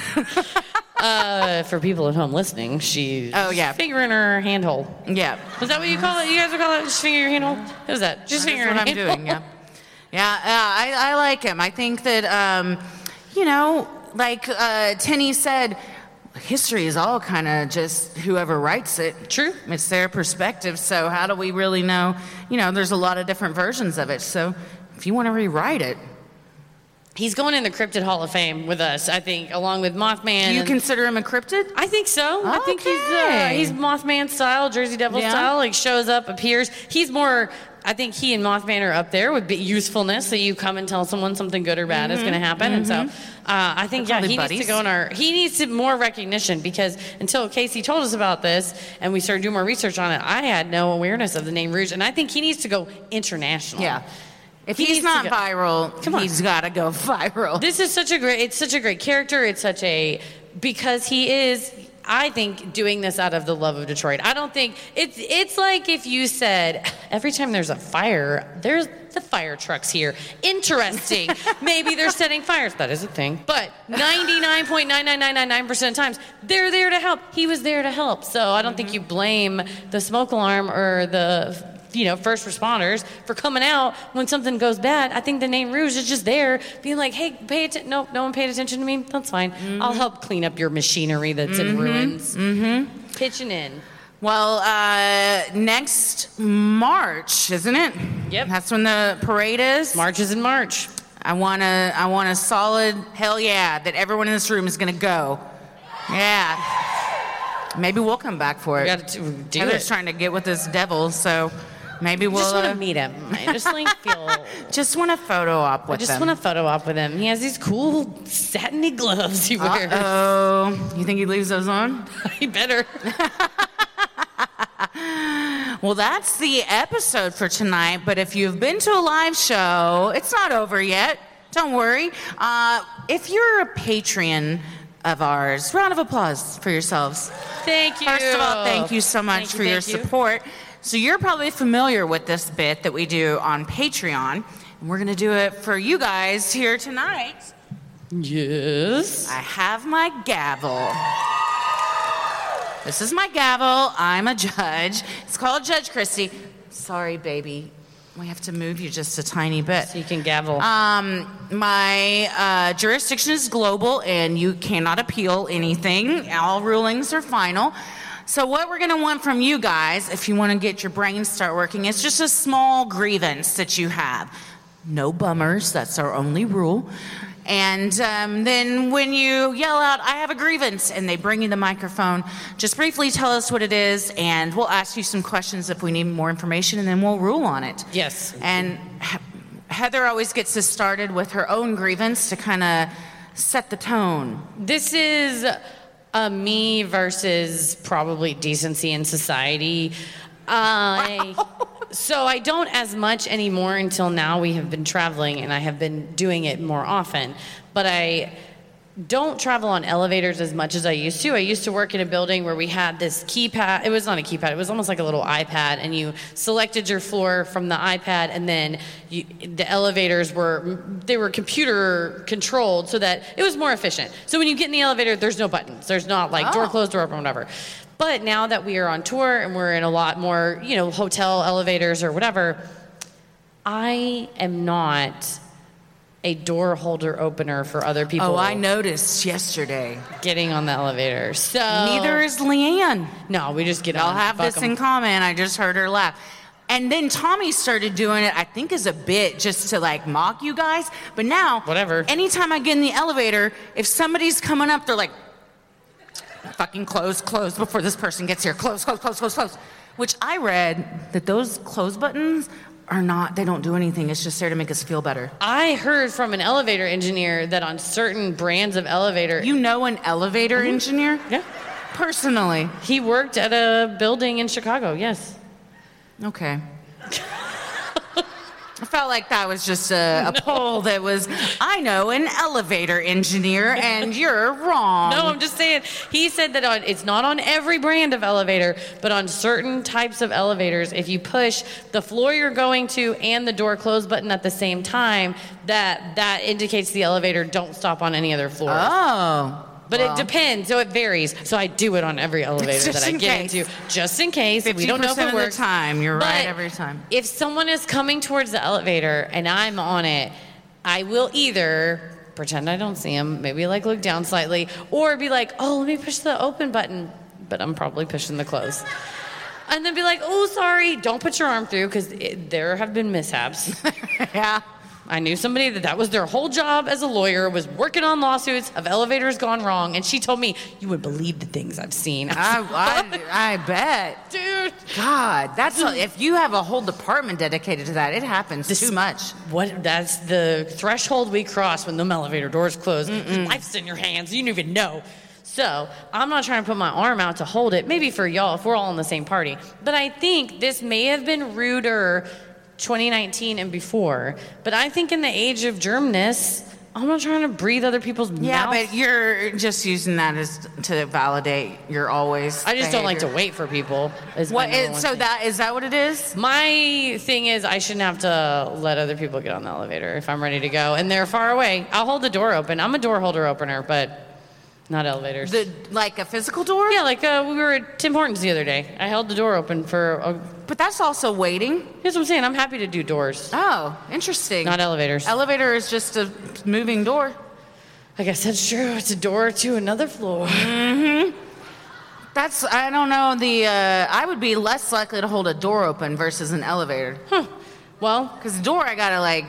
S3: uh, for people at home listening, she's
S2: Oh, yeah.
S3: fingering her handhole.
S2: Yeah.
S3: Is that what you call it? You guys would call it just finger your handhole? What was that?
S2: That's
S3: Just finger
S2: what I'm
S3: your handhole.
S2: doing. Yeah, yeah. yeah I, I like him. I think that um, you know, like uh, Tenny said, history is all kind of just whoever writes it.
S3: True.
S2: It's their perspective. So how do we really know? You know, there's a lot of different versions of it. So if you want to rewrite it,
S3: He's going in the Cryptid Hall of Fame with us, I think, along with Mothman.
S2: do you
S3: and-
S2: consider him encrypted?
S3: I think so. I think he's uh,
S2: Okay.
S3: he's Mothman style, Jersey Devil
S2: Yeah.
S3: style. Like shows up, appears. He's more. I think he and Mothman are up there with bit usefulness. So you come and tell someone something good or bad is going to happen, and so uh, I think yeah,
S2: Mm-hmm. probably
S3: he needs
S2: buddies.
S3: to go in our. He needs to more recognition because until Casey told us about this and we started doing more research on it, I had no awareness of the name Rouge, and I think he needs to go international.
S2: Yeah. If
S3: He
S2: he's
S3: needs to
S2: not
S3: go-
S2: viral,
S3: Come on.
S2: he's got to go viral.
S3: This is such a great. It's such a great character. It's such a because he is. I think doing this out of the love of Detroit. I don't think it's it's like if you said every time there's a fire, there's the fire trucks here. Interesting. Maybe they're setting fires. That is a thing. But 99.99999% of times they're there to help. He was there to help. So I don't think
S2: Mm-hmm.
S3: you blame the smoke alarm or the you know, first responders for coming out when something goes bad. I think the name Rouge is just there being like, hey, pay attention. Nope, no one paid attention to me. That's fine.
S2: Mm-hmm.
S3: I'll help clean up your machinery that's in ruins. Mm-hmm. Pitching in.
S2: Well, uh, next March, isn't it?
S3: Yep.
S2: That's when the parade is.
S3: March is in March.
S2: I want to. I want a solid hell yeah that everyone in this room is going to go. Yeah. Maybe we'll come back for
S3: We
S2: it.
S3: got to do
S2: Heather's
S3: it.
S2: trying to get with this devil, so maybe we'll
S3: just want to
S2: uh,
S3: meet him. I just like feel.
S2: just want to photo op
S3: I
S2: with
S3: just
S2: them.
S3: want to photo op with him. He has these cool satiny gloves he wears.
S2: Oh, you think he leaves those on?
S3: he better.
S2: Well, that's the episode for tonight. But if you've been to a live show, it's not over yet. Don't worry. Uh, if you're a patron of ours, round of applause for yourselves.
S3: Thank you.
S2: First of all, thank you so much
S3: Thank you,
S2: for your
S3: thank you.
S2: support. So you're probably familiar with this bit that we do on Patreon, and we're going to do it for you guys here tonight.
S3: Yes.
S2: I have my gavel. This is my gavel. I'm a judge. It's called Judge Christie. Sorry, baby. We have to move you just a tiny bit.
S3: So you can gavel.
S2: Um, my uh, jurisdiction is global, and you cannot appeal anything. All rulings are final. So, what we're going to want from you guys, if you want to get your brain start working, is just a small grievance that you have. No bummers. That's our only rule. And um, then when you yell out, "I have a grievance," and they bring you the microphone, just briefly tell us what it is, and we'll ask you some questions if we need more information, and then we'll rule on it.
S3: Yes.
S2: And He- Heather always gets us started with her own grievance to kind of set the tone.
S3: This is a me versus probably decency in society. Uh, So I don't as much anymore until now. We have been traveling and I have been doing it more often. But I don't travel on elevators as much as I used to. I used to work in a building where we had this keypad. It was not a keypad. It was almost like a little iPad, and you selected your floor from the iPad, and then you, the elevators were they were computer controlled, so that it was more efficient. So when you get in the elevator, there's no buttons. There's not like door
S2: Oh.
S3: closed, door open, whatever. But now that we are on tour and we're in a lot more, you know, hotel elevators or whatever, I am not a door holder opener for other people
S2: Oh, I noticed yesterday.
S3: getting on the elevator. So
S2: Neither is Leanne.
S3: No, we just get
S2: I'll
S3: on.
S2: have
S3: Fuck
S2: this
S3: 'em.
S2: in common. I just heard her laugh. And then Tommy started doing it, I think, as a bit just to like mock you guys. But now,
S3: Whatever.
S2: Anytime I get in the elevator, if somebody's coming up, they're like, fucking close, close before this person gets here. Close, close, close, close, close. Which I read that those close buttons are not, they don't do anything. It's just there to make us feel better.
S3: I heard from an elevator engineer that on certain brands of elevator, Mm-hmm.
S2: You know, an elevator engineer?
S3: yeah,
S2: Personally.
S3: he worked at a building in Chicago. Yes.
S2: Okay. I felt like that was just a, a poll that was, I know an elevator engineer, and you're wrong.
S3: No, I'm just saying. He said that on, it's not on every brand of elevator, but on certain types of elevators, if you push the floor you're going to and the door close button at the same time, that that indicates the elevator don't stop on any other floor.
S2: Oh.
S3: But it depends, so it varies. So I do it on every elevator
S2: Just
S3: that I
S2: in
S3: get
S2: case.
S3: into, just in case. We don't know if
S2: 50%
S3: it
S2: of the
S3: works.
S2: time. You're right
S3: But
S2: every time.
S3: If someone is coming towards the elevator and I'm on it, I will either pretend I don't see them, maybe like look down slightly, or be like, "Oh, let me push the open button," but I'm probably pushing the close. And then be like, "Oh, sorry, don't put your arm through," because there have been mishaps.
S2: Yeah.
S3: I knew somebody that that was their whole job as a lawyer was working on lawsuits of elevators gone wrong, and she told me, "You would believe the things I've seen."
S2: I, I, I bet.
S3: Dude,
S2: God, that's a, if you have a whole department dedicated to that, it happens
S3: This-
S2: too much.
S3: what? That's the threshold we cross when the elevator doors close. Life's in your hands. You don't even know. So I'm not trying to put my arm out to hold it. Maybe for y'all, if we're all in the same party. But I think this may have been ruder 2019 and before. But I think in the age of germness, I'm not trying to breathe other people's
S2: Yeah,
S3: mouth
S2: but you're just using that as to validate your always.
S3: I just don't like to
S2: behavior.
S3: wait for people. Is my
S2: What
S3: number
S2: is,
S3: one
S2: so
S3: thing.
S2: that is that what it is?
S3: my thing is I shouldn't have to let other people get on the elevator if I'm ready to go and they're far away. I'll hold the door open. I'm a door holder opener, but not elevators.
S2: The like a physical door?
S3: yeah, like uh, we were at Tim Hortons the other day. I held the door open for. Uh,
S2: But that's also waiting.
S3: here's what I'm saying. I'm happy to do doors,
S2: Oh, interesting.
S3: not elevators.
S2: Elevator is just a moving door.
S3: I guess that's true. It's a door to another floor.
S2: Mm-hmm. That's I don't know the uh, I would be less likely to hold a door open versus an elevator
S3: Well,
S2: because door I gotta like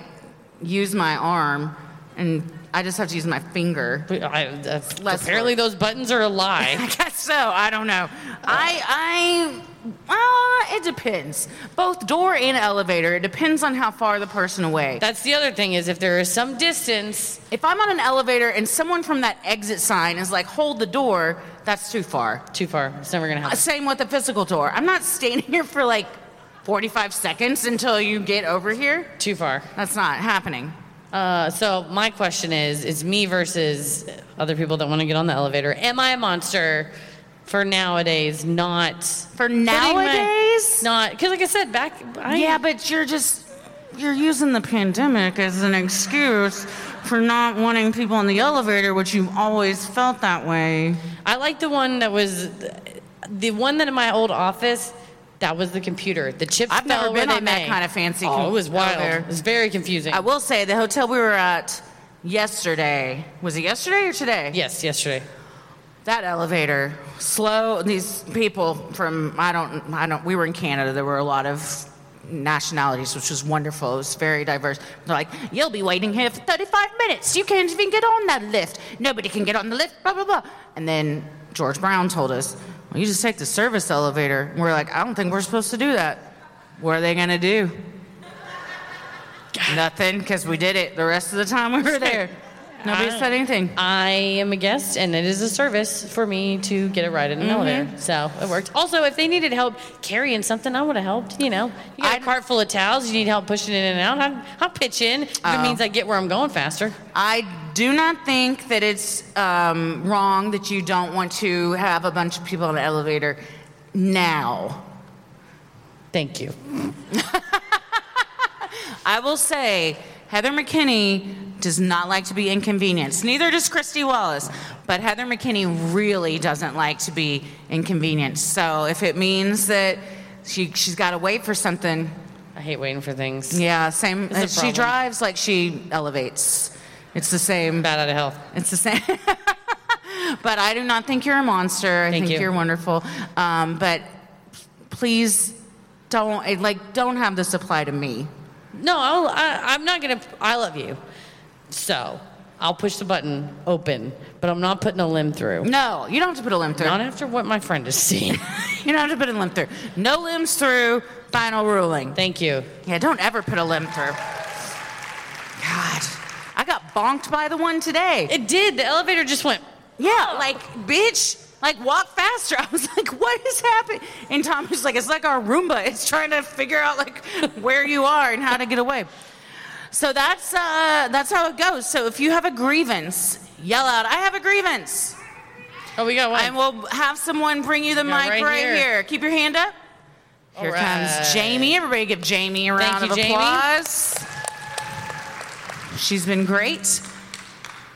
S2: use my arm and I just have to use my finger.
S3: we- I, that's,
S2: Less
S3: apparently
S2: work.
S3: those buttons are a lie.
S2: I guess so. I don't know. I I uh, it depends. Both door and elevator. It depends on how far the person away.
S3: that's the other thing is if there is some distance,
S2: If I'm on an elevator and someone from that exit sign is like hold the door, that's too far.
S3: too far. It's never gonna happen.
S2: Same with the physical door. I'm not standing here for like 45 seconds until you get over here.
S3: Too far.
S2: That's not happening.
S3: Uh, so my question is: It's me versus other people that want to get on the elevator. Am I a monster for nowadays? Not
S2: For
S3: putting my-
S2: nowadays?
S3: not because, like I said, back. I,
S2: yeah, but you're just you're using the pandemic as an excuse for not wanting people in the elevator, which you've always felt that way.
S3: I like the one that was the one that in my old office. That was the computer. The chip.
S2: I've never
S3: fell where
S2: been
S3: they
S2: on that
S3: may.
S2: kind of fancy
S3: Oh, it was wild.
S2: elevator.
S3: It was very confusing.
S2: I will say the hotel we were at yesterday was it yesterday or today?
S3: yes, yesterday.
S2: That elevator, slow. These people from I don't I don't. We were in Canada. There were a lot of nationalities, which was wonderful. It was very diverse. They're like, you'll be waiting here for 35 minutes. You can't even get on that lift. Nobody can get on the lift. Blah blah blah. And then George Brown told us, well, you just take the service elevator. And we're like, I don't think we're supposed to do that. What are they gonna do? Nothing, because we did it the rest of the time we were there. Nobody
S3: I-
S2: said anything.
S3: I am a guest, and it is a service for me to get a ride in an
S2: Mm-hmm.
S3: elevator. So it worked. Also, if they needed help carrying something, I would have helped. You know, you got a
S2: I'd-
S3: cart full of towels. You need help pushing it in and out. I'll, I'll pitch in. If it
S2: Oh.
S3: means I get where I'm going faster.
S2: I do not think that it's um, wrong that you don't want to have a bunch of people in an elevator now.
S3: Thank you.
S2: I will say, Heather McKinney does not like to be inconvenienced. Neither does Christy Wallace. But Heather McKinney really doesn't like to be inconvenienced. So if it means that she, she's got to wait for something,
S3: I hate waiting for things.
S2: yeah, same.
S3: a
S2: uh, She
S3: problem.
S2: drives like she elevates. It's the same.
S3: Bad out of health.
S2: It's the same. but I do not think you're a monster. I
S3: Thank
S2: think
S3: you.
S2: are wonderful. Um, but please don't eh, like don't have this apply to me.
S3: No, I'll, I, I'm not gonna. I love you, so I'll push the button open, but I'm not putting a limb through.
S2: No, you don't have to put a limb through.
S3: Not after what my friend has seen.
S2: You don't have to put a limb through. No limbs through. Final ruling.
S3: Thank you.
S2: Yeah, don't ever put a limb through. God, I got bonked by the one today.
S3: It did. The elevator just went.
S2: Yeah, like, bitch, like, walk faster. I was like, what is happening? And Tom was like, it's like our Roomba. It's trying to figure out, like, where you are and how to get away. So that's, uh, that's how it goes. So if you have a grievance, yell out, I have a grievance.
S3: Oh, we got one.
S2: And we'll have someone bring you the
S3: Yeah,
S2: mic
S3: right
S2: right,
S3: here.
S2: here. Keep your hand up. Here
S3: All right.
S2: comes Jamie. Everybody give Jamie a
S3: Thank
S2: round
S3: you,
S2: of
S3: Jamie.
S2: applause. She's been great.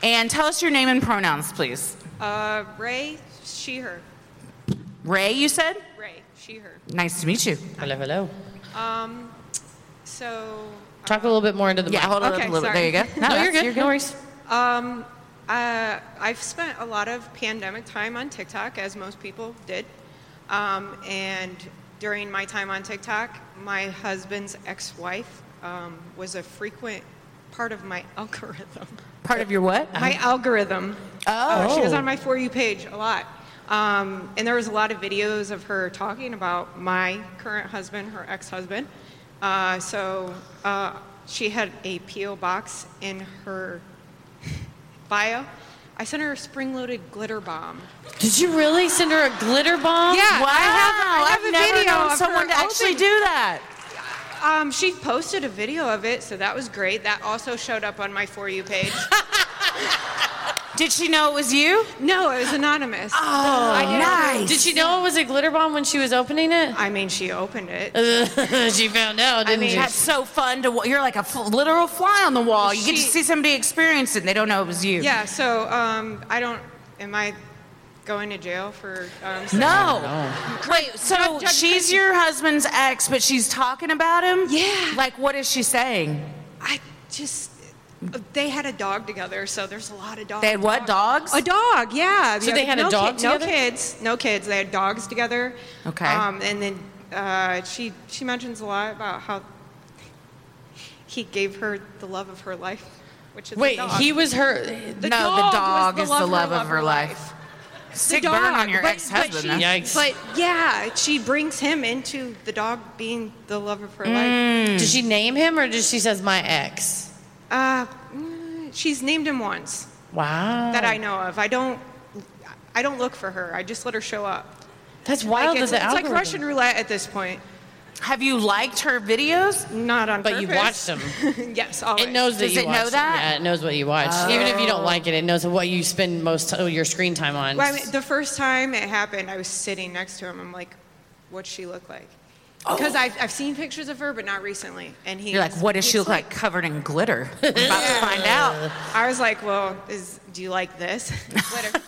S2: And tell us your name and pronouns, please.
S6: Uh, Ray, she, her.
S2: Ray, you said?
S6: Ray, she, her.
S2: Nice to meet you.
S3: hello, hello.
S6: Um, so,
S3: Talk a little bit more into the
S2: Yeah,
S3: mic.
S2: hold on
S6: Okay,
S2: up a little bit. There
S6: sorry.
S2: you go. No,
S3: No,
S2: that's-
S3: you're good. No worries.
S6: um, uh, I've spent a lot of pandemic time on TikTok, as most people did. Um, and during my time on TikTok, my husband's ex wife um, was a frequent part of my algorithm.
S2: Part of your what?
S6: My algorithm.
S2: Oh.
S6: Uh, she was on my For You page a lot. Um, and there was a lot of videos of her talking about my current husband, her ex husband. Uh, so uh, she had a P.O. box in her bio. I sent her a spring loaded glitter bomb.
S3: Did you really send her a glitter bomb?
S6: Yeah.
S2: Wow,
S6: I have- I have
S2: I've
S6: a
S2: never
S6: video
S2: known
S6: of
S2: someone
S6: her
S2: to actually
S6: open-
S2: do that.
S6: Um, she posted a video of it, so that was great. That also showed up on my For You page.
S2: Did she know it was you? Oh,
S6: no, it was anonymous.
S2: nice.
S3: Did she know it was a glitter bomb when she was opening it?
S6: I mean, she opened it.
S3: she found out, didn't
S6: mean-
S3: she?
S2: That's so fun to. wa- You're like a f- literal fly on the wall. You get to
S6: She-
S2: see somebody experience it, and they don't know it was you.
S6: Yeah, so um, I don't. Am I going to jail for? Um, sex-
S2: No. Wait. So
S6: Judge
S2: she's
S6: Christie.
S2: your husband's ex, but she's talking about him.
S6: Yeah.
S2: Like, what is she saying?
S6: I just. They had a dog together, so there's a lot of dogs.
S2: They had what dogs?
S6: A dog, yeah.
S3: So they had a
S6: no
S3: dog
S6: no
S3: together?
S6: kids, no kids. They had dogs together.
S2: Okay.
S6: Um, and then uh, she she mentions a lot about how he gave her the love of her life, which is
S3: Wait,
S6: a dog.
S3: he was her.
S6: The
S2: no,
S6: dog
S2: the dog
S6: was
S2: is the love of her life. Sick burn on
S6: dog,
S2: your
S6: but- but
S2: ex-husband.
S6: she-
S2: huh?
S3: Yikes.
S6: But yeah, she brings him into the dog being the love of her
S2: Mm.
S6: life.
S3: Did she name him or did she says my ex?
S6: Uh, mm, she's named him once
S3: Wow.
S6: that I know of. I don't. I don't look for her. I just let her show up.
S3: That's
S6: Like
S3: wild.
S6: it's
S3: that the
S6: it's like
S3: algorithm-
S6: Russian roulette at this point.
S2: Have you liked her videos?
S6: Not on
S3: But you
S6: purpose.
S3: watched
S6: yes, always.
S3: It knows that
S2: Does
S3: you
S2: it know
S3: watched.
S2: that? Oh.
S3: Yeah, it knows what you watch. Even if you don't like it, it knows what you spend most t- your screen time on.
S6: Well, I mean, the first time it happened, I was sitting next to him. I'm like, "What's she look like?" Because I've, I've seen pictures of her, but not recently. And he
S2: Oh. You're like,
S6: was-
S2: what does she
S6: he's
S2: look like covered in glitter? I'm about to find out.
S6: I was like, "Well, is do you like this?" Glitter.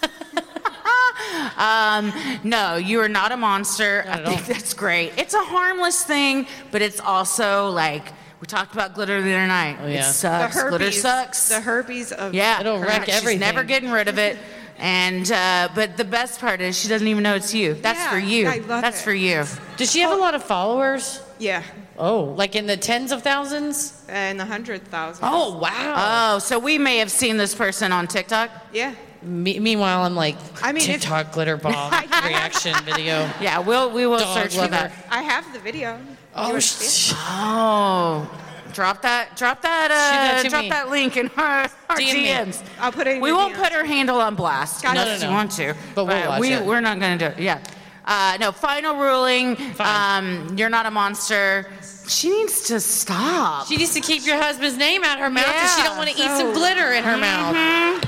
S2: Um, No, you are not a monster. I
S3: at
S2: think
S3: all.
S2: that's great. It's a harmless thing, but it's also like we talked about glitter the other night.
S3: Oh, yeah.
S2: It
S6: the
S2: sucks.
S6: herpes.
S2: Glitter sucks.
S6: The herpes of
S2: yeah,
S3: It'll wreck
S2: She's Never
S3: everything.
S2: getting rid of it. And uh, but the best part is she doesn't even know it's you. That's
S6: Yeah,
S2: for you.
S6: I love
S2: that's
S6: it.
S2: for you.
S3: Does she have a lot of followers?
S6: yeah,
S3: Oh, like in the tens of thousands?
S6: and the hundred Uh, thousand.
S3: Oh wow.
S2: Oh, so we may have seen this person on TikTok.
S6: yeah.
S3: Me- meanwhile, I'm like
S6: I mean, if-
S3: TikTok glitter bomb reaction video.
S2: Yeah, we'll we will
S3: Dog
S2: search
S3: lover.
S2: for that.
S6: I have the video.
S3: Oh,
S6: wanna
S3: sh-
S6: see
S2: Oh, drop that, drop that,
S3: Shoot that
S2: uh,
S3: to
S2: drop
S3: me.
S2: that link in our, our
S3: DM me.
S2: DMs.
S6: I'll put it in
S2: We
S6: your
S2: won't
S6: DMs.
S2: put her handle on blast
S6: Gotcha.
S2: unless
S3: No, no,
S2: you
S3: no.
S2: want to.
S3: But we'll watch
S2: we,
S3: it.
S2: We're not going to do it. Yeah. Uh, no, final ruling. Um, you're not a monster. She needs to stop.
S3: She needs to keep your husband's name out her mouth, and she
S2: Yeah, Mm-hmm.
S3: don't want to eat some glitter in her mouth.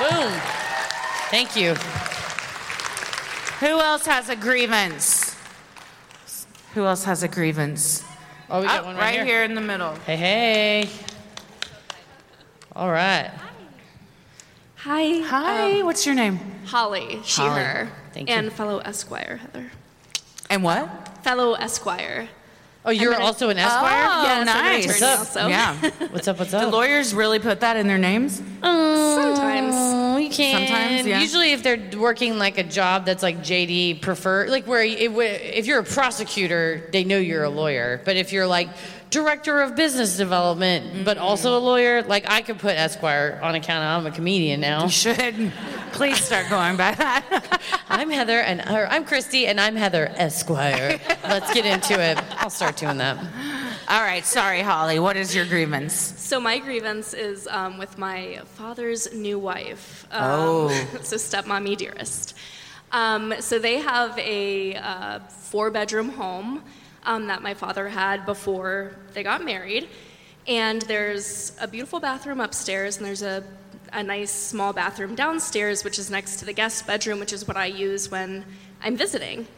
S3: Boom. Thank you.
S2: Who else has a grievance? Who else has a grievance?
S3: Oh, we got
S2: Oh,
S3: one
S2: right here in the middle.
S3: Hey, hey. All right.
S7: Hi, um,
S2: Hi, what's your name?
S7: Holly, she,
S2: Holly.
S7: her,
S3: Thank you.
S7: and fellow Esquire Heather.
S2: And what?
S7: Fellow Esquire.
S3: Oh, you're
S7: gonna-
S3: also an Esquire?
S7: Oh, yes, I'm an
S2: nice.
S7: attorney also.
S2: Yeah.
S3: What's up? What's
S2: The
S3: up?
S2: lawyers really put that in their names.
S7: Sometimes.
S3: Oh, you can.
S2: Sometimes, yeah.
S3: Usually, if they're working like a job that's like JD prefer, like where it, would- if you're a prosecutor, they know you're a lawyer. But if you're like director of business development, but
S2: Mm-hmm.
S3: also a lawyer, like I could put Esquire on account of I'm a comedian now.
S2: You should. Please start going by that.
S3: I'm Heather, and or I'm Christy, and I'm Heather Esquire. Let's get into it. I'll start doing that.
S2: All right. Sorry, Holly. What is your grievance?
S7: So my grievance is um, with my father's new wife. Um,
S2: Oh.
S7: So stepmommy dearest. Um, so they have a uh, four-bedroom home um, that my father had before they got married, and there's a beautiful bathroom upstairs, and there's a a nice small bathroom downstairs, which is next to the guest bedroom, which is what I use when I'm visiting.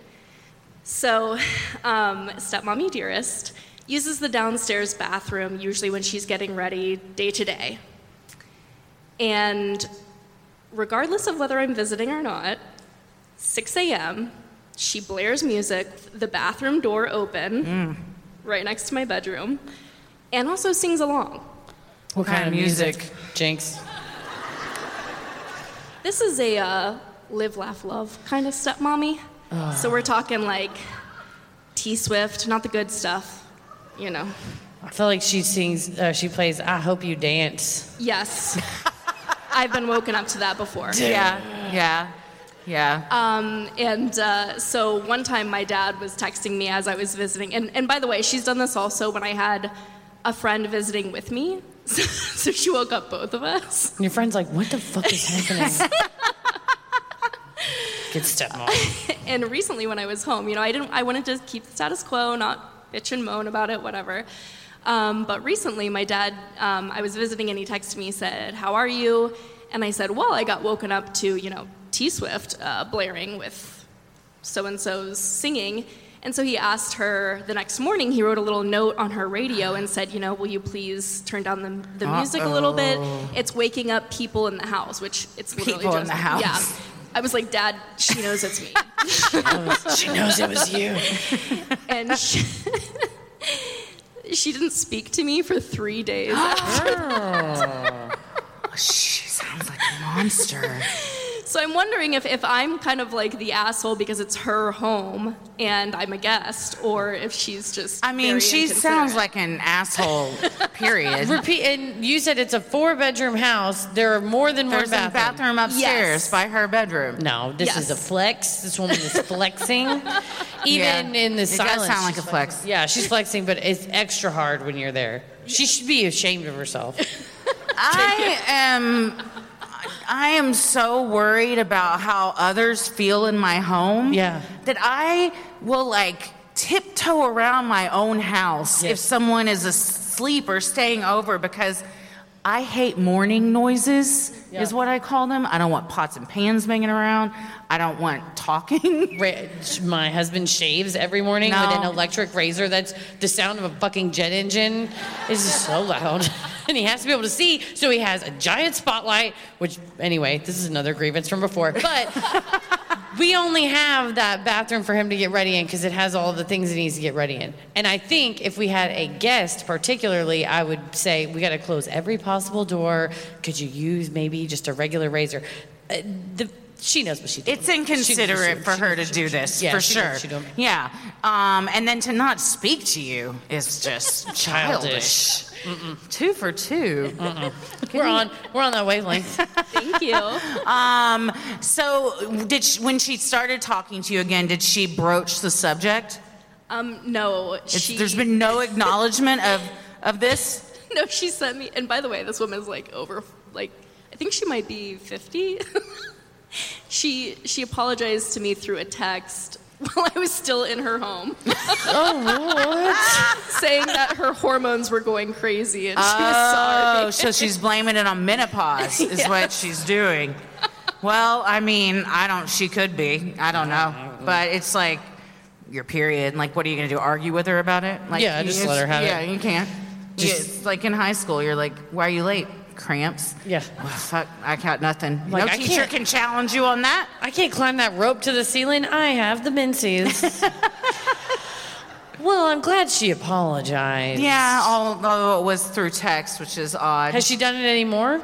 S7: So, um, stepmommy dearest uses the downstairs bathroom usually when she's getting ready day to day. And regardless of whether I'm visiting or not, 6 a.m., she blares music, the bathroom door open, right next to my bedroom, and also sings along.
S3: What
S2: kind of music?
S3: Jinx.
S7: This is a uh, live, laugh, love kind of stepmommy. So we're talking like T Swift, not the good stuff, you know.
S3: I feel like she sings. Uh, she plays. I hope you dance.
S7: Yes. I've been woken up to that before.
S2: Yeah. Yeah. Yeah.
S7: Um, and uh, so one time my dad was texting me as I was visiting. And, and by the way, she's done this also when I had a friend visiting with me. So, so she woke up both of us.
S3: And your friend's like, "What the fuck is happening?" Good stepmom.
S7: And recently when I was home, you know, I, didn't, I wanted to keep the status quo, not bitch and moan about it, whatever. Um, but recently my dad, um, I was visiting and he texted me, said, How are you? And I said, Well, I got woken up to, you know, T Swift uh, blaring with so and so's singing. And so he asked her the next morning, he wrote a little note on her radio and said, You know, will you please turn down the, the music a little bit? It's waking up people in the house, which it's literally
S2: People in
S7: just,
S2: the house.
S7: Yeah. I was like, Dad, she knows it's me.
S3: she knows it was you.
S7: and she, she didn't speak to me for three days.
S3: Oh.
S2: she sounds like a monster.
S7: so I'm wondering if, if I'm kind of like the asshole because it's her home and I'm a guest, or if she's just.
S2: I mean,
S7: very
S2: she sounds
S7: inconsiderate.
S2: like an asshole. Period.
S3: Repeat. And you said it's a four-bedroom house. There are more than
S2: There's
S3: one
S2: a
S3: bathroom.
S2: bathroom upstairs
S7: Yes.
S2: by her bedroom.
S3: No, this is a
S7: Yes.
S3: flex. This woman is flexing. Even in the
S2: it
S3: silence.
S2: does sound like
S3: she's
S2: a flex.
S3: Yeah, she's flexing, but it's extra hard when you're there. She should be ashamed of herself.
S2: I am. I am so worried about how others feel in my home.
S3: Yeah.
S2: That I will like tiptoe around my own house if
S3: Yes.
S2: someone is asleep or staying over because I hate morning noises. Is
S3: Yeah.
S2: what I call them. I don't want pots and pans banging around. I don't want talking.
S3: Ra- My husband shaves every morning with an
S2: No.
S3: electric razor. That's the sound of a fucking jet engine. It's just so loud. And he has to be able to see, so he has a giant spotlight, which, anyway, this is another grievance from before. But we only have that bathroom for him to get ready in because it has all the things he needs to get ready in. And I think if we had a guest, particularly, I would say we got to close every possible door. Could you use maybe just a regular razor? Uh, the, she knows what she did.
S2: It's inconsiderate for her to do this,
S3: Yeah,
S2: for
S3: she
S2: sure.
S3: done- she done.
S2: Yeah. Um, and then to not speak to you is just childish. Two for 2
S3: We're on. We're on that wavelength.
S7: Thank you.
S2: Um, so, did she, when she started talking to you again, did she broach the subject?
S7: Um, no,
S2: It's,
S7: she.
S2: there's been no acknowledgement of of this.
S7: no. She sent me, and by the way, this woman's like over, like I think she might be fifty. she she apologized to me through a text while I was still in her home,
S8: Oh,
S7: saying that her hormones were going crazy and she was sorry.
S2: Oh, so she's blaming it on menopause, is what she's doing. Well, I mean, I don't. She could be. I don't know. But it's like your period. Like, what are you gonna do? Argue with her about it? Like,
S3: Yeah,
S2: you
S3: just let her have it.
S2: Yeah, you can't. Yeah,
S3: Just-
S2: it's like in high school. You're like, why are you late? cramps.
S3: Yeah.
S2: Well, fuck, I got nothing.
S3: Like,
S2: no
S3: I
S2: teacher
S3: can't-
S2: can challenge you on that.
S3: I can't climb that rope to the ceiling. I have the menses. well, I'm glad she apologized.
S2: Yeah, although it was through text, which is odd.
S3: Has she done it anymore?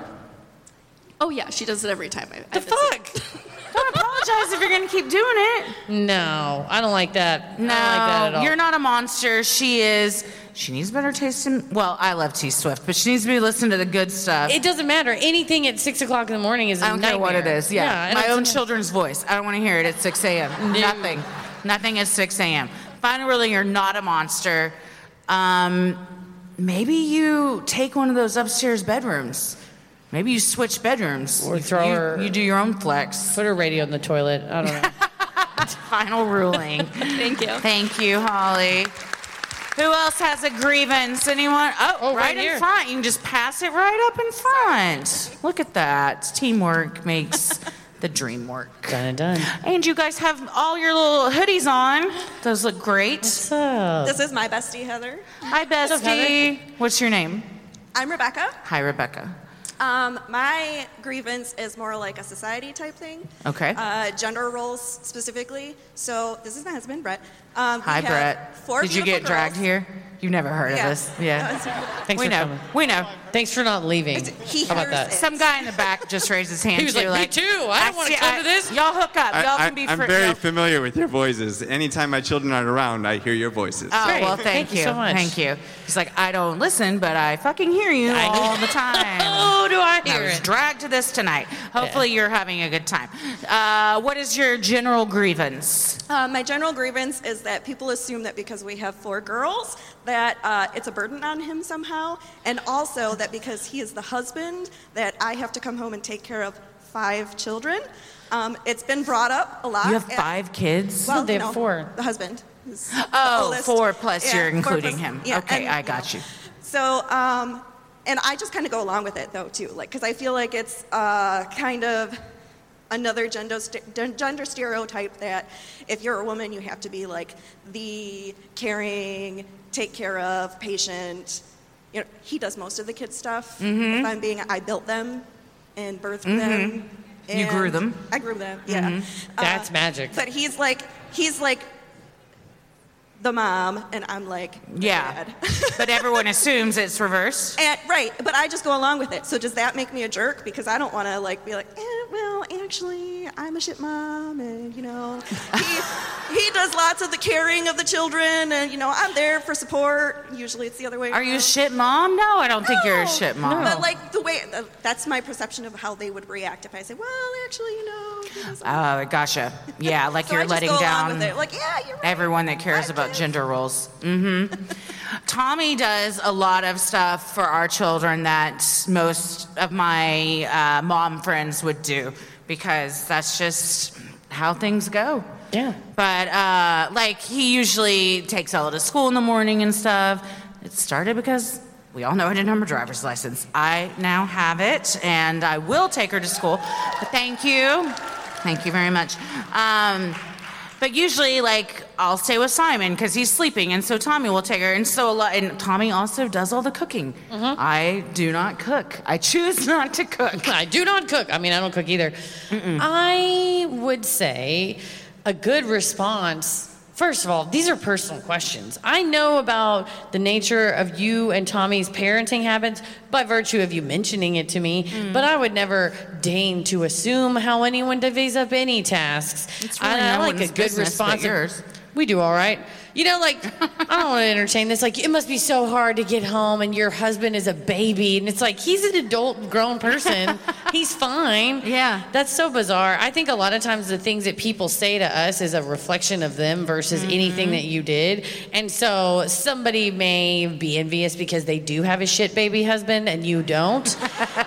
S7: Oh yeah, she does it every time. I,
S3: The fuck?
S2: Don't apologize if you're going to keep doing it.
S3: No, I don't like that.
S2: No,
S3: I don't like that at all.
S2: you're not a monster. She is. She needs better taste in. Well, I love T Swift, but she needs to be listening to the good stuff.
S3: It doesn't matter. Anything at six o'clock in the morning is. a
S2: I don't care what it
S3: nightmare.
S2: is. Yeah,
S3: and
S2: my
S3: it's-
S2: own children's voice. I don't want to hear it at 6 a.m. Nothing. Nothing at 6 a.m. Finally, you're not a monster. Um, maybe you take one of those upstairs bedrooms. Maybe you switch bedrooms.
S3: Or
S2: You-
S3: throw
S2: you-
S3: her-
S2: you do your own flex.
S3: Put her radio in the toilet. I don't know.
S2: Final ruling.
S7: Thank you.
S2: Thank you, Holly. Who else has a grievance? Anyone? Oh,
S3: Oh,
S2: right,
S3: right here.
S2: in front. You can just pass it right up in front. Look at that. Teamwork makes the dream work.
S3: done and done.
S2: And you guys have all your little hoodies on. Those look great. Uh,
S3: So,
S9: This is my bestie, Heather.
S2: Hi, bestie. What's your name?
S9: I'm Rebecca.
S2: Hi, Rebecca.
S9: Um, my grievance is more like a society type thing.
S2: Okay.
S9: Uh, gender roles specifically. So this is my husband, Brett. Um, we
S2: Hi,
S9: have
S2: Brett.
S9: Four
S2: Did you get
S9: beautiful
S2: dragged
S9: girls.
S2: here? You never heard
S9: Yeah.
S2: of us. Yeah.
S3: thanks
S2: we
S3: for
S2: know.
S3: coming.
S2: We know.
S3: Thanks for not leaving.
S9: He
S3: How about
S9: hears
S3: that?
S9: it.
S2: Some guy in the back just raised his hand.
S3: He was
S2: too,
S3: like, "Me too. I don't wanna
S2: see-
S3: come to this."
S2: Y'all hook up. Y'all
S10: I,
S2: can be
S10: am
S2: fri-
S10: very
S2: y'all-
S10: familiar with your voices. Anytime my children aren't around, I hear your voices.
S2: Oh,
S3: Great.
S2: well, thank,
S3: Thank you so much.
S2: Thank you. He's like, I don't listen, but I fucking hear you
S3: I-
S2: all the time.
S3: Oh, do I
S2: I
S3: hear
S2: was
S3: it?
S2: dragged to this tonight. Hopefully, you're having a good time. Uh, what is your general grievance?
S9: Uh, my general grievance is that people assume that because we have four girls, that uh, it's a burden on him somehow, and also that because he is the husband, that I have to come home and take care of five children. Um, it's been brought up a lot.
S2: You have
S9: and-
S2: five kids.
S9: Well,
S3: No, they
S9: you
S3: have
S9: know,
S3: four.
S9: The husband. is the
S2: Oh,
S9: oldest.
S2: four plus you're
S9: four
S2: including him. Okay, I got you.
S9: So, um, and I just kind of go along with it though too, like because I feel like it's uh, kind of another gender st- gen- gender stereotype that if you're a woman, you have to be like the caring, take care of, patient. You know, he does most of the kid stuff.
S2: Mm-hmm.
S9: If I'm being, I built them and birthed them.
S2: You grew
S9: and
S2: them. Mm-hmm.
S9: I grew them. Yeah,
S3: That's magic.
S9: Uh, But he's like, he's like the mom, and I'm like, the
S2: Yeah,
S9: dad.
S2: but everyone assumes it's reversed.
S9: And, right, but I just go along with it. So does that make me a jerk? Because I don't want to like be like, eh, well, actually, I'm a shit mom, and you know, he, he does lots of the caring of the children, and you know, I'm there for support. Usually, it's the other way.
S2: Are you a
S9: around.
S2: shit mom? No, I don't think you're a
S9: No.
S2: shit mom.
S9: But like the way that's my perception of how they would react if I say, well, actually, you know. he does-
S2: Oh, gotcha. Yeah, like
S9: So I
S2: you're
S9: just
S2: letting
S9: go along
S2: down
S9: with it. Like, yeah, you're right.
S2: everyone that cares
S9: I
S2: about
S9: guess.
S2: gender roles. hmm Tommy does a lot of stuff for our children that most of my uh, mom friends would do because that's just how things go.
S3: Yeah.
S2: But uh, like he usually takes Ella to school in the morning and stuff. It started because we all know I didn't have my driver's license. I now have it, and I will take her to school. But thank you, thank you very much. Um, but usually, like I'll stay with Simon because he's sleeping, and so Tommy will take her. And so a lot, and Tommy also does all the cooking.
S3: Mm-hmm.
S2: Uh, I do not cook. I choose not to cook.
S3: Uh-huh. I do not cook. I mean, I don't cook either. I would say a good response. First of all, these are personal questions. I know about the nature of you and Tommy's parenting habits by virtue of you mentioning it to me,
S2: Mm.
S3: but I would never deign to assume how anyone divvies up any tasks.
S2: It's really
S3: I, I
S2: no
S3: like a
S2: one's
S3: good
S2: business but
S3: response. of,
S2: yours.
S3: We do all right. You know, like, I don't want to entertain this. Like, it must be so hard to get home and your husband is a baby. And it's like, he's an adult, grown person. he's fine.
S2: Yeah.
S3: That's so bizarre. I think a lot of times the things that people say to us is a reflection of them versus anything that you did. And so somebody may be envious because they do have a shit baby husband and you don't.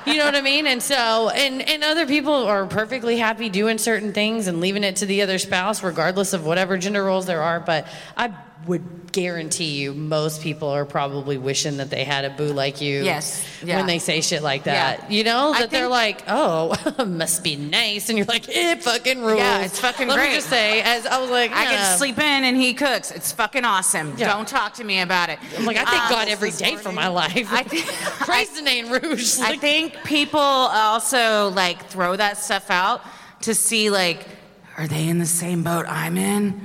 S3: you know what I mean? And so and and other people are perfectly happy doing certain things and leaving it to the other spouse regardless of whatever gender roles there are, but I would guarantee you most people are probably wishing that they had a boo like you.
S2: Yes, yeah.
S3: When they say shit like
S2: Yeah.
S3: that, you know,
S2: I
S3: that they're
S2: think-
S3: like, oh, must be nice. And you're like, it fucking rules.
S2: it's fucking
S3: Let
S2: great.
S3: me just say, as I was like,
S2: I
S3: nah.
S2: can sleep in and he cooks. It's fucking awesome.
S3: Yeah.
S2: Don't talk to me about it. Um,
S3: I'm like, I thank God every day for my life.
S2: I think-
S3: Praise the name Rouge.
S2: I think people also like throw that stuff out to see like, are they in the same boat I'm in?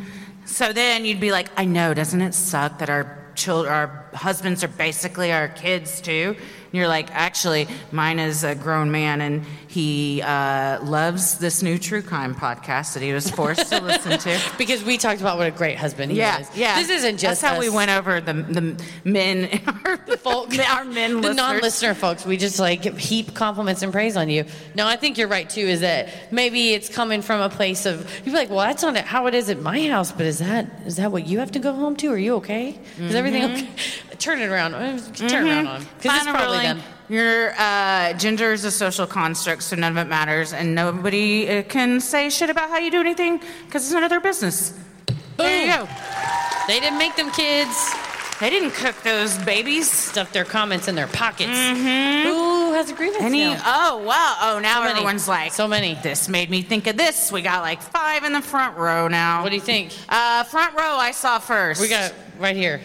S2: So then you'd be like, I know, doesn't it suck that our children, our husbands are basically our kids too? And you're like, actually, mine is a grown man and he uh, loves this new true crime podcast that he was forced to listen to.
S3: because we talked about what a great husband he
S2: Yeah,
S3: is.
S2: yeah.
S3: This isn't just
S2: That's how we
S3: us.
S2: went over the the men, our
S3: folk,
S2: our men,
S3: the
S2: listeners.
S3: non-listener folks. We just like heap compliments and praise on you. No, I think you're right too. Is that maybe it's coming from a place of you're like, well, that's on it, how it is at my house, but is that is that what you have to go home to? Are you okay? Is everything okay? Turn it around. Uh, Turn it around on because it's
S2: Mm-hmm. Final
S3: probably
S2: ruling,
S3: them.
S2: Your uh, gender is a social construct, so none of it matters, and nobody uh, can say shit about how you do anything because it's none of their business. There you
S3: Boom.
S2: go.
S3: They didn't make them kids.
S2: They didn't cook those babies.
S3: Stuff their comments in their pockets. Who has a
S2: Mm-hmm.
S3: grievance
S2: Hmm? Any?
S3: now?
S2: Oh wow! Oh, now
S3: many.
S2: everyone's like,
S3: So many.
S2: This made me think of this. We got like five in the front row now.
S3: What do you think?
S2: Uh, front row, I saw first.
S3: We got right here.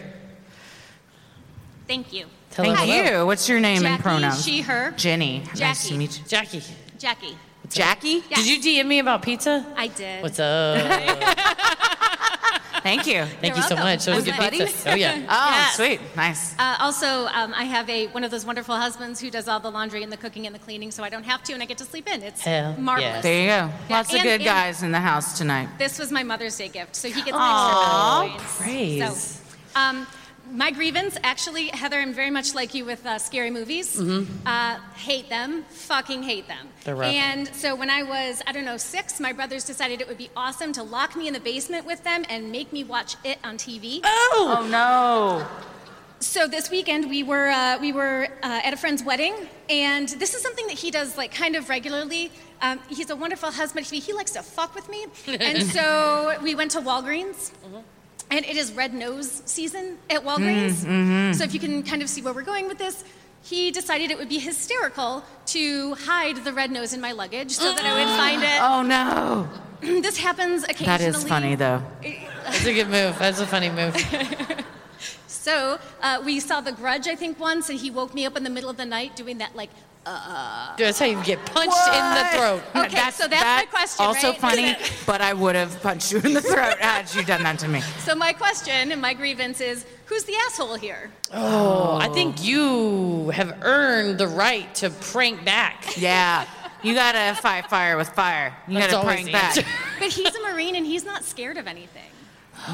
S11: Thank you.
S3: Tell
S2: Thank
S3: us.
S2: you. What's your name and
S11: Jackie,
S2: pronouns?
S11: she, her.
S2: Jenny. Nice to
S11: Jackie.
S2: meet you.
S3: Jackie.
S11: Jackie.
S2: Jackie?
S11: Yes.
S3: Did you DM me about pizza?
S11: I did.
S3: What's up?
S2: Thank you.
S3: Thank
S11: You're
S3: you so
S11: welcome.
S3: much. That was
S11: I'm
S3: good
S11: glad-
S3: pizza. Oh yeah.
S2: Oh,
S11: Yes.
S2: sweet. Nice.
S11: Uh, also, um, I have a one of those wonderful husbands who does all the laundry and the cooking and the cleaning, so I don't have to, and I get to sleep in. It's
S3: Hell
S11: marvelous.
S2: There you go. Lots of
S11: and-
S2: good
S11: and-
S2: guys in the house tonight.
S11: This was my Mother's Day gift, so he gets
S2: Aw,
S11: an extra five
S3: praise.
S11: points. So, um, my grievance, actually, Heather, I'm very much like you with uh, scary movies. Uh, hate them, fucking hate them.
S3: Mm-hmm. They're rough.
S11: And so when I was, I don't know, six, my brothers decided it would be awesome to lock me in the basement with them and make me watch it on Um, TV.
S2: Oh no.
S11: So this weekend we were uh, we were uh, at a friend's wedding, and this is something that he does like kind of regularly. Um, he's a wonderful husband. He, he likes to fuck with me, and so we went to Walgreens.
S2: Mm-hmm.
S11: And it is red nose season at Walgreens.
S2: Mm-hmm,
S11: So if you can kind of see where we're going with this, he decided it would be hysterical to hide the red nose in my luggage so that I would find it.
S2: Oh no.
S11: This happens occasionally.
S2: That is funny though.
S3: That's a good move. That's a funny move.
S11: So uh, we saw The Grudge, I think, once, and he woke me up in the middle of the night doing that like uh,
S3: That's how you get punched in the throat.
S11: Okay, so that's my question,
S2: Also
S11: right?
S2: funny, but I would have punched you in the throat had you done that to me.
S11: So my question and my grievance is, who's the asshole here?
S3: Oh, I think you have earned the right to prank back. Oh,
S2: Yeah. You gotta fight fire with fire. You
S3: That's
S2: gotta
S3: always
S2: prank
S3: the
S2: back.
S3: answer.
S11: But he's a Marine and he's not scared of anything.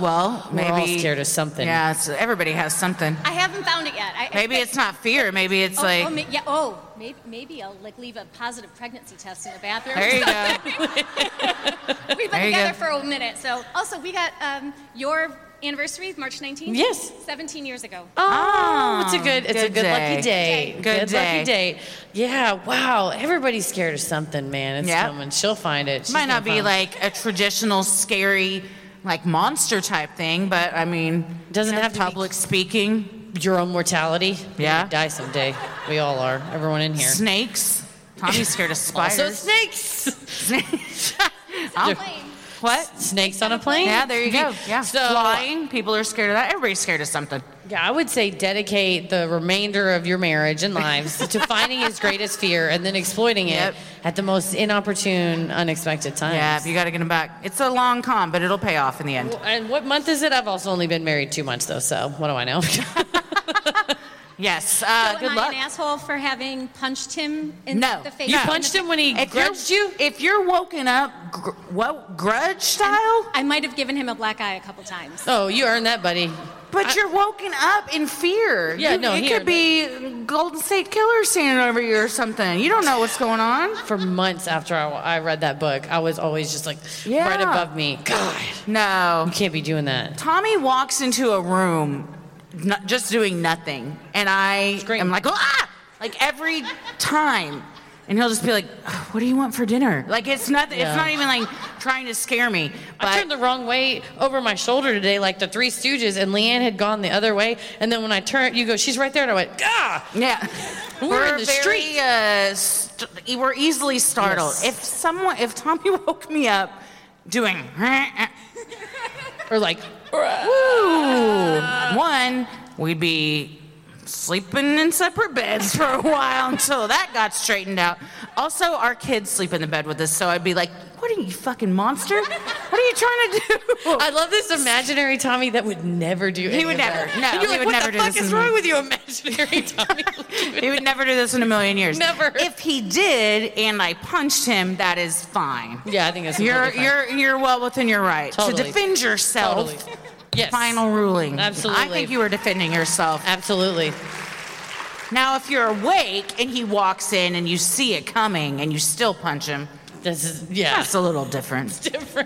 S2: Well,
S3: We're
S2: maybe
S3: all scared of something.
S2: Yeah, so everybody has something.
S11: I haven't found it yet. I,
S2: Maybe
S11: I-
S2: it's not fear. Maybe it's
S11: Oh,
S2: like
S11: oh, ma- yeah, oh, maybe, maybe I'll like leave a positive pregnancy test in the bathroom.
S2: there you go.
S11: We've
S2: there
S11: been
S2: you go.
S11: together for a minute. So also, we got um, your anniversary, March 19th.
S3: Yes.
S11: 17 years ago.
S3: Oh, it's a good, it's a
S2: Ah, Good
S3: good
S2: day.
S3: lucky day.
S2: Good day. Good day.
S3: lucky day. Yeah. Wow. Everybody's scared of something, man. It's
S2: Yep.
S3: coming. She'll find it. She's
S2: might
S3: gonna
S2: not be
S3: find it.
S2: like a traditional scary like monster type thing but i mean
S3: Doesn't have to be-
S2: public speaking
S3: your own mortality. You're
S2: Yeah.
S3: gonna die someday. We all are. Everyone in here.
S2: snakes tommy's scared of
S3: Also
S2: spiders
S3: snakes.
S2: I'm-
S11: Lame.
S2: what
S3: Snakes on a plane.
S2: yeah there you go yeah
S3: So-
S2: flying people are scared of that everybody's scared of something
S3: Yeah, I would say dedicate the remainder of your marriage and lives to finding his greatest fear and then exploiting
S2: Yep.
S3: it at the most inopportune, unexpected times.
S2: yeah you got to get them back it's a long con but it'll pay off in the end
S3: And what month is it? I've also only been married two months though, so what do I know?
S2: yes
S11: So
S2: uh,
S11: am
S2: good
S11: I
S2: luck
S11: an asshole for having punched him in
S2: No.
S11: the face?
S3: you
S11: in the
S3: punched him when he
S2: if
S3: grudged
S2: you're,
S3: you.
S2: if you're woken up gr- what grudge style
S11: I might have given him a black eye a couple times.
S3: Oh, you earned that, buddy.
S2: But you're woken up in fear.
S3: Yeah,
S2: You-
S3: no,
S2: it
S3: here-
S2: could be Golden State Killer standing over you or something. You don't know what's going on.
S3: For months after I, I read that book, I was always just like
S2: Yeah.
S3: right above me. God,
S2: No,
S3: you can't be doing that.
S2: Tommy walks into a room, not, just doing nothing, and I
S3: Scream.
S2: am like, ah, like every time. and he'll just be like, "Oh, "What do you want for dinner?" Like it's not.
S3: Yeah.
S2: It's not even like trying to scare me. But
S3: I turned the wrong way over my shoulder today, like the Three Stooges, and Leanne had gone the other way. And then when I turned, you go, she's right there, and I went, ah!
S2: Yeah.
S3: We're in the
S2: very,
S3: street.
S2: Uh, st- we're easily startled.
S3: Yes.
S2: If someone, if Tommy woke me up doing,
S3: Or like,
S2: woo, one, we'd be sleeping in separate beds for a while until that got straightened out. Also, our kids sleep in the bed with us, so I'd be like, what are you, fucking monster? What are you trying to do?
S3: I love this imaginary Tommy that would never do. He
S2: would never. No,
S3: and
S2: he
S3: you're like,
S2: would
S3: what
S2: never
S3: the
S2: do
S3: fuck
S2: this
S3: is
S2: in a
S3: wrong
S2: movie."
S3: with you, imaginary Tommy?
S2: he would never do this in a million years.
S3: Never.
S2: If he did, and I punched him, that is fine.
S3: yeah, I think that's
S2: You're
S3: completely fine.
S2: you're you're well within your right to
S3: Totally.
S2: defend yourself.
S3: Totally. Yes.
S2: Final ruling.
S3: Absolutely.
S2: I think you were defending yourself.
S3: Absolutely.
S2: Now, if you're awake and he walks in and you see it coming and you still punch him,
S3: This is yeah.
S2: that's a little different.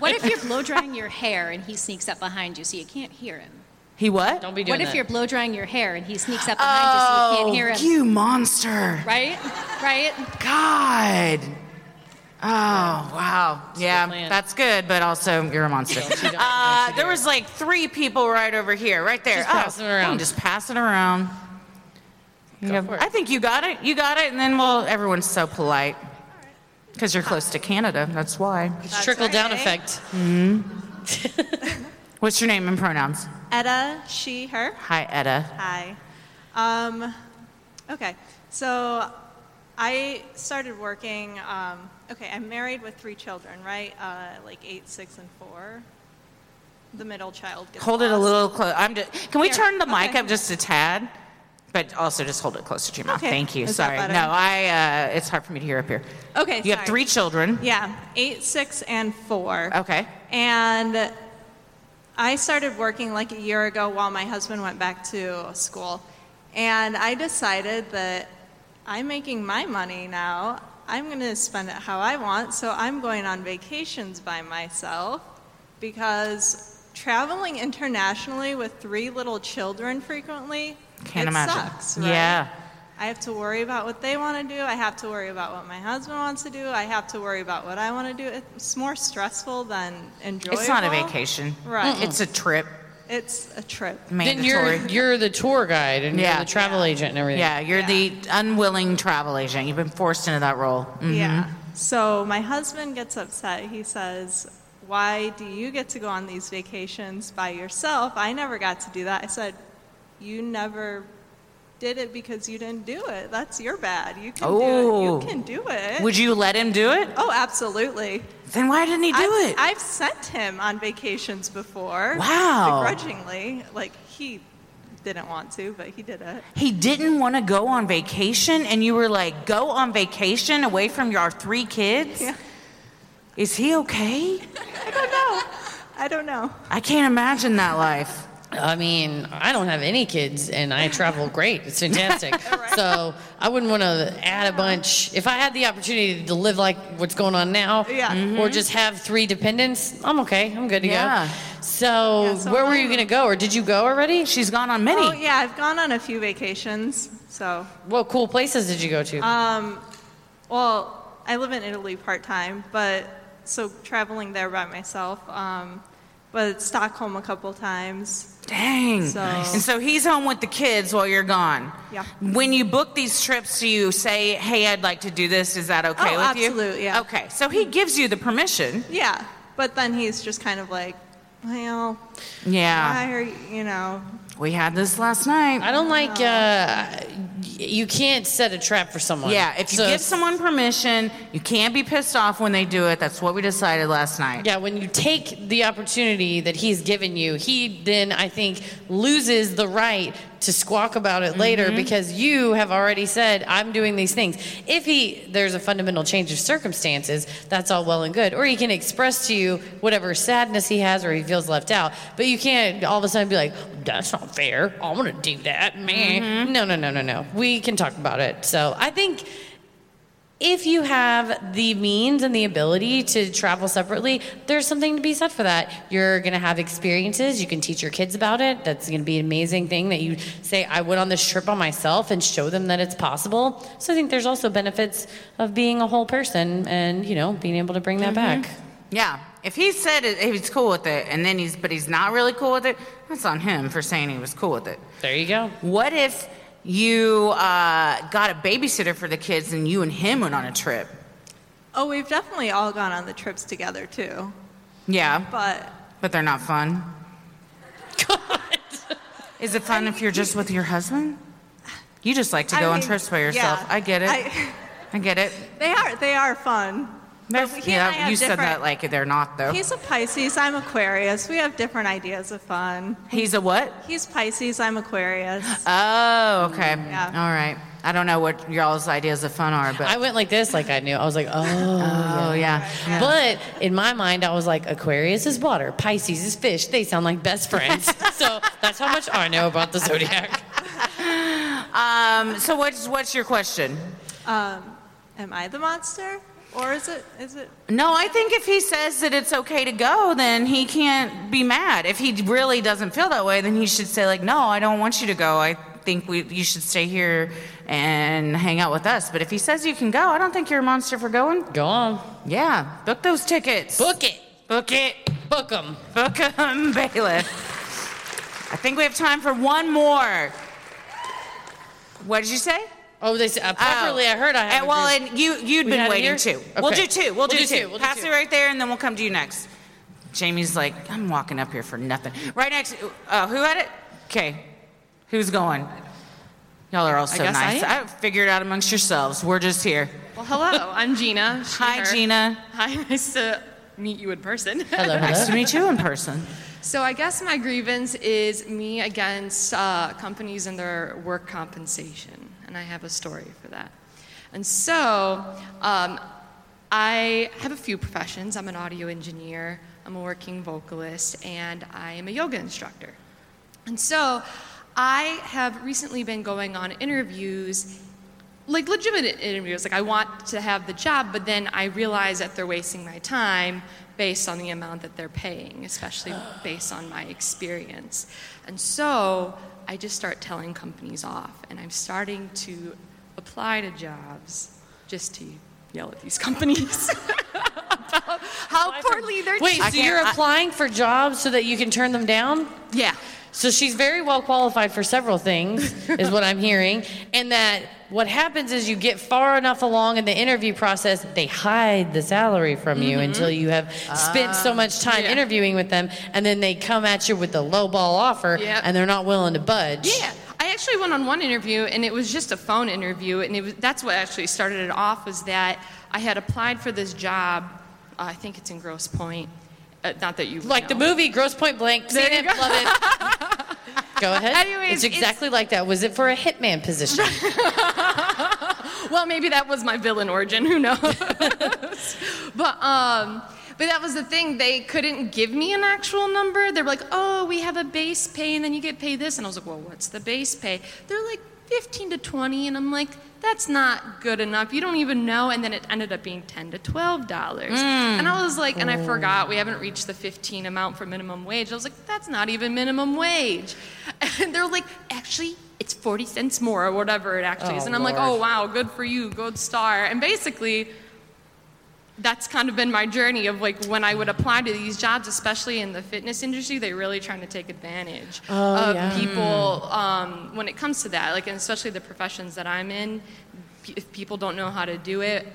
S11: What if you're blow drying your hair and he sneaks up behind you so you can't hear him?
S2: He what?
S3: Don't be doing
S11: What if
S3: that.
S11: you're blow drying your hair and he sneaks up behind you so you
S2: oh,
S11: can't hear him?
S2: you monster!
S11: Right? Right? Uh,
S2: God. Oh wow. Yeah,
S3: plan.
S2: that's good, but also you're a monster.
S3: don't-
S2: Uh, there was like three people right over here, right there.
S3: Just
S2: Oh,
S3: pass it around.
S2: I'm just passing around. You know,
S3: for it.
S2: I think you got it. You got it, and then well, everyone's so polite because you're close to Canada. That's why.
S3: It's trickle down effect.
S2: Mm-hmm. What's your name and pronouns?
S12: Etta, she, her.
S2: Hi, Etta.
S12: Hi. Um, okay, so I started working. Um, okay, I'm married with three children, right? Uh, like eight, six, and four. The middle child gets
S2: Hold it a
S12: lost.
S2: little close. I'm. Just, can we
S12: Here,
S2: turn the mic
S12: okay.
S2: up just a tad? But also just hold it close to your mouth.
S12: Okay.
S2: Thank you.
S12: Is that
S2: Sorry.
S12: better?
S2: No, I. Uh, it's hard for me to hear up here.
S12: Okay,
S2: You have
S12: sorry.
S2: three children.
S12: Yeah, eight, six, and four.
S2: Okay.
S12: And I started working like a year ago while my husband went back to school. And I decided that I'm making my money now. I'm going to spend it how I want. So I'm going on vacations by myself because traveling internationally with three little children frequently
S2: Can't
S12: it
S2: imagine.
S12: sucks. Right?
S2: Yeah.
S12: I have to worry about what they want to do. I have to worry about what my husband wants to do. I have to worry about what I want to do. It's more stressful than enjoyable.
S2: It's not a vacation.
S12: Right.
S2: It's a trip.
S12: It's a trip.
S3: Then
S2: Mandatory.
S3: you're you're the tour guide and
S2: Yeah.
S3: you're the travel agent and everything.
S2: yeah, you're the unwilling travel agent. You've been forced into that role. Mm.
S12: Yeah. So my husband gets upset. He says, Why do you get to go on these vacations by yourself? I never got to do that. I said, You never did it because you didn't do it. That's your bad. You can
S2: Oh.
S12: do it. You can do it.
S2: Would you let him do it?
S12: oh, absolutely.
S2: Then why didn't he do
S12: I've,
S2: it?
S12: I've sent him on vacations before.
S2: Wow.
S12: Begrudgingly. Like, he didn't want to, but he did it.
S2: he didn't want to go on vacation, and you were like, "Go on vacation away from your three kids."
S12: Yeah.
S2: Is he okay?
S12: I don't know. I don't know.
S2: I can't imagine that life.
S3: I mean, I don't have any kids and I travel great. It's fantastic. So I wouldn't want to add a bunch. If I had the opportunity to live like what's going on now,
S12: Yeah.
S3: or just have three dependents, I'm okay. I'm good to
S2: Mm-hmm. Yeah.
S3: go. So,
S12: Yeah, so
S3: where were
S12: I'm-
S3: you going to go, or did you go already?
S2: She's gone on many.
S12: Oh, yeah, I've gone on a few vacations. So, Um,
S3: What cool places did you go to?
S12: well, I live in Italy part time, but so traveling there by myself. Um, but Stockholm a couple times.
S2: Dang.
S12: So-
S2: And so he's home with the kids while you're gone.
S12: Yeah.
S2: When you book these trips, do you say, hey, I'd like to do this? Is that okay
S12: Oh,
S2: with you?
S12: absolute, yeah.
S2: Okay. So he gives you the permission.
S12: Yeah, but then he's just kind of like, well,
S2: Yeah.
S12: why are you, you know?
S2: We had this last night.
S3: I don't like. Uh, you can't set a trap for someone.
S2: Yeah. If you
S3: So-
S2: give someone permission, you can't be pissed off when they do it. That's what we decided last night.
S3: Yeah, when you take the opportunity that he's given you, he then I think loses the right to squawk about it later because you have already said I'm doing these things. If he there's a fundamental change of circumstances, that's all well and good. Or he can express to you whatever sadness he has or he feels left out. But you can't all of a sudden be like, that's not fair. I want to do that, man. No, no, no, no, no. We can talk about it. So I think if you have the means and the ability to travel separately, there's something to be said for that. You're going to have experiences. You can teach your kids about it. That's going to be an amazing thing that you say, I went on this trip on myself and show them that it's possible. So I think there's also benefits of being a whole person and, you know, being able to bring that
S2: Mm-hmm.
S3: back.
S2: Yeah. If he said it, if he's cool with it, and then he's, but he's not really cool with it, that's on him for saying he was cool with it.
S3: There you go.
S2: What if you uh, got a babysitter for the kids and you and him went on a trip?
S12: Oh, we've definitely all gone on the trips together too.
S2: Yeah.
S12: But
S2: But they're not fun. Is it fun if you're just with your husband? You just like to
S12: I
S2: go on
S12: mean,
S2: trips by yourself.
S12: yeah.
S2: I get it. I,
S12: I-
S2: get it.
S12: they are they are fun.
S2: They're-
S12: But he and I
S2: yeah,
S12: have
S2: you said that
S12: different-
S2: like they're not though.
S12: He's a Pisces. I'm Aquarius. We have different ideas of fun.
S2: He's a what?
S12: He's Pisces. I'm Aquarius.
S2: Oh, okay.
S12: Yeah.
S2: All right. I don't know what y'all's ideas of fun are, but
S3: I went like this, like I knew. I was like, oh,
S2: Oh, yeah. yeah.
S3: But in my mind, I was like, Aquarius is water, Pisces is fish. They sound like best friends. so that's how much I know about the zodiac.
S2: Um, so what's what's your question?
S12: Um, am I the monster, or is it is it?
S2: No, I think if he says that it's okay to go, then he can't be mad. If he really doesn't feel that way, then he should say like, "No, I don't want you to go. I think we you should stay here and hang out with us." But if he says you can go, I don't think you're a monster for going.
S3: Go on.
S2: Yeah, book those tickets.
S3: Book it.
S2: Book it.
S3: Book them.
S2: Book 'em, bailiff. I think we have time for one more. What did you say?
S3: Oh, they said uh, properly. I heard I
S2: And,
S3: had.
S2: well, and you you'd
S3: We
S2: been
S3: had it
S2: waiting
S3: here?
S2: too. We'll do
S3: Okay.
S2: two. We'll, do, 2
S3: we'll do
S2: Pass
S3: two.
S2: it right there, and then we'll come to you next. Jamie's like, I'm walking up here for nothing. Right next, uh, who had it? Okay, who's going? Y'all are all so
S8: guess I
S2: nice. I,
S8: am.
S2: figured out amongst yourselves. We're just here.
S8: Well, hello. I'm Gina. she,
S2: Hi,
S8: her.
S2: Gina.
S8: Hi. Nice to meet you in person.
S2: Nice to meet you in person.
S8: So I guess my grievance is me against uh, companies and their work compensation, and I have a story for that. And so um, I have a few professions. I'm an audio engineer, I'm a working vocalist, and I am a yoga instructor. And so I have recently been going on interviews, like legitimate interviews. Like I want to have the job, but then I realize that they're wasting my time based on the amount that they're paying, especially based on my experience. And so I just start telling companies off, and I'm starting to apply to jobs just to yell at these companies. How poorly they're
S3: Wait, so
S8: treating-
S3: you're applying for jobs so that you can turn them down?
S8: Yeah.
S3: So she's very well qualified for several things, is what I'm hearing. And that what happens is you get far enough along in the interview process, they hide the salary from you
S8: Mm-hmm.
S3: until you have spent
S8: Ah,
S3: so much time interviewing with them, and then they come at you with a lowball offer,
S8: Yep.
S3: and they're not willing to budge.
S8: Yeah, I actually went on one interview, and it was just a phone interview, and it was, that's what actually started it off was that I had applied for this job. Uh, I think it's in Gross Point. Uh, not that you would
S3: Like the
S8: know.
S3: movie Gross Point Blank.
S8: There
S3: seen
S8: you
S3: it,
S8: go.
S3: love it. Go ahead.
S8: Anyways,
S3: it's
S8: it's-
S3: exactly like that. Was it for a hitman position?
S8: well, maybe that was my villain origin. Who knows? but um, but that was the thing. They couldn't give me an actual number. They were like, "Oh, we have a base pay, and then you get paid this." And I was like, "Well, what's the base pay?" They're like fifteen to twenty, and I'm like, "That's not good enough. You don't even know." And then it ended up being ten to twelve dollars,
S3: Hmm.
S8: and I was like, and
S3: Oh.
S8: I forgot we haven't reached the fifteen amount for minimum wage. I was like, "That's not even minimum wage," and they're like, "Actually." It's 40 cents more or whatever it actually is.
S3: Oh,
S8: And I'm like,
S3: Lord.
S8: oh, wow, good for you, good star. And basically, that's kind of been my journey of like when I would apply to these jobs, especially in the fitness industry, they're really trying to take advantage
S3: Oh,
S8: of
S3: yeah.
S8: people um, when it comes to that. Like, and especially the professions that I'm in, p- if people don't know how to do it,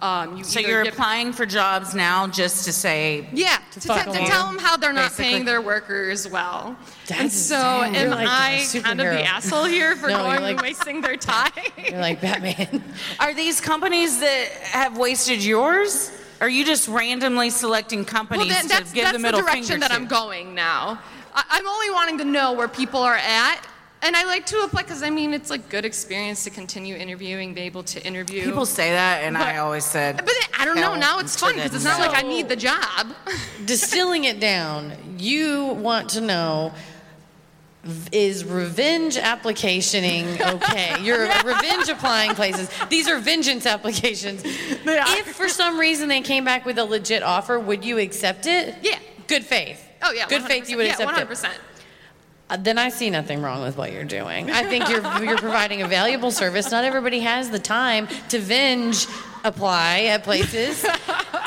S8: um, you
S2: So
S8: either
S2: you're
S8: get-
S2: applying for jobs now just to say
S8: yeah, to, te-
S3: fuck
S8: to
S3: them.
S8: tell them how they're not
S2: Basically.
S8: paying their workers well. and
S3: That's
S8: so,
S3: insane.
S8: am
S3: You're like a
S8: I kind of
S3: superhero.
S8: the asshole here for
S3: No, you're
S8: going
S3: like-
S8: and wasting their time?
S3: You're like Batman.
S2: Are these companies that have wasted yours? Are you just randomly selecting companies
S8: well, then, that's,
S2: to give
S8: that's
S2: the middle
S8: direction
S2: finger
S8: that
S2: to?
S8: I'm going now. I, I'm only wanting to know where people are at, and I like to apply because I mean it's like good experience to continue interviewing, be able to interview.
S2: People say that, and I
S8: But-
S2: always said.
S8: but then, I don't know.
S2: hell
S8: Now it's
S2: to
S8: fun
S2: the
S8: because it's not like I
S3: no.
S8: need the job.
S3: Distilling it down, you want to know v- is revenge applicationing okay? You're revenge applying places. These are vengeance applications. If for some reason they came back with a legit offer, would you accept it?
S8: Yeah.
S3: Good faith.
S8: Oh yeah,
S3: Good faith. You would
S8: 100%.
S3: accept
S8: yeah,
S3: it.
S8: 100%.
S3: Uh, Then I see nothing wrong with what you're doing. I think you're you're providing a valuable service. Not everybody has the time to venge apply at places,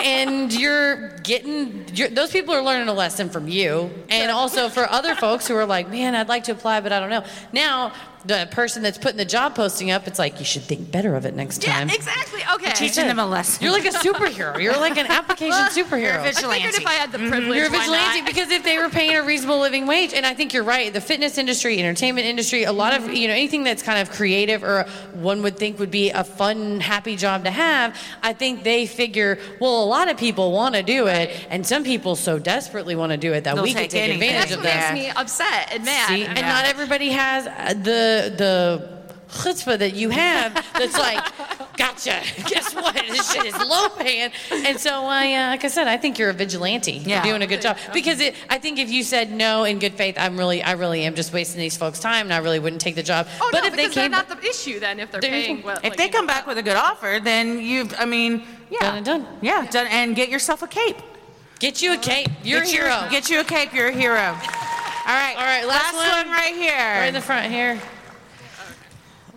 S3: and you're getting you're, those people are learning a lesson from you, and also for other folks who are like, man, I'd like to apply, but I don't know. Now the person that's putting the job posting up, it's like you should think better of it next time.
S8: Exactly. Okay.
S3: Teaching them a lesson. You're like a superhero. You're like an application superhero.
S8: I figured if I had the privilege,
S3: Mm-hmm. You're a
S8: why
S3: vigilante
S8: not?
S3: because if they were paying a reasonable living wage, and I think you're right, the fitness industry, entertainment industry, a lot of you know anything that's kind of creative or one would think would be a fun, happy job to have. I think they figure, well, a lot of people want to do it, and some people so desperately want to do it that
S8: They'll
S3: we can
S8: take
S3: take
S8: anything.
S3: advantage
S8: That's
S3: of
S8: what makes
S3: them.
S8: me upset and mad.
S3: See,
S8: I'm
S3: and not everybody has uh, the the chutzpah that you have. That's like, gotcha. Guess what? This shit is low paying. And so, I, uh, like I said, I think you're a vigilante.
S8: Yeah.
S3: You're doing a good job because it, I think if you said no in good faith, I'm really, I really am just wasting these folks' time, and I really wouldn't take the job.
S8: Oh
S3: but
S8: no,
S3: if they
S8: because
S3: came,
S8: they're not the issue then if they're
S3: There you
S8: paying
S3: go.
S8: well.
S2: If they come back with a good offer, then you've, I mean, yeah. Done
S3: and done.
S2: Yeah, done. And get yourself a cape.
S3: Get you a cape. You're a hero.
S2: get you a cape. You're a hero. All right.
S3: All right, last
S2: one.
S3: one.
S2: right here.
S3: Right in the front here.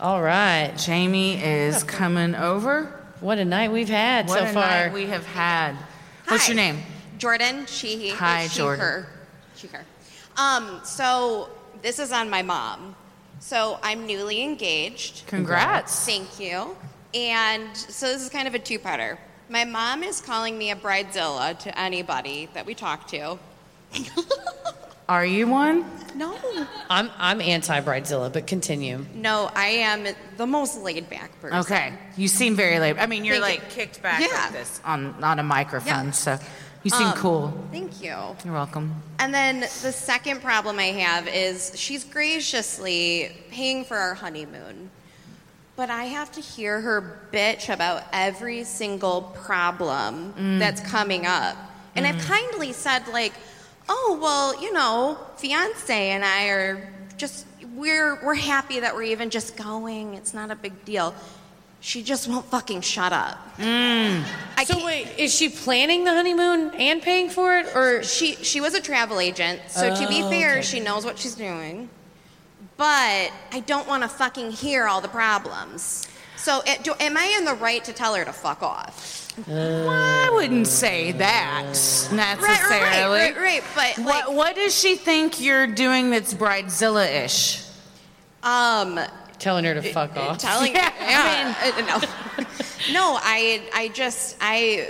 S3: All right.
S2: Jamie is coming over.
S3: What a night we've had
S2: What
S3: so
S2: a
S3: far.
S2: night we have had. What's your name?
S13: Jordan Sheehy.
S2: Hi,
S13: she,
S2: Jordan.
S13: Her. She, her. Um, so this is on my mom. So I'm newly engaged.
S2: Congrats.
S13: Thank you. And so this is kind of a two-parter. My mom is calling me a bridezilla to anybody that we talk to.
S3: Are you one?
S13: No.
S3: I'm I'm anti bridezilla, but continue.
S13: No, I am the most laid-back person.
S3: Okay.
S2: You seem very late. I mean, you're
S13: Thank
S2: like
S13: you.
S2: kicked back
S13: Yeah.
S2: like this on on a microphone,
S13: Yeah.
S2: so you seem
S13: Um,
S2: cool.
S13: Thank you.
S2: You're welcome.
S13: And then the second problem I have is she's graciously paying for our honeymoon. But I have to hear her bitch about every single problem
S12: Mm.
S13: that's coming up. And I've
S12: Mm.
S13: kindly said, like, oh, well, you know, fiance and I are just, we're, we're happy that we're even just going. It's not a big deal. She just won't fucking shut up.
S2: Mm.
S3: so wait, is she planning the honeymoon and paying for it, or
S13: she she was a travel agent? So to be
S3: Oh,
S13: fair,
S3: okay.
S13: she knows what she's doing, but I don't want to fucking hear all the problems. So it, do, am I in the right to tell her to fuck off?
S2: I wouldn't say that necessarily.
S13: right, right, right, but,
S2: what what does she think you're doing that's bridezilla-ish?
S13: Um,
S3: telling her to fuck off?
S13: Telling yeah, I mean, no, no, I I just I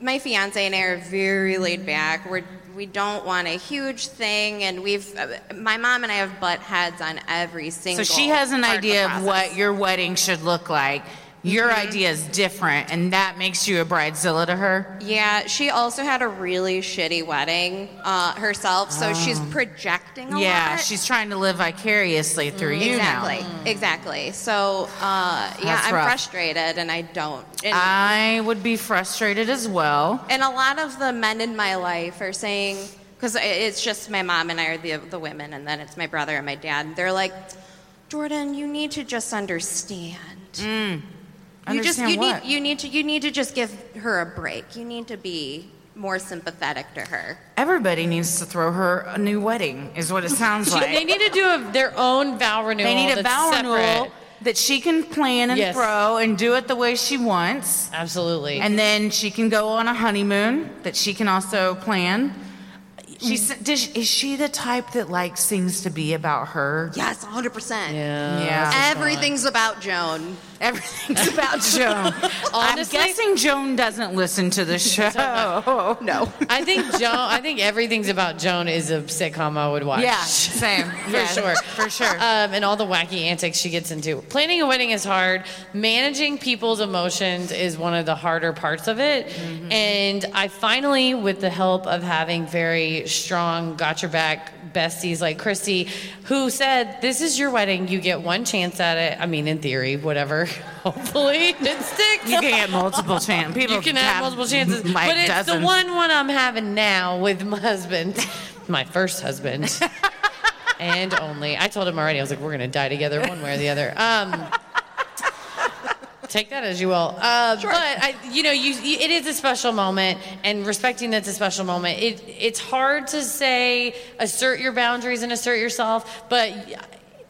S13: my fiance and I are very laid back. We're we don't want a huge thing, and we've uh, my mom and I have butt heads on every
S2: So
S13: single.
S2: she has an
S13: part of the
S2: idea of
S13: process. Mm-hmm.
S2: what your wedding should look like. Your idea is different, and that makes you a bridezilla to her.
S13: Yeah, she also had a really shitty wedding uh, herself, so she's
S2: Oh.
S13: projecting a
S2: yeah,
S13: lot.
S2: she's trying to live vicariously through you
S13: Mm, exactly,
S2: now.
S13: exactly. So uh, yeah,
S2: That's
S13: I'm
S2: rough. Ah.
S13: frustrated, and I don't. And,
S2: I would be frustrated as well.
S13: and a lot of the men in my life are saying, because it's just my mom and I are the the women, and then it's my brother and my dad. They're like, Jordan, you need to just understand.
S2: Mm.
S13: you just
S2: Understand
S13: you
S2: what?
S13: need you need to you need to just give her a break. You need to be more sympathetic to her.
S2: Everybody needs to throw her a new wedding, is what it sounds like.
S3: they need to do a, their own vow renewal.
S2: They need a
S3: that's
S2: vow
S3: separate.
S2: renewal that she can plan and
S3: Yes.
S2: throw and do it the way she wants.
S3: Absolutely.
S2: And then she can go on a honeymoon that she can also plan.
S3: Mm.
S2: She s- does she- is she the type that like sings to be about her?
S13: Yes, 100%.
S2: Yeah. Yeah.
S13: Everything's about Joan.
S2: Everything's about Joan. I'm
S3: Honestly-
S2: guessing Joan doesn't listen to the show.
S13: no.
S3: I think Joan. I think everything's about Joan is a sitcom I would watch.
S2: Yeah, same.
S3: for
S2: Yeah,
S3: sure,
S2: for sure.
S3: Um, and all the wacky antics she gets into. Planning a wedding is hard. Managing people's emotions is one of the harder parts of it.
S2: Mm-hmm.
S3: And I finally, with the help of having very strong got your back besties like Christy, who said, "This is your wedding. You get one chance at it. I mean, in theory, whatever. Hopefully, it sticks.
S2: You can get multiple chances. People
S3: you can have, multiple chances,
S2: like
S3: but it's
S2: dozens.
S3: the one one I'm having now with my husband, my first husband. and only. I told him already. I was like, we're gonna die together, one way or the other. Um, take that as you will. Uh, But I, you know, you, you it is a special moment, and respecting that's a special moment. It it's hard to say assert your boundaries and assert yourself, but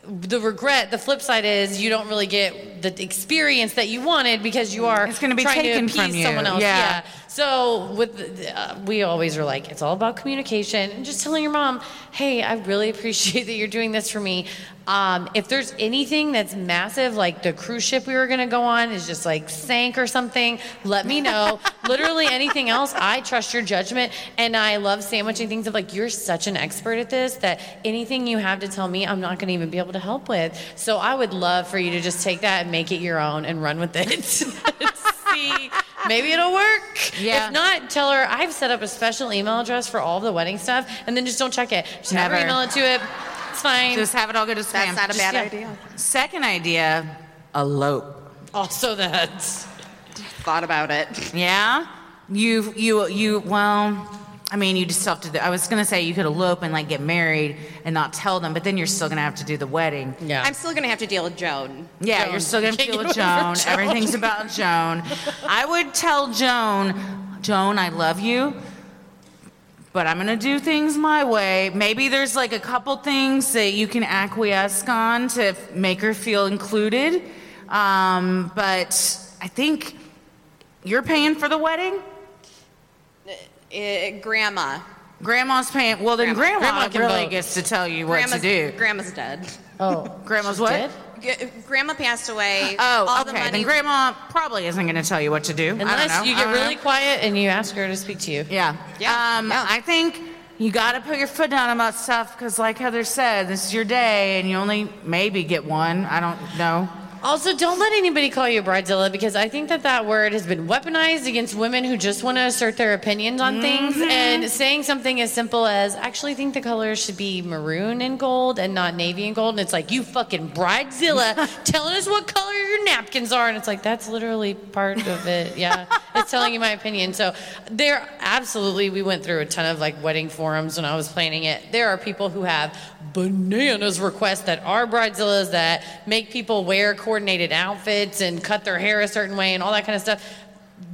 S3: the regret, the flip side is you don't really get the experience that you wanted because you are it's
S2: gonna be
S3: trying
S2: taken
S3: to appease
S2: from you.
S3: someone else.
S2: Yeah.
S3: So with the- the, uh, we always are like it's all about communication and just telling your mom, hey, I really appreciate that you're doing this for me. Um, if there's anything that's massive, like the cruise ship we were gonna go on is just like sank or something, let me know. Literally anything else, I trust your judgment and I love sandwiching things of like you're such an expert at this that anything you have to tell me, I'm not gonna even be able to help with. So I would love for you to just take that and make it your own and run with it. See, maybe it'll work.
S2: Yeah.
S3: If not, tell her I've set up a special email address for all of the wedding stuff, and then just don't check it. Just have her
S2: Never.
S3: email it to it. It's fine.
S2: Just have it all go to spam.
S3: That's not a bad
S2: idea. Second idea, elope.
S3: Also, that's
S2: thought about it. Yeah, you you you. Well, I mean, you just have to. do- I was gonna say you could elope and like get married and not tell them, but then you're still gonna have to do the wedding.
S3: Yeah.
S13: I'm still gonna have to deal with Joan.
S2: Yeah, you're still gonna
S13: Can't
S2: deal
S13: get
S2: with
S13: over
S2: Joan. Everything's about Joan. I would tell Joan, Joan, I love you, but I'm gonna do things my way. Maybe there's like a couple things that you can acquiesce on to f- make her feel included. Um, but I think you're paying for the wedding.
S13: Eh, grandma.
S2: Grandma's paying. Well, then
S13: Grandma.
S2: grandma,
S13: Grandma can
S2: really
S13: vote.
S2: gets to tell you what
S13: grandma's,
S2: to do.
S13: Grandma's dead.
S3: Oh,
S2: grandma's what?
S13: G- grandma passed away.
S2: Oh,
S13: All The
S2: okay.
S13: money
S2: Then grandma probably isn't going to tell you what to do. I don't know.
S3: Unless you
S2: I
S3: get
S2: don't know.
S3: really quiet and you ask her to speak to you.
S2: Yeah. Yeah. Um, I think you got to put your foot down about stuff because, like Heather said, this is your day and you only maybe get one. I don't know.
S3: Also, don't let anybody call you a bridezilla because I think that that word has been weaponized against women who just want to assert their opinions on things.
S2: Mhm.
S3: And saying something as simple as, "I actually think the colors should be maroon and gold and not navy and gold, and it's like, you fucking bridezilla telling us what color your napkins are. And it's like, that's literally part of it. Yeah. it's telling you my opinion. So there, absolutely, we went through a ton of like wedding forums when I was planning it. There are people who have bananas requests that are bridezillas that make people wear coordinated outfits and cut their hair a certain way and all that kind of stuff.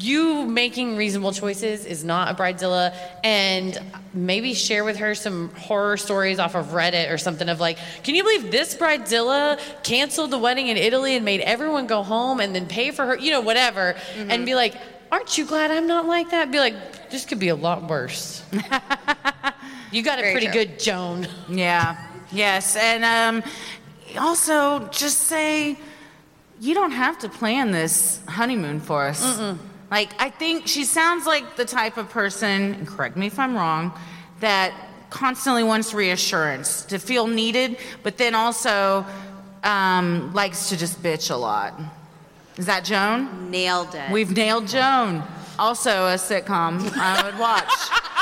S3: You making reasonable choices is not a bridezilla, and maybe share with her some horror stories off of Reddit or something of like, can you believe this bridezilla canceled the wedding in Italy and made everyone go home and then pay for her, you know, whatever,
S2: Mm-hmm.
S3: and be like, aren't you glad I'm not like that? Be like, this could be a lot worse. you got a
S2: Very
S3: pretty
S2: true.
S3: good Joan.
S2: Yeah. Yes. And um, also, just say you don't have to plan this honeymoon for us.
S3: Mm-mm.
S2: Like, I think she sounds like the type of person, and correct me if I'm wrong, that constantly wants reassurance, to feel needed, but then also um, likes to just bitch a lot. Is that Joan?
S13: Nailed it.
S2: We've nailed Joan. Also, a sitcom I would watch.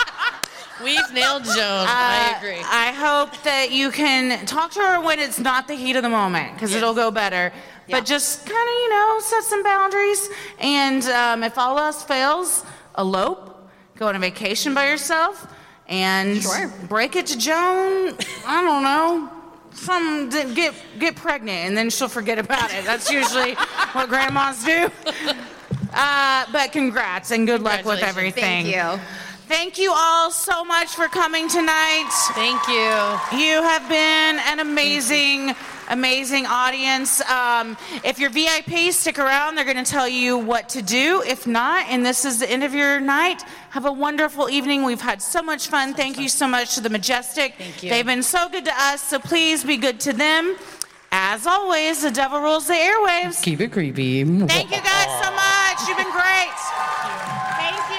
S2: Uh,
S3: We've nailed Joan.
S2: I agree. I hope that you can talk to her when it's not the heat of the moment because it'll go better. But just kind of, you know, set some boundaries. And um, if all else fails, elope, go on a vacation by yourself, and break it to Joan. I don't know. Some get get pregnant and then she'll forget about it. That's usually what grandmas do. Uh, but congrats and good luck with
S13: Congratulations.
S2: everything.
S13: Thank you.
S2: Thank you all so much for coming tonight.
S3: Thank you.
S2: You have been an amazing, amazing audience. Um, if you're VIP, stick around. They're going to tell you what to do. If not, and this is the end of your night, have a wonderful evening. We've had so much fun. Thank you so much to the Majestic. Thank
S3: you.
S2: They've been so good to us, so please be good to them. As always, the devil rules the airwaves.
S3: Keep it creepy.
S2: Thank you guys so much. You've been great. Thank you.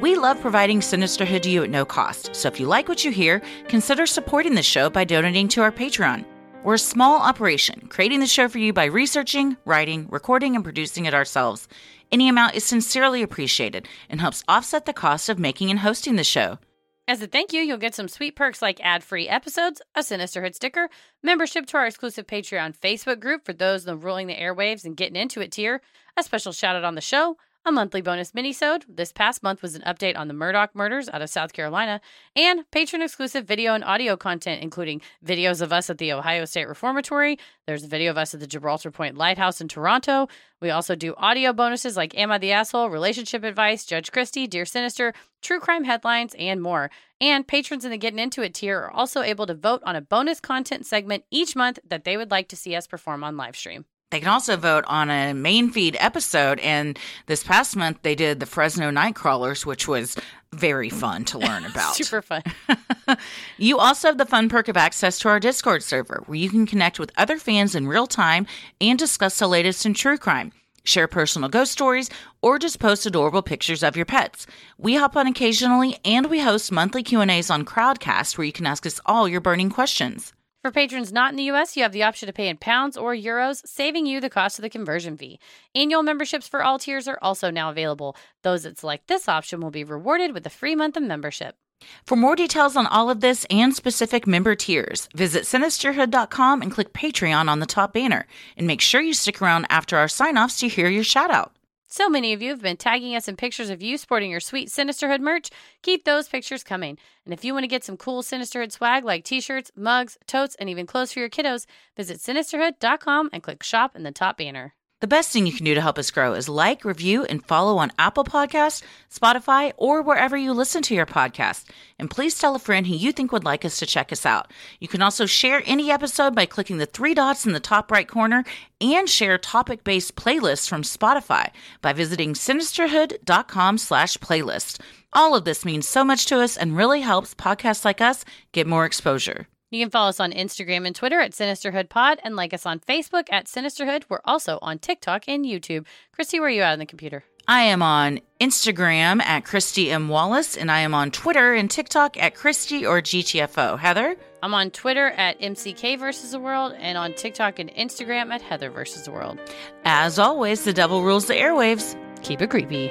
S2: We love providing Sinisterhood to you at no cost, so if you like what you hear, consider supporting the show by donating to our Patreon. We're a small operation, creating the show for you by researching, writing, recording, and producing it ourselves. Any amount is sincerely appreciated and helps offset the cost of making and hosting the show.
S3: As a thank you, you'll get some sweet perks like ad free episodes, a Sinisterhood sticker, membership to our exclusive Patreon Facebook group for those in the ruling the airwaves and getting into it tier, a special shout out on the show, a monthly bonus minisode. This past month was an update on the Murdoch murders out of South Carolina, and patron exclusive video and audio content, including videos of us at the Ohio State Reformatory. There's a video of us at the Gibraltar Point Lighthouse in Toronto. We also do audio bonuses like Am I the Asshole, Relationship Advice, Judge Christie, Dear Sinister, True Crime Headlines, and more. And patrons in the Getting Into It tier are also able to vote on a bonus content segment each month that they would like to see us perform on live stream.
S2: They can also vote on a main feed episode. And this past month, they did the Fresno Nightcrawlers, which was very fun to learn about.
S3: Super fun.
S2: you also have the fun perk of access to our Discord server, where you can connect with other fans in real time and discuss the latest in true crime, share personal ghost stories, or just post adorable pictures of your pets. We hop on occasionally, and we host monthly Q and A's on Crowdcast, where you can ask us all your burning questions.
S3: For patrons not in the US, you have the option to pay in pounds or euros, saving you the cost of the conversion fee. Annual memberships for all tiers are also now available. Those that select this option will be rewarded with a free month of membership.
S2: For more details on all of this and specific member tiers, visit sinisterhood.com and click Patreon on the top banner. And make sure you stick around after our sign offs to hear your shout out.
S3: So many of you have been tagging us in pictures of you sporting your sweet Sinisterhood merch. Keep those pictures coming. And if you want to get some cool Sinisterhood swag like t shirts, mugs, totes, and even clothes for your kiddos, visit sinisterhood.com and click shop in the top banner.
S2: The best thing you can do to help us grow is like, review, and follow on Apple Podcasts, Spotify, or wherever you listen to your podcast. And please tell a friend who you think would like us to check us out. You can also share any episode by clicking the three dots in the top right corner and share topic-based playlists from Spotify by visiting sinisterhood.com slash playlist. All of this means so much to us and really helps podcasts like us get more exposure.
S3: You can follow us on Instagram and Twitter at Sinisterhood Pod and like us on Facebook at Sinisterhood. We're also on TikTok and YouTube. Christy, where are you at on the computer?
S2: I am on Instagram at Christy M. Wallace, and I am on Twitter and TikTok at Christy or GTFO. Heather?
S3: I'm on Twitter at MCK versus the world and on TikTok and Instagram at Heather versus the world.
S2: As always, the devil rules the airwaves.
S3: Keep it creepy.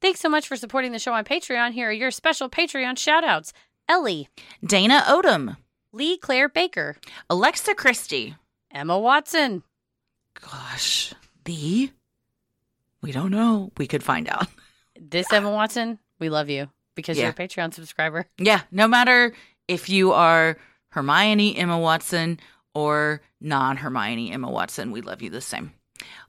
S3: Thanks so much for supporting the show on Patreon. Here are your special Patreon shoutouts. Ellie,
S2: Dana Odom,
S3: Lee Claire Baker,
S2: Alexa Christie,
S3: Emma Watson,
S2: Gosh, the? We don't know. We could find out.
S3: This Emma Watson, we love you because
S2: Yeah.
S3: you're a Patreon subscriber.
S2: Yeah, no matter if you are Hermione Emma Watson or non Hermione Emma Watson, we love you the same.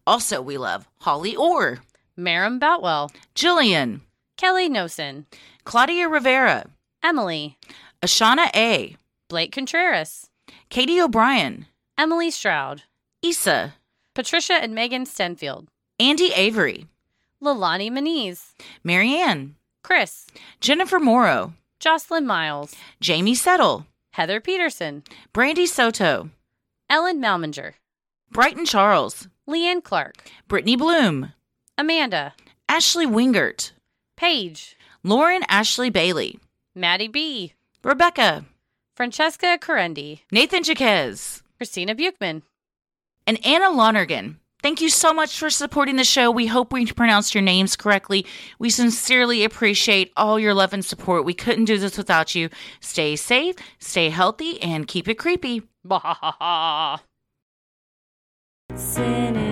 S2: Also, we love Holly Orr,
S3: Marim Boutwell,
S2: Jillian,
S3: Kelly Nosen,
S2: Claudia Rivera,
S3: Emily,
S2: Ashana A,
S3: Blake Contreras,
S2: Katie O'Brien,
S3: Emily Stroud,
S2: Issa,
S3: Patricia and Megan Stenfield,
S2: Andy Avery,
S3: Lalani Maniz,
S2: Marianne,
S3: Chris,
S2: Jennifer Morrow,
S3: Jocelyn Miles,
S2: Jamie Settle,
S3: Heather Peterson,
S2: Brandy Soto,
S3: Ellen Malminger,
S2: Brighton Charles,
S3: Leanne Clark,
S2: Brittany Bloom,
S3: Amanda,
S2: Ashley Wingert,
S3: Paige,
S2: Lauren Ashley Bailey,
S3: Maddie B,
S2: Rebecca,
S3: Francesca Corendi,
S2: Nathan Jaquez,
S3: Christina Buchman,
S2: and Anna Lonergan. Thank you so much for supporting the show. We hope we pronounced your names correctly. We sincerely appreciate all your love and support. We couldn't do this without you. Stay safe, stay healthy, and keep it creepy.
S3: Bah ha ha ha.
S1: Sinister